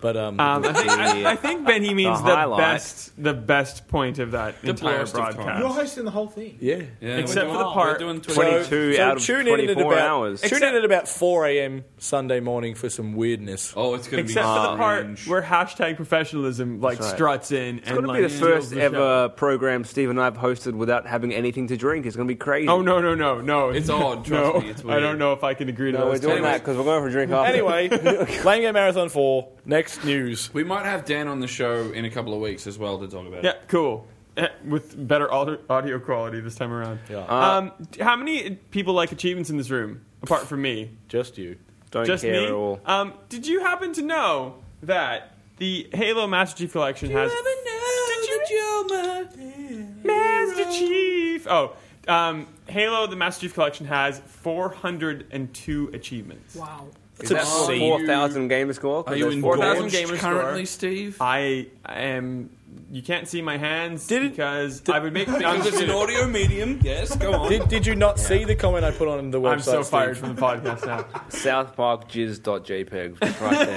Speaker 1: But um,
Speaker 2: um, I, think, I, I think Ben he means the,
Speaker 4: highlight.
Speaker 2: best the best point of that entire
Speaker 3: blast of time.
Speaker 2: broadcast.
Speaker 6: You're hosting the whole thing.
Speaker 1: yeah.
Speaker 3: Yeah,
Speaker 2: Except
Speaker 3: we're
Speaker 2: for the
Speaker 3: doing-
Speaker 2: part-
Speaker 3: we're
Speaker 4: 22
Speaker 3: doing 22.
Speaker 4: out of
Speaker 1: tune in at
Speaker 4: 24
Speaker 1: about,
Speaker 4: hours.
Speaker 1: Tune in at about 4 a.m. Sunday morning for some weirdness.
Speaker 3: Oh, it's gonna
Speaker 2: Except
Speaker 3: be
Speaker 2: for the part
Speaker 3: strange.
Speaker 2: where hashtag professionalism like
Speaker 4: That's right.
Speaker 2: struts in
Speaker 4: It's
Speaker 2: and
Speaker 4: going to
Speaker 2: like
Speaker 4: be the
Speaker 2: steals
Speaker 4: first
Speaker 2: the show.
Speaker 4: ever program Steve and I have hosted without having anything to drink. It's going to be crazy.
Speaker 2: Oh no no no no!
Speaker 3: It's odd,
Speaker 2: [laughs]
Speaker 3: trust
Speaker 2: no,
Speaker 3: me, it's
Speaker 2: I
Speaker 3: weird.
Speaker 2: don't know if I can agree to
Speaker 4: No, we're
Speaker 2: those
Speaker 4: doing
Speaker 2: terms.
Speaker 4: that because we're going for a drink after. [laughs]
Speaker 1: Anyway, Lame Game Marathon 4, next news.
Speaker 3: we might have Dan on the show in a couple of weeks as well to talk about.
Speaker 2: Yeah,
Speaker 3: it.
Speaker 2: cool. Eh, With better audio audio quality this time around.
Speaker 1: Yeah.
Speaker 2: Um,
Speaker 4: Uh,
Speaker 2: d- how many people like achievements in this room apart from me?
Speaker 1: Just you.
Speaker 4: don't
Speaker 2: Just
Speaker 4: care
Speaker 2: me.
Speaker 4: at all.
Speaker 2: Um, did you happen to know that the Halo Master Chief Collection has? Master Chief. Oh, um, Halo the Master Chief Collection has 402 achievements.
Speaker 6: Wow.
Speaker 4: Is that
Speaker 3: obscene.
Speaker 4: 4,000 gamer score? 'Cause
Speaker 3: Are you
Speaker 4: there's
Speaker 3: in
Speaker 2: 4,000
Speaker 4: 4,000
Speaker 2: gamer
Speaker 3: currently,
Speaker 2: score.
Speaker 3: Steve?
Speaker 2: I am. You can't see my hands
Speaker 1: Didn't-
Speaker 2: because I would make.
Speaker 4: [laughs]
Speaker 2: I'm,
Speaker 3: Because it's an audio medium. Yes, go on.
Speaker 1: Did, did you not see the comment I put on the website?
Speaker 2: I'm so
Speaker 1: Steve?
Speaker 2: fired from the podcast now.
Speaker 4: South Park jizz.jpg. It's right there.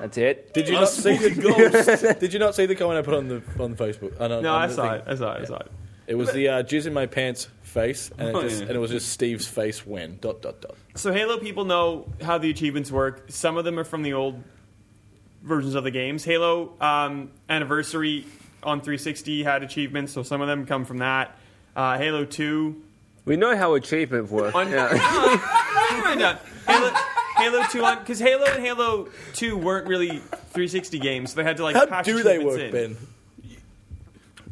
Speaker 4: That's it.
Speaker 1: Did you not see
Speaker 2: [laughs]
Speaker 1: the Did you not see the comment I put on the on Facebook? uh, On, on,
Speaker 2: No,
Speaker 1: on
Speaker 2: I
Speaker 1: the
Speaker 2: saw
Speaker 1: thing?
Speaker 2: it. I saw it. I saw it.
Speaker 1: It was the uh, jizz in my pants face, and it,
Speaker 3: Oh,
Speaker 1: just,
Speaker 3: yeah.
Speaker 1: and it was just Steve's face when dot dot dot.
Speaker 2: So Halo people know how the achievements work. Some of them are from the old versions of the games. Halo um, Anniversary on 360 had achievements, so some of them come from that. Uh, Halo 2.
Speaker 4: We know how achievement works.
Speaker 2: On,
Speaker 4: Yeah.
Speaker 2: Never mind that. Halo, Halo 2 on because Halo and Halo 2 weren't really 360 games, so they had to like
Speaker 1: How
Speaker 2: patch
Speaker 1: do they
Speaker 2: achievements
Speaker 1: work,
Speaker 2: in.
Speaker 1: Ben?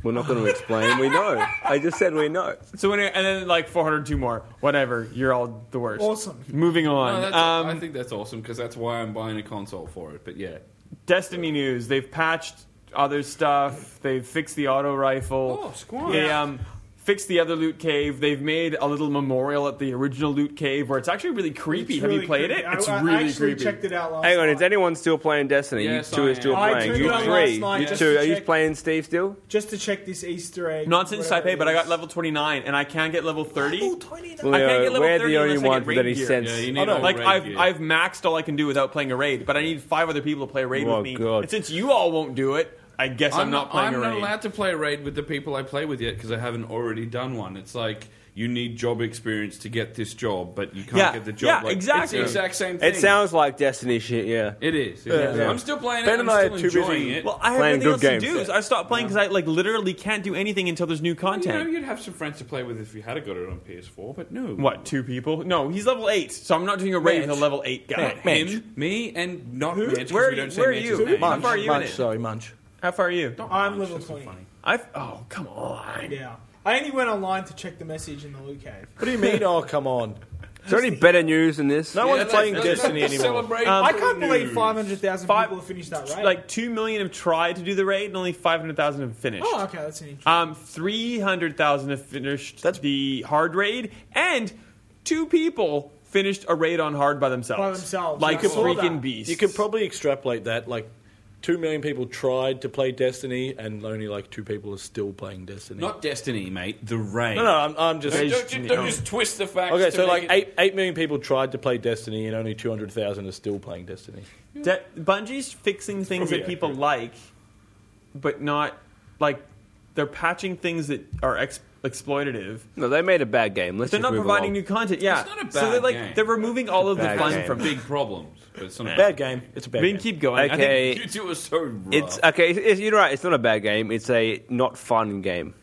Speaker 4: We're not going to explain. We know. I just said we know.
Speaker 2: So anyway, and then like 402 more. Whatever. You're all the worst.
Speaker 6: Awesome.
Speaker 2: Moving
Speaker 3: No,
Speaker 2: on.
Speaker 3: that's,
Speaker 2: um,
Speaker 3: I think that's awesome because that's why I'm buying a console for it. But yeah,
Speaker 2: Destiny news. They've patched other stuff. They've fixed the auto rifle.
Speaker 3: Oh, squad.
Speaker 2: They um, fixed the other loot cave. They've made a little memorial at the original loot cave where it's actually really creepy.
Speaker 6: It's
Speaker 2: Have
Speaker 6: really
Speaker 2: you played
Speaker 6: creepy.
Speaker 2: it? It's
Speaker 6: I, I
Speaker 2: really
Speaker 6: actually
Speaker 2: creepy.
Speaker 6: checked it out last
Speaker 4: Hang on,
Speaker 6: night.
Speaker 4: is anyone still playing Destiny?
Speaker 3: Yes,
Speaker 4: you two
Speaker 3: I
Speaker 4: are still
Speaker 3: am. I
Speaker 4: playing.
Speaker 6: turned it
Speaker 4: You
Speaker 6: on
Speaker 4: three.
Speaker 6: last night
Speaker 4: You
Speaker 6: just
Speaker 4: two.
Speaker 6: to
Speaker 4: Are you
Speaker 6: check.
Speaker 4: playing Steve still?
Speaker 6: Just to check this Easter egg.
Speaker 2: Not since
Speaker 6: whatever
Speaker 2: Taipei,
Speaker 6: it
Speaker 2: but I got
Speaker 6: is.
Speaker 2: level 29 and I can't get level 30.
Speaker 6: Level 29.
Speaker 2: I can't get level
Speaker 4: We're
Speaker 2: 30
Speaker 4: the only
Speaker 2: unless I get
Speaker 4: ones
Speaker 2: raid
Speaker 4: with any
Speaker 2: gear.
Speaker 4: sense.
Speaker 3: yeah, you
Speaker 1: I
Speaker 3: need
Speaker 1: know,
Speaker 3: a
Speaker 2: Like
Speaker 3: raid
Speaker 2: I've
Speaker 3: gear.
Speaker 2: I've maxed all I can do without playing a raid, but I need five other people to play a raid
Speaker 4: Oh,
Speaker 2: with me.
Speaker 4: God.
Speaker 2: And since you all won't do it, I guess I'm, not playing
Speaker 3: I'm
Speaker 2: a raid.
Speaker 3: not allowed to play a raid with the people I play with yet because I haven't already done one. It's like you need job experience to get this job, but you can't
Speaker 2: Yeah.
Speaker 3: get the job.
Speaker 2: Yeah,
Speaker 3: like,
Speaker 2: exactly.
Speaker 3: It's the exact same thing.
Speaker 4: It sounds like Destiny shit, yeah.
Speaker 3: It is. It is.
Speaker 4: yeah.
Speaker 3: I'm still playing
Speaker 1: Ben
Speaker 3: it.
Speaker 1: and
Speaker 3: I'm
Speaker 1: I
Speaker 3: still
Speaker 1: are too busy-
Speaker 3: enjoying it.
Speaker 2: Well, I have
Speaker 4: Playing
Speaker 2: nothing else
Speaker 4: good
Speaker 2: to do.
Speaker 4: games.
Speaker 2: so I stopped playing because I like literally can't do anything until there's new
Speaker 3: you know,
Speaker 2: content.
Speaker 3: you'd have some friends to play with if you had got it on PS4, but no.
Speaker 2: What two people? No, he's level eight, so I'm not doing a raid with a
Speaker 3: Mitch.
Speaker 2: level eight guy.
Speaker 3: Uh, Him, me, me, and not Mitch. 'cause
Speaker 2: Where
Speaker 3: we
Speaker 2: are
Speaker 3: don't
Speaker 2: you-
Speaker 3: say
Speaker 2: where are
Speaker 3: Mitch's
Speaker 2: you?
Speaker 3: name.
Speaker 2: How far are you in
Speaker 1: Munch,
Speaker 2: it?
Speaker 1: sorry, Munch.
Speaker 2: How far are you?
Speaker 6: I'm
Speaker 3: Munch,
Speaker 6: level
Speaker 3: that's so
Speaker 6: 20.
Speaker 3: funny.
Speaker 2: I oh come on.
Speaker 6: Yeah. I only went online to check the message in the loot cave.
Speaker 1: What do you mean? Oh, come on.
Speaker 4: Is there any better news than this?
Speaker 1: No
Speaker 3: Yeah,
Speaker 1: one's
Speaker 3: let's-
Speaker 1: playing
Speaker 3: let's
Speaker 1: Destiny
Speaker 3: not
Speaker 1: anymore.
Speaker 3: celebrate
Speaker 2: Um,
Speaker 6: I
Speaker 3: the
Speaker 6: can't believe
Speaker 3: news.
Speaker 6: 500,000
Speaker 2: Five-
Speaker 6: people have finished that raid.
Speaker 2: Like two million have tried to do the raid, and only five hundred thousand have finished.
Speaker 6: oh, okay, that's an interesting.
Speaker 2: Um, three hundred thousand have finished the hard raid, and two people finished a raid on hard by themselves.
Speaker 6: By themselves,
Speaker 2: like
Speaker 6: I
Speaker 2: a
Speaker 6: saw
Speaker 2: freaking
Speaker 6: that.
Speaker 2: beast.
Speaker 1: You could probably extrapolate that. Like, two million people tried to play Destiny, and only like two people are still playing Destiny.
Speaker 3: Not Destiny, mate. The Rain.
Speaker 1: no, no. I'm, I'm just.
Speaker 3: Don't, don't, don't, don't just twist the facts.
Speaker 1: Okay,
Speaker 3: to
Speaker 1: so
Speaker 3: make
Speaker 1: like
Speaker 3: it-
Speaker 1: eight eight million people tried to play Destiny, and only two hundred thousand are still playing Destiny.
Speaker 2: De- Bungie's fixing things
Speaker 3: probably
Speaker 2: that people like, but not like they're patching things that are ex- exploitative.
Speaker 4: No, they made a bad game. Let's
Speaker 2: They're
Speaker 4: just
Speaker 2: not
Speaker 4: move
Speaker 2: providing
Speaker 4: along.
Speaker 2: new content. Yeah,
Speaker 3: It's not a
Speaker 2: so
Speaker 3: bad
Speaker 2: they're like
Speaker 3: game.
Speaker 2: they're removing all of the
Speaker 4: bad
Speaker 2: fun
Speaker 4: game.
Speaker 2: from.
Speaker 3: big problems. But it's not a
Speaker 1: Bad game. It's a bad
Speaker 2: We can
Speaker 1: game.
Speaker 2: keep going. I think-
Speaker 4: Okay.
Speaker 3: You two are so rough.
Speaker 4: It's okay. It's, it's- you're right. It's not a bad game. It's a not fun game.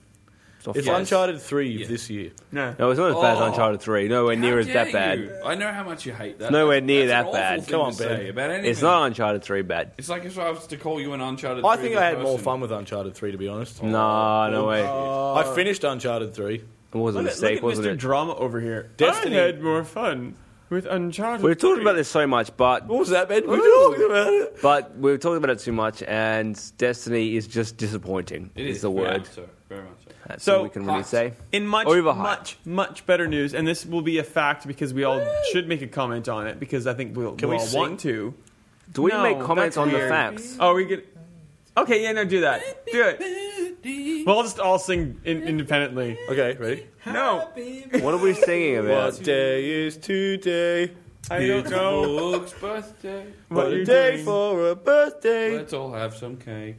Speaker 4: It's, not
Speaker 1: It's
Speaker 4: fun.
Speaker 1: Uncharted three
Speaker 3: Yeah.
Speaker 1: this year.
Speaker 2: no.
Speaker 4: No, it's not as bad as
Speaker 3: Oh.
Speaker 4: Uncharted Three. Nowhere
Speaker 3: How
Speaker 4: near as
Speaker 3: dare
Speaker 4: that bad.
Speaker 3: you? I know how much you hate that.
Speaker 4: nowhere
Speaker 3: That's-
Speaker 4: near
Speaker 3: that's
Speaker 4: that
Speaker 3: an
Speaker 4: bad.
Speaker 3: awful thing
Speaker 1: Come on,
Speaker 3: to
Speaker 1: Ben.
Speaker 3: say About anything.
Speaker 4: It's not Uncharted Three bad.
Speaker 3: It's like if I was to call you an Uncharted.
Speaker 1: I
Speaker 3: 3
Speaker 1: think
Speaker 3: in
Speaker 1: I had
Speaker 3: person.
Speaker 1: more fun with Uncharted three, to be honest.
Speaker 4: No, no way.
Speaker 1: I finished Uncharted three.
Speaker 4: It was a
Speaker 2: Oh, Look at,
Speaker 4: mistake,
Speaker 2: look at
Speaker 4: wasn't
Speaker 2: Mr.
Speaker 4: it?
Speaker 2: Drama over here.
Speaker 1: Destiny.
Speaker 2: I had more fun with Uncharted.
Speaker 4: We've talked about
Speaker 2: three.
Speaker 4: this so much, but
Speaker 1: What was that, Ben? We talked about it.
Speaker 4: but we've talked about it too much, and Destiny is just disappointing.
Speaker 3: It
Speaker 4: is the
Speaker 3: very
Speaker 4: word.
Speaker 3: much so, very much so.
Speaker 4: That's
Speaker 2: So,
Speaker 4: all we can really
Speaker 3: hot.
Speaker 4: say.
Speaker 2: In much,
Speaker 4: Overhyped.
Speaker 2: much, much better news, and this will be a fact because we all should make a comment on it because I think we'll,
Speaker 1: Can
Speaker 2: we'll
Speaker 1: we
Speaker 2: all
Speaker 1: sing?
Speaker 2: want to.
Speaker 4: Do we
Speaker 2: No,
Speaker 4: make comments
Speaker 2: that's
Speaker 4: on the
Speaker 2: weird.
Speaker 4: facts?
Speaker 2: Oh, we get. Okay, yeah, no, do that. Do it. Well, I'll just all sing in, independently.
Speaker 1: Okay, ready.
Speaker 2: No.
Speaker 4: What are we singing about?
Speaker 1: What day is today?
Speaker 2: I don't know
Speaker 3: Book's birthday.
Speaker 2: what
Speaker 1: What
Speaker 2: you're
Speaker 1: a day
Speaker 2: doing.
Speaker 1: for a birthday.
Speaker 3: Let's all have some cake.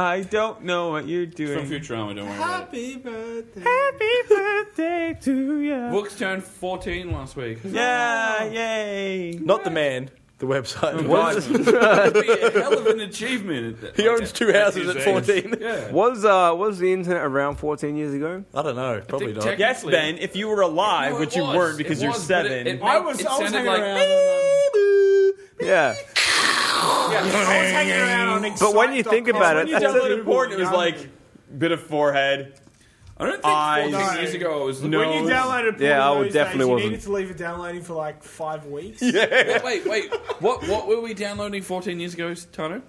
Speaker 2: I don't know what you're
Speaker 3: It's From
Speaker 2: doing.
Speaker 3: Futurama, don't worry about it.
Speaker 6: Happy birthday.
Speaker 2: Happy birthday to you.
Speaker 3: Books turned 14 last week.
Speaker 2: Yeah, yay.
Speaker 1: Not the man. The website.
Speaker 4: What
Speaker 2: God.
Speaker 4: is-
Speaker 3: That'd be a hell of an achievement. At that.
Speaker 1: He owns two houses at
Speaker 3: his
Speaker 1: fourteen.
Speaker 3: Yeah.
Speaker 4: Was uh was the internet around 14 years [laughs] ago?
Speaker 1: [laughs] I don't know. Probably
Speaker 3: think
Speaker 1: not.
Speaker 3: tech-
Speaker 2: Yes, Ben, if you were alive,
Speaker 3: No, it
Speaker 2: which you
Speaker 3: was.
Speaker 2: weren't because
Speaker 3: It
Speaker 2: you're
Speaker 3: was, but
Speaker 2: seven.
Speaker 3: It, it,
Speaker 6: I
Speaker 3: made-
Speaker 6: was,
Speaker 3: it
Speaker 6: I was
Speaker 3: sounded
Speaker 6: hanging
Speaker 3: like,
Speaker 6: around. on,
Speaker 4: Yeah.
Speaker 6: um, yeah, I was hanging around on
Speaker 4: But when you think
Speaker 6: Excite.com.
Speaker 4: about
Speaker 2: when
Speaker 4: it,
Speaker 2: you
Speaker 4: that's
Speaker 6: a-
Speaker 2: downloaded porn, it was like bit of forehead.
Speaker 3: I don't think
Speaker 2: I-
Speaker 3: 14 years ago I was
Speaker 2: No.
Speaker 6: When you downloaded porn
Speaker 4: Yeah, I
Speaker 6: in
Speaker 4: would
Speaker 6: those
Speaker 4: definitely
Speaker 6: days, You
Speaker 4: wasn't.
Speaker 6: needed to leave it downloading for like five weeks.
Speaker 3: Wait, wait, wait. What what were we downloading 14 years ago, Tano?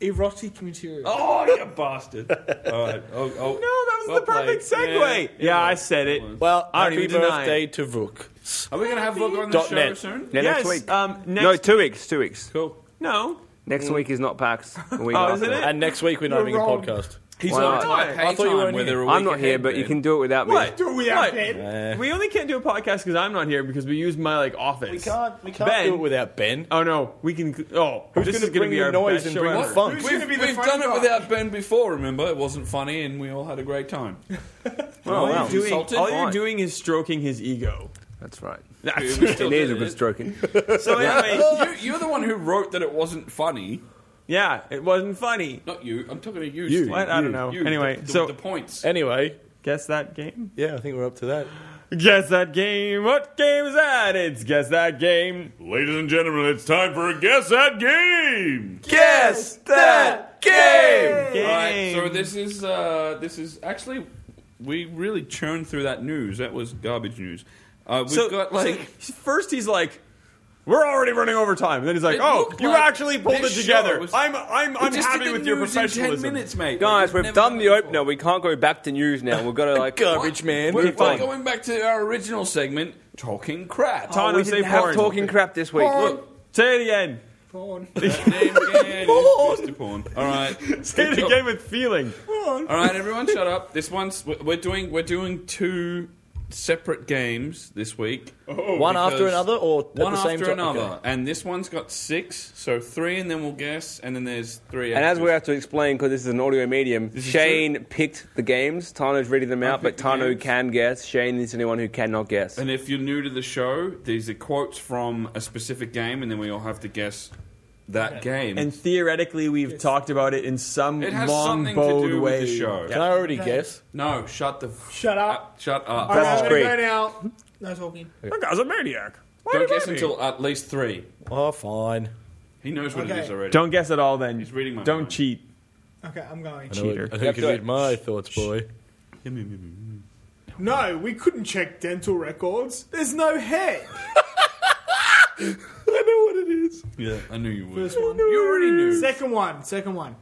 Speaker 6: Erotic material.
Speaker 3: Oh, you bastard! [laughs] All right. Oh, oh.
Speaker 2: No, that was
Speaker 3: Well
Speaker 2: the perfect
Speaker 3: played.
Speaker 2: segue. Yeah,
Speaker 3: Yeah, it
Speaker 2: I
Speaker 3: was.
Speaker 2: said it.
Speaker 3: was.
Speaker 1: Well,
Speaker 2: I don't
Speaker 1: happy
Speaker 2: even deny
Speaker 1: birthday to Vuk.
Speaker 3: Are we gonna have Vogue on the
Speaker 1: Dot
Speaker 3: show
Speaker 1: net.
Speaker 3: soon?
Speaker 4: Yeah,
Speaker 2: yes,
Speaker 4: next Mm. week.
Speaker 2: Um, next,
Speaker 4: no, two weeks. Two weeks.
Speaker 3: Cool.
Speaker 2: no.
Speaker 4: Next week is not [laughs] PAX. the week
Speaker 2: Oh,
Speaker 4: after.
Speaker 2: isn't it?
Speaker 1: And next week we're not
Speaker 6: You're
Speaker 1: having a
Speaker 6: wrong.
Speaker 1: podcast.
Speaker 3: He's
Speaker 4: Why
Speaker 3: on
Speaker 4: not?
Speaker 3: Taipei
Speaker 1: I thought you were
Speaker 3: time, where
Speaker 1: only-
Speaker 3: they're a
Speaker 4: I'm
Speaker 3: week
Speaker 4: not here,
Speaker 3: ahead,
Speaker 4: but you
Speaker 3: Ben.
Speaker 4: can do it without me.
Speaker 2: What?
Speaker 6: Do we have
Speaker 2: What?
Speaker 6: Ben?
Speaker 1: Eh,
Speaker 2: We only can't do a podcast because I'm not here because we use my like office. We
Speaker 1: can't. We can't
Speaker 2: Ben.
Speaker 1: do it without Ben.
Speaker 2: Oh no, we can. Oh,
Speaker 1: Who's
Speaker 2: this
Speaker 1: gonna
Speaker 2: is going to
Speaker 1: bring
Speaker 2: be
Speaker 1: the
Speaker 2: our
Speaker 1: noise
Speaker 2: best
Speaker 1: and
Speaker 2: show
Speaker 1: bring the
Speaker 3: What?
Speaker 2: ever.
Speaker 1: fun?
Speaker 3: We've,
Speaker 1: Who's
Speaker 6: gonna be the
Speaker 3: we've
Speaker 6: fun
Speaker 3: done it
Speaker 6: guy?
Speaker 3: without Ben before. Remember, it wasn't funny, and we all had a
Speaker 2: [laughs]
Speaker 3: great time.
Speaker 4: Oh, wow.
Speaker 2: All you're doing-
Speaker 3: Insulted?
Speaker 2: all you're
Speaker 4: Fine.
Speaker 2: doing is stroking his ego.
Speaker 4: That's right.
Speaker 2: That's- [laughs]
Speaker 3: Dude, we still
Speaker 4: It needs a
Speaker 3: did
Speaker 4: bit
Speaker 3: it.
Speaker 4: stroking.
Speaker 2: so anyway,
Speaker 3: You, you're the one who wrote that it wasn't funny.
Speaker 2: yeah, it wasn't funny.
Speaker 3: Not you. I'm talking to you.
Speaker 1: You.
Speaker 3: Steve.
Speaker 2: What? I don't
Speaker 3: You.
Speaker 2: know.
Speaker 3: You.
Speaker 2: Anyway,
Speaker 3: The- the-
Speaker 2: so-
Speaker 3: the points.
Speaker 1: Anyway,
Speaker 2: Guess that game.
Speaker 1: yeah, I think we're up to that.
Speaker 2: Guess that game. What game is that? It's guess that game.
Speaker 3: Ladies and gentlemen, it's time for a guess that game.
Speaker 4: Guess that game.
Speaker 2: Game.
Speaker 3: All right, so this is uh, this is actually we really churned through that news. That was garbage news. Uh, we've
Speaker 2: So-
Speaker 3: got like.
Speaker 2: so first he's like, "We're already running over time." And then he's like,
Speaker 3: It
Speaker 2: "Oh,
Speaker 3: looked
Speaker 2: you
Speaker 3: like
Speaker 2: actually pulled it
Speaker 3: this
Speaker 2: together.
Speaker 3: show was-
Speaker 2: I'm, I'm,
Speaker 3: We
Speaker 2: I'm
Speaker 3: just did
Speaker 2: happy
Speaker 3: the
Speaker 2: with your
Speaker 3: news in
Speaker 2: professionalism."
Speaker 3: Ten minutes, mate.
Speaker 4: Guys,
Speaker 3: Like,
Speaker 4: we've
Speaker 3: never
Speaker 4: done the
Speaker 3: before.
Speaker 4: opener. We can't go back to news now. We've got to [laughs] like
Speaker 1: Garbage man.
Speaker 3: We're,
Speaker 1: We're
Speaker 3: we're
Speaker 1: fine.
Speaker 3: going back to our original segment, talking crap. Oh,
Speaker 2: Tano,
Speaker 4: We
Speaker 2: say
Speaker 4: didn't have
Speaker 2: porn.
Speaker 4: talking crap this week. Look,
Speaker 2: Say it again.
Speaker 6: Porn.
Speaker 3: Name again is Mr. Porn. All right.
Speaker 2: Say it again with feeling.
Speaker 3: All right, everyone, shut up. This one's we're- we're doing we're doing two separate games this week.
Speaker 1: One after
Speaker 3: because-
Speaker 1: another, or at
Speaker 3: one
Speaker 1: the same
Speaker 3: after
Speaker 1: time?
Speaker 3: another,
Speaker 1: Okay.
Speaker 3: and this one's got six, so three, and then we'll guess, and then there's three.
Speaker 4: And as
Speaker 3: extras.
Speaker 4: we have to explain, because this is an audio medium,
Speaker 3: This is
Speaker 4: Shane picked the games. Tano's reading them
Speaker 3: I
Speaker 4: out, but
Speaker 3: picked the
Speaker 4: Tano
Speaker 3: games.
Speaker 4: can guess. Shane is the only one who cannot guess.
Speaker 3: And if you're new to the show, these are quotes from a specific game, and then we all have to guess that game.
Speaker 2: And theoretically, we've talked about it in some
Speaker 3: It has
Speaker 2: long
Speaker 3: something to
Speaker 2: bowed
Speaker 3: do with
Speaker 2: way.
Speaker 3: the show.
Speaker 1: Can I already guess?
Speaker 3: no, shut the f-
Speaker 6: Shut up. Oh,
Speaker 3: up, shut up.
Speaker 6: All right,
Speaker 4: That's
Speaker 6: I'm gonna
Speaker 4: great.
Speaker 6: go now. No talking.
Speaker 2: That guy's a maniac. Why
Speaker 3: Don't
Speaker 2: did I
Speaker 3: guess
Speaker 2: be?
Speaker 3: until at least three.
Speaker 1: Oh, fine.
Speaker 3: He knows what
Speaker 6: Okay.
Speaker 3: it is already.
Speaker 2: Don't guess at all. Then
Speaker 3: He's reading my
Speaker 2: Don't
Speaker 3: mind.
Speaker 2: cheat.
Speaker 3: [laughs]
Speaker 6: Okay, I'm going.
Speaker 1: I know it-
Speaker 2: Cheater.
Speaker 1: I know you can
Speaker 4: do
Speaker 1: read
Speaker 4: it.
Speaker 1: my thoughts, boy.
Speaker 6: No, we couldn't check dental records. There's no hair.
Speaker 3: I know what it is. Yeah, I knew you would.
Speaker 6: First one.
Speaker 3: You already knew.
Speaker 6: Second one. Second one.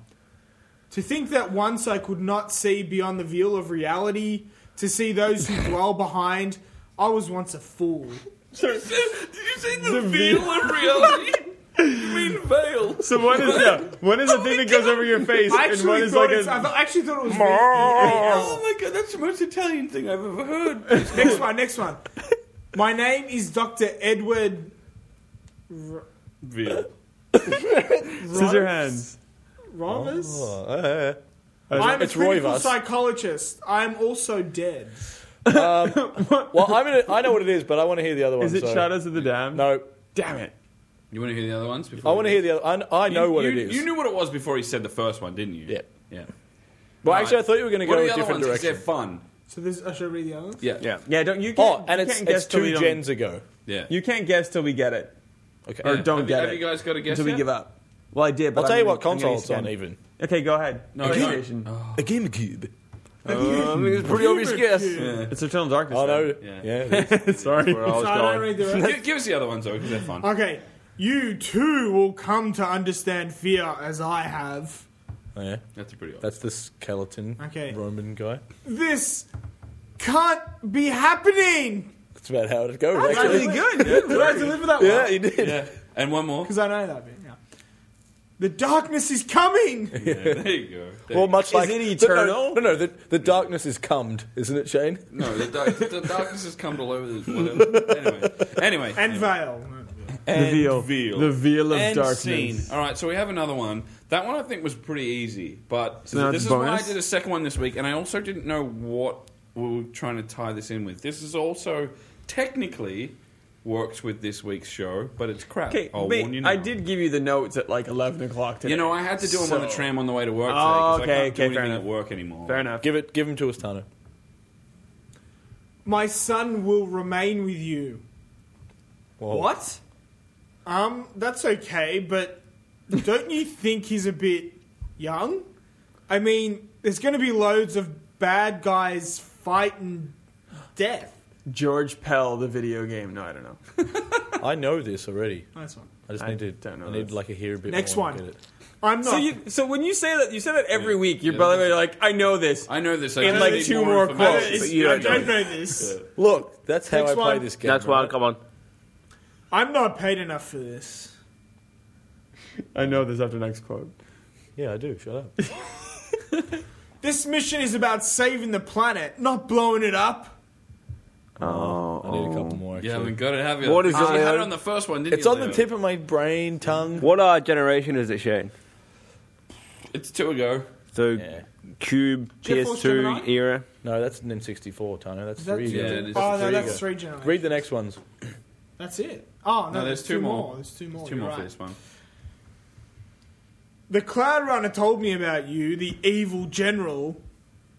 Speaker 6: To think that once I could not see beyond the veil of reality, to see those who dwell behind, I was once a fool.
Speaker 3: Did you say the, veil of reality? you mean veil?
Speaker 5: So what is the what is the thing that goes over your
Speaker 3: [laughs]
Speaker 5: face,
Speaker 6: I
Speaker 5: and what
Speaker 6: actually
Speaker 5: is
Speaker 6: thought,
Speaker 5: like
Speaker 6: it's,
Speaker 5: a
Speaker 6: I actually thought it was.
Speaker 3: Oh my god, that's the most Italian thing I've ever heard.
Speaker 6: Next one, next one. My name is Dr. Edward
Speaker 3: veil.
Speaker 2: Scissor hands.
Speaker 6: Rovers.
Speaker 1: Oh, eh.
Speaker 6: I'm a
Speaker 1: It's Roy
Speaker 6: clinical
Speaker 1: Voss.
Speaker 6: psychologist. I'm also dead.
Speaker 1: Um, Well, I'm gonna, I know what it is, but I want to hear the other one.
Speaker 2: Is it
Speaker 1: so-
Speaker 2: Shadows of the Dam?
Speaker 1: No,
Speaker 2: Damn it.
Speaker 3: You want to hear the other ones? Before
Speaker 1: I want to hear the other. I, kn- I know what
Speaker 3: you,
Speaker 1: it is.
Speaker 3: You knew what it was before he said the first one, didn't you?
Speaker 1: Yeah.
Speaker 3: Yeah.
Speaker 1: well,
Speaker 3: Right.
Speaker 1: actually, I thought you were going to
Speaker 3: What
Speaker 1: go
Speaker 3: are
Speaker 1: a
Speaker 3: the other
Speaker 1: different
Speaker 3: ones? 'Cause They're
Speaker 1: direction.
Speaker 3: fun.
Speaker 6: So this I should read the other.
Speaker 3: Yeah.
Speaker 4: yeah.
Speaker 2: Yeah, don't you? Can't,
Speaker 1: Oh, and
Speaker 2: you
Speaker 1: it's,
Speaker 2: can't
Speaker 1: it's
Speaker 2: guess till we
Speaker 1: two
Speaker 2: don't-
Speaker 1: gens ago.
Speaker 3: Yeah.
Speaker 2: You can't guess till we get it,
Speaker 1: Okay.
Speaker 2: or don't
Speaker 3: Have you-
Speaker 2: get
Speaker 3: have
Speaker 2: it.
Speaker 3: you guys got a guess
Speaker 2: until we
Speaker 3: yet?
Speaker 2: give up? Well, I did. But
Speaker 1: I'll tell you
Speaker 2: I'm
Speaker 1: what
Speaker 2: gonna- I'm gonna
Speaker 1: console it's on,
Speaker 2: scan.
Speaker 1: even.
Speaker 2: Okay, go ahead.
Speaker 3: No,
Speaker 2: PlayStation.
Speaker 1: A GameCube.
Speaker 4: I mean, it's
Speaker 1: [laughs]
Speaker 4: a pretty obvious guess.
Speaker 2: It's Eternal Darkness.
Speaker 1: Oh, no.
Speaker 3: Yeah.
Speaker 1: Yeah. it is.
Speaker 2: Sorry.
Speaker 4: Where I
Speaker 6: [laughs]
Speaker 4: was
Speaker 6: So I don't
Speaker 4: going.
Speaker 6: read the rest.
Speaker 3: [laughs] Give, give us the other ones though, because they're fun.
Speaker 6: Okay. You too will come to understand fear as I have.
Speaker 1: Oh, yeah.
Speaker 3: That's pretty odd.
Speaker 1: That's the skeleton
Speaker 6: Okay.
Speaker 1: Roman guy.
Speaker 6: This can't be happening.
Speaker 1: That's about how it goes,
Speaker 6: That's
Speaker 1: actually.
Speaker 6: really good. Did I deliver
Speaker 1: [laughs]
Speaker 6: that
Speaker 1: Yeah,
Speaker 6: one?
Speaker 1: you did.
Speaker 3: Yeah. And
Speaker 2: [laughs]
Speaker 3: one more.
Speaker 6: Because I know that bit. Yeah. The darkness is coming.
Speaker 3: Yeah, there you go. There
Speaker 1: Well,
Speaker 3: you
Speaker 1: much like
Speaker 2: it
Speaker 1: the- [laughs] no,
Speaker 2: eternal?
Speaker 1: No, no, the, the darkness is cummed, isn't it, Shane?
Speaker 3: go. no, the, dark, the darkness has come all over this. Whatever. Anyway, anyway,
Speaker 6: And
Speaker 3: anyway.
Speaker 2: the veil.
Speaker 6: veil.
Speaker 3: veil.
Speaker 2: The veil of
Speaker 3: and
Speaker 2: darkness.
Speaker 3: scene. All right, so we have another one. That one I think was pretty easy, but
Speaker 2: now it's
Speaker 3: this is why I
Speaker 2: bonus?
Speaker 3: did a second one this week, and I also didn't know what we were trying to tie this in with. This is also technically works with this week's show, but it's crap.
Speaker 2: Okay,
Speaker 3: I'll
Speaker 2: wait,
Speaker 3: warn Oh, you
Speaker 2: I
Speaker 3: now.
Speaker 2: did give you the notes at like eleven o'clock today.
Speaker 3: You know, I had to do them on the
Speaker 2: So-
Speaker 3: tram on the way to work today
Speaker 2: Oh,
Speaker 3: 'cause
Speaker 2: okay,
Speaker 3: I can't do
Speaker 2: okay, fair
Speaker 3: anything
Speaker 2: enough.
Speaker 3: at work anymore.
Speaker 2: fair enough.
Speaker 1: Give it, give him to us, Tano.
Speaker 6: My son will remain with you.
Speaker 1: Whoa.
Speaker 6: What? Um, that's okay, but don't you think he's a bit young? I mean, there's going to be loads of bad guys fighting death.
Speaker 2: George Pell, the video game. No, I don't know.
Speaker 1: I know this already.
Speaker 6: Nice one.
Speaker 1: I just
Speaker 2: I
Speaker 1: need to.
Speaker 2: don't know
Speaker 1: I need
Speaker 2: this.
Speaker 1: like a hear a bit.
Speaker 6: Next
Speaker 1: more
Speaker 6: one.
Speaker 1: To get it.
Speaker 2: [laughs]
Speaker 6: I'm not.
Speaker 2: So, you, so when you say that, you say that every week. You're
Speaker 3: Yeah.
Speaker 2: by the way, you're like, I know this.
Speaker 3: I know this. I
Speaker 2: In
Speaker 3: just
Speaker 2: like
Speaker 3: need
Speaker 2: two more
Speaker 3: information.
Speaker 2: quotes.
Speaker 6: It's-
Speaker 4: But you
Speaker 6: I
Speaker 4: don't
Speaker 6: don't know this.
Speaker 1: Look, that's how
Speaker 6: Next
Speaker 1: I play
Speaker 6: one.
Speaker 1: this game.
Speaker 4: That's why,
Speaker 1: right?
Speaker 4: come on.
Speaker 6: I'm not paid enough for this.
Speaker 2: I know this after next quote.
Speaker 1: Yeah, I do. Shut up.
Speaker 6: This mission is about saving the planet, not blowing it up.
Speaker 2: Oh,
Speaker 1: I need a couple more. Actually.
Speaker 3: You haven't got it, have you? Ah,
Speaker 4: What is
Speaker 3: you
Speaker 4: it,
Speaker 3: had it
Speaker 4: Leo?
Speaker 3: on the first one, didn't
Speaker 1: it's
Speaker 3: you,
Speaker 1: on the
Speaker 3: Leo?
Speaker 1: tip of my brain, tongue.
Speaker 4: What uh, generation is it, Shane?
Speaker 3: It's two ago.
Speaker 4: So,
Speaker 1: Yeah.
Speaker 4: Cube,
Speaker 6: Jeff Force Gemini?
Speaker 4: PS2 era.
Speaker 1: No, that's an N64, Tano. That's
Speaker 6: That's-
Speaker 1: three.
Speaker 3: Yeah,
Speaker 1: isn't
Speaker 3: it
Speaker 1: it?
Speaker 3: is.
Speaker 6: Oh, no,
Speaker 1: three
Speaker 6: that's
Speaker 1: go.
Speaker 6: three generations.
Speaker 1: Read the next ones.
Speaker 6: That's it. Oh, no,
Speaker 3: No, there's two more.
Speaker 6: There's two more.
Speaker 3: It's two
Speaker 6: You're
Speaker 3: more for
Speaker 6: right.
Speaker 3: this one.
Speaker 6: The Cloud Runner told me about you, the evil general.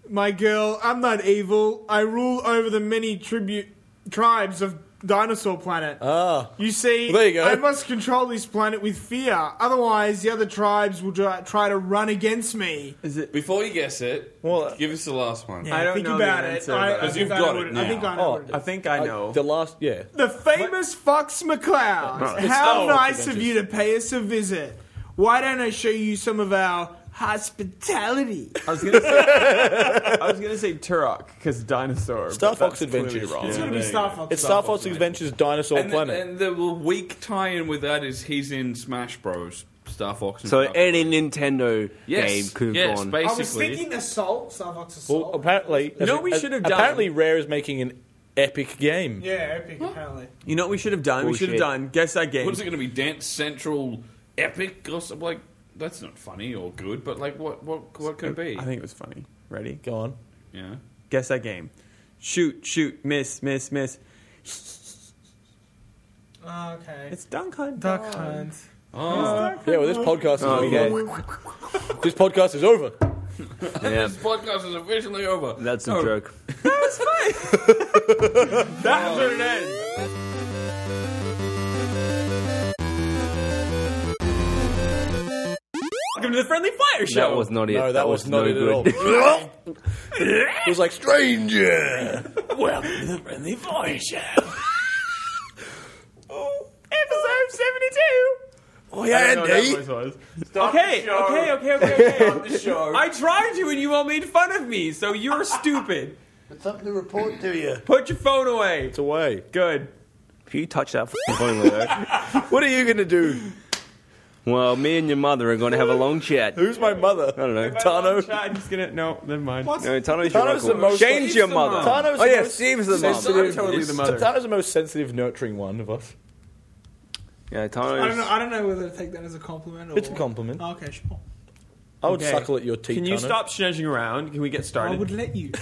Speaker 6: My girl, I'm not evil. I rule over the many tribute tribes of Dinosaur Planet.
Speaker 1: Ah,
Speaker 6: you see,
Speaker 1: Well, there you go.
Speaker 6: I must control this planet with fear. Otherwise, the other tribes will try, try to run against me.
Speaker 2: is it?
Speaker 3: Before you guess it,
Speaker 1: Well,
Speaker 3: give us the last one.
Speaker 2: I don't
Speaker 6: think
Speaker 2: know
Speaker 6: about
Speaker 2: the
Speaker 6: it.
Speaker 2: answer,
Speaker 6: I,
Speaker 2: but-
Speaker 6: I,
Speaker 3: 'Cause
Speaker 6: think
Speaker 3: you've
Speaker 6: I
Speaker 3: got
Speaker 6: know
Speaker 3: it
Speaker 6: what I think
Speaker 3: now.
Speaker 6: I know. what
Speaker 1: Oh,
Speaker 6: it is.
Speaker 2: I think I know.
Speaker 1: the last. Yeah.
Speaker 6: The famous Fox McCloud. How
Speaker 1: oh,
Speaker 6: nice
Speaker 1: adventures.
Speaker 6: of you to pay us a visit. Why don't I show you some of our hospitality?
Speaker 2: I was gonna say.
Speaker 3: [laughs]
Speaker 2: I was gonna say Turok because dinosaur.
Speaker 1: Star
Speaker 2: but
Speaker 1: Fox
Speaker 2: that's clearly
Speaker 1: Adventures.
Speaker 2: wrong.
Speaker 1: It's
Speaker 3: gonna be There you Star go. Fox.
Speaker 1: It's Star Fox Adventures Dinosaur
Speaker 3: And the,
Speaker 1: Planet.
Speaker 3: and the weak tie-in with that is he's in Smash Bros. Star Fox. And
Speaker 4: So,
Speaker 3: Star
Speaker 4: any Nintendo
Speaker 3: yes,
Speaker 4: game could have
Speaker 3: yes,
Speaker 4: gone.
Speaker 3: basically.
Speaker 6: I was thinking Assault, Starbucks Assault.
Speaker 1: well, apparently,
Speaker 2: You know what we should have done?
Speaker 1: Apparently, Rare is making an epic game.
Speaker 6: Yeah, epic apparently.
Speaker 2: You know what we should have done? We should have
Speaker 4: Bullshit.
Speaker 2: done guess that game.
Speaker 3: What is it going to be? Dance Central Epic or something like? That's not funny or good, but like, what what what could it be?
Speaker 2: I think it was funny. Ready?
Speaker 1: Go on.
Speaker 3: yeah.
Speaker 2: Guess that game. Shoot, shoot, miss, miss, miss.
Speaker 6: Oh, okay.
Speaker 2: It's Duck Hunt.
Speaker 6: Duck
Speaker 2: Dog.
Speaker 6: Hunt.
Speaker 3: Oh,
Speaker 1: Yeah, well, this podcast is
Speaker 4: Oh,
Speaker 1: over. This podcast is over.
Speaker 4: yeah,
Speaker 3: [laughs] this podcast is officially over.
Speaker 4: that's a
Speaker 3: No,
Speaker 4: joke.
Speaker 2: That's where it ends. Welcome to the Friendly Fire Show.
Speaker 4: That was not it.
Speaker 1: No, that, was, not
Speaker 4: no
Speaker 1: it
Speaker 4: good.
Speaker 1: at all. it was like stranger.
Speaker 2: Welcome to the Friendly Fire Show. oh, episode 72.
Speaker 1: Oh yeah, Andy.
Speaker 2: Okay, okay, okay, okay,
Speaker 4: [laughs]
Speaker 2: okay. I tried you and you all made fun of me, so
Speaker 4: [laughs]
Speaker 2: you're stupid.
Speaker 1: Something to report to you.
Speaker 2: Put your phone away.
Speaker 1: It's away.
Speaker 2: Good.
Speaker 4: If [laughs] you touch that f***ing phone, Leo,
Speaker 1: What are you gonna do?
Speaker 4: well, me and your mother are going to have a long chat.
Speaker 1: Who's my mother?
Speaker 4: I don't know.
Speaker 1: Tano.
Speaker 2: I'm just gonna. No, never mind.
Speaker 4: No, Tano's your
Speaker 1: Tano's
Speaker 4: uncle.
Speaker 1: the most-
Speaker 4: Change your
Speaker 2: Steve's the
Speaker 4: mother.
Speaker 2: mom.
Speaker 1: Tano's
Speaker 4: oh
Speaker 1: the
Speaker 4: yeah,
Speaker 1: most
Speaker 4: Steve's the mom.
Speaker 2: Sensitive. I'm totally the mother.
Speaker 1: Tano's the most sensitive, nurturing one of us.
Speaker 4: Yeah,
Speaker 6: I don't know.
Speaker 4: Tano's.
Speaker 6: I don't know whether to take that as a compliment or.
Speaker 1: It's a compliment.
Speaker 6: Oh, okay, sure.
Speaker 1: I would
Speaker 2: Okay.
Speaker 1: suckle at your teeth.
Speaker 2: Can you
Speaker 1: Tano.
Speaker 2: stop snudging around? Can we get
Speaker 6: I
Speaker 2: started?
Speaker 6: would let you.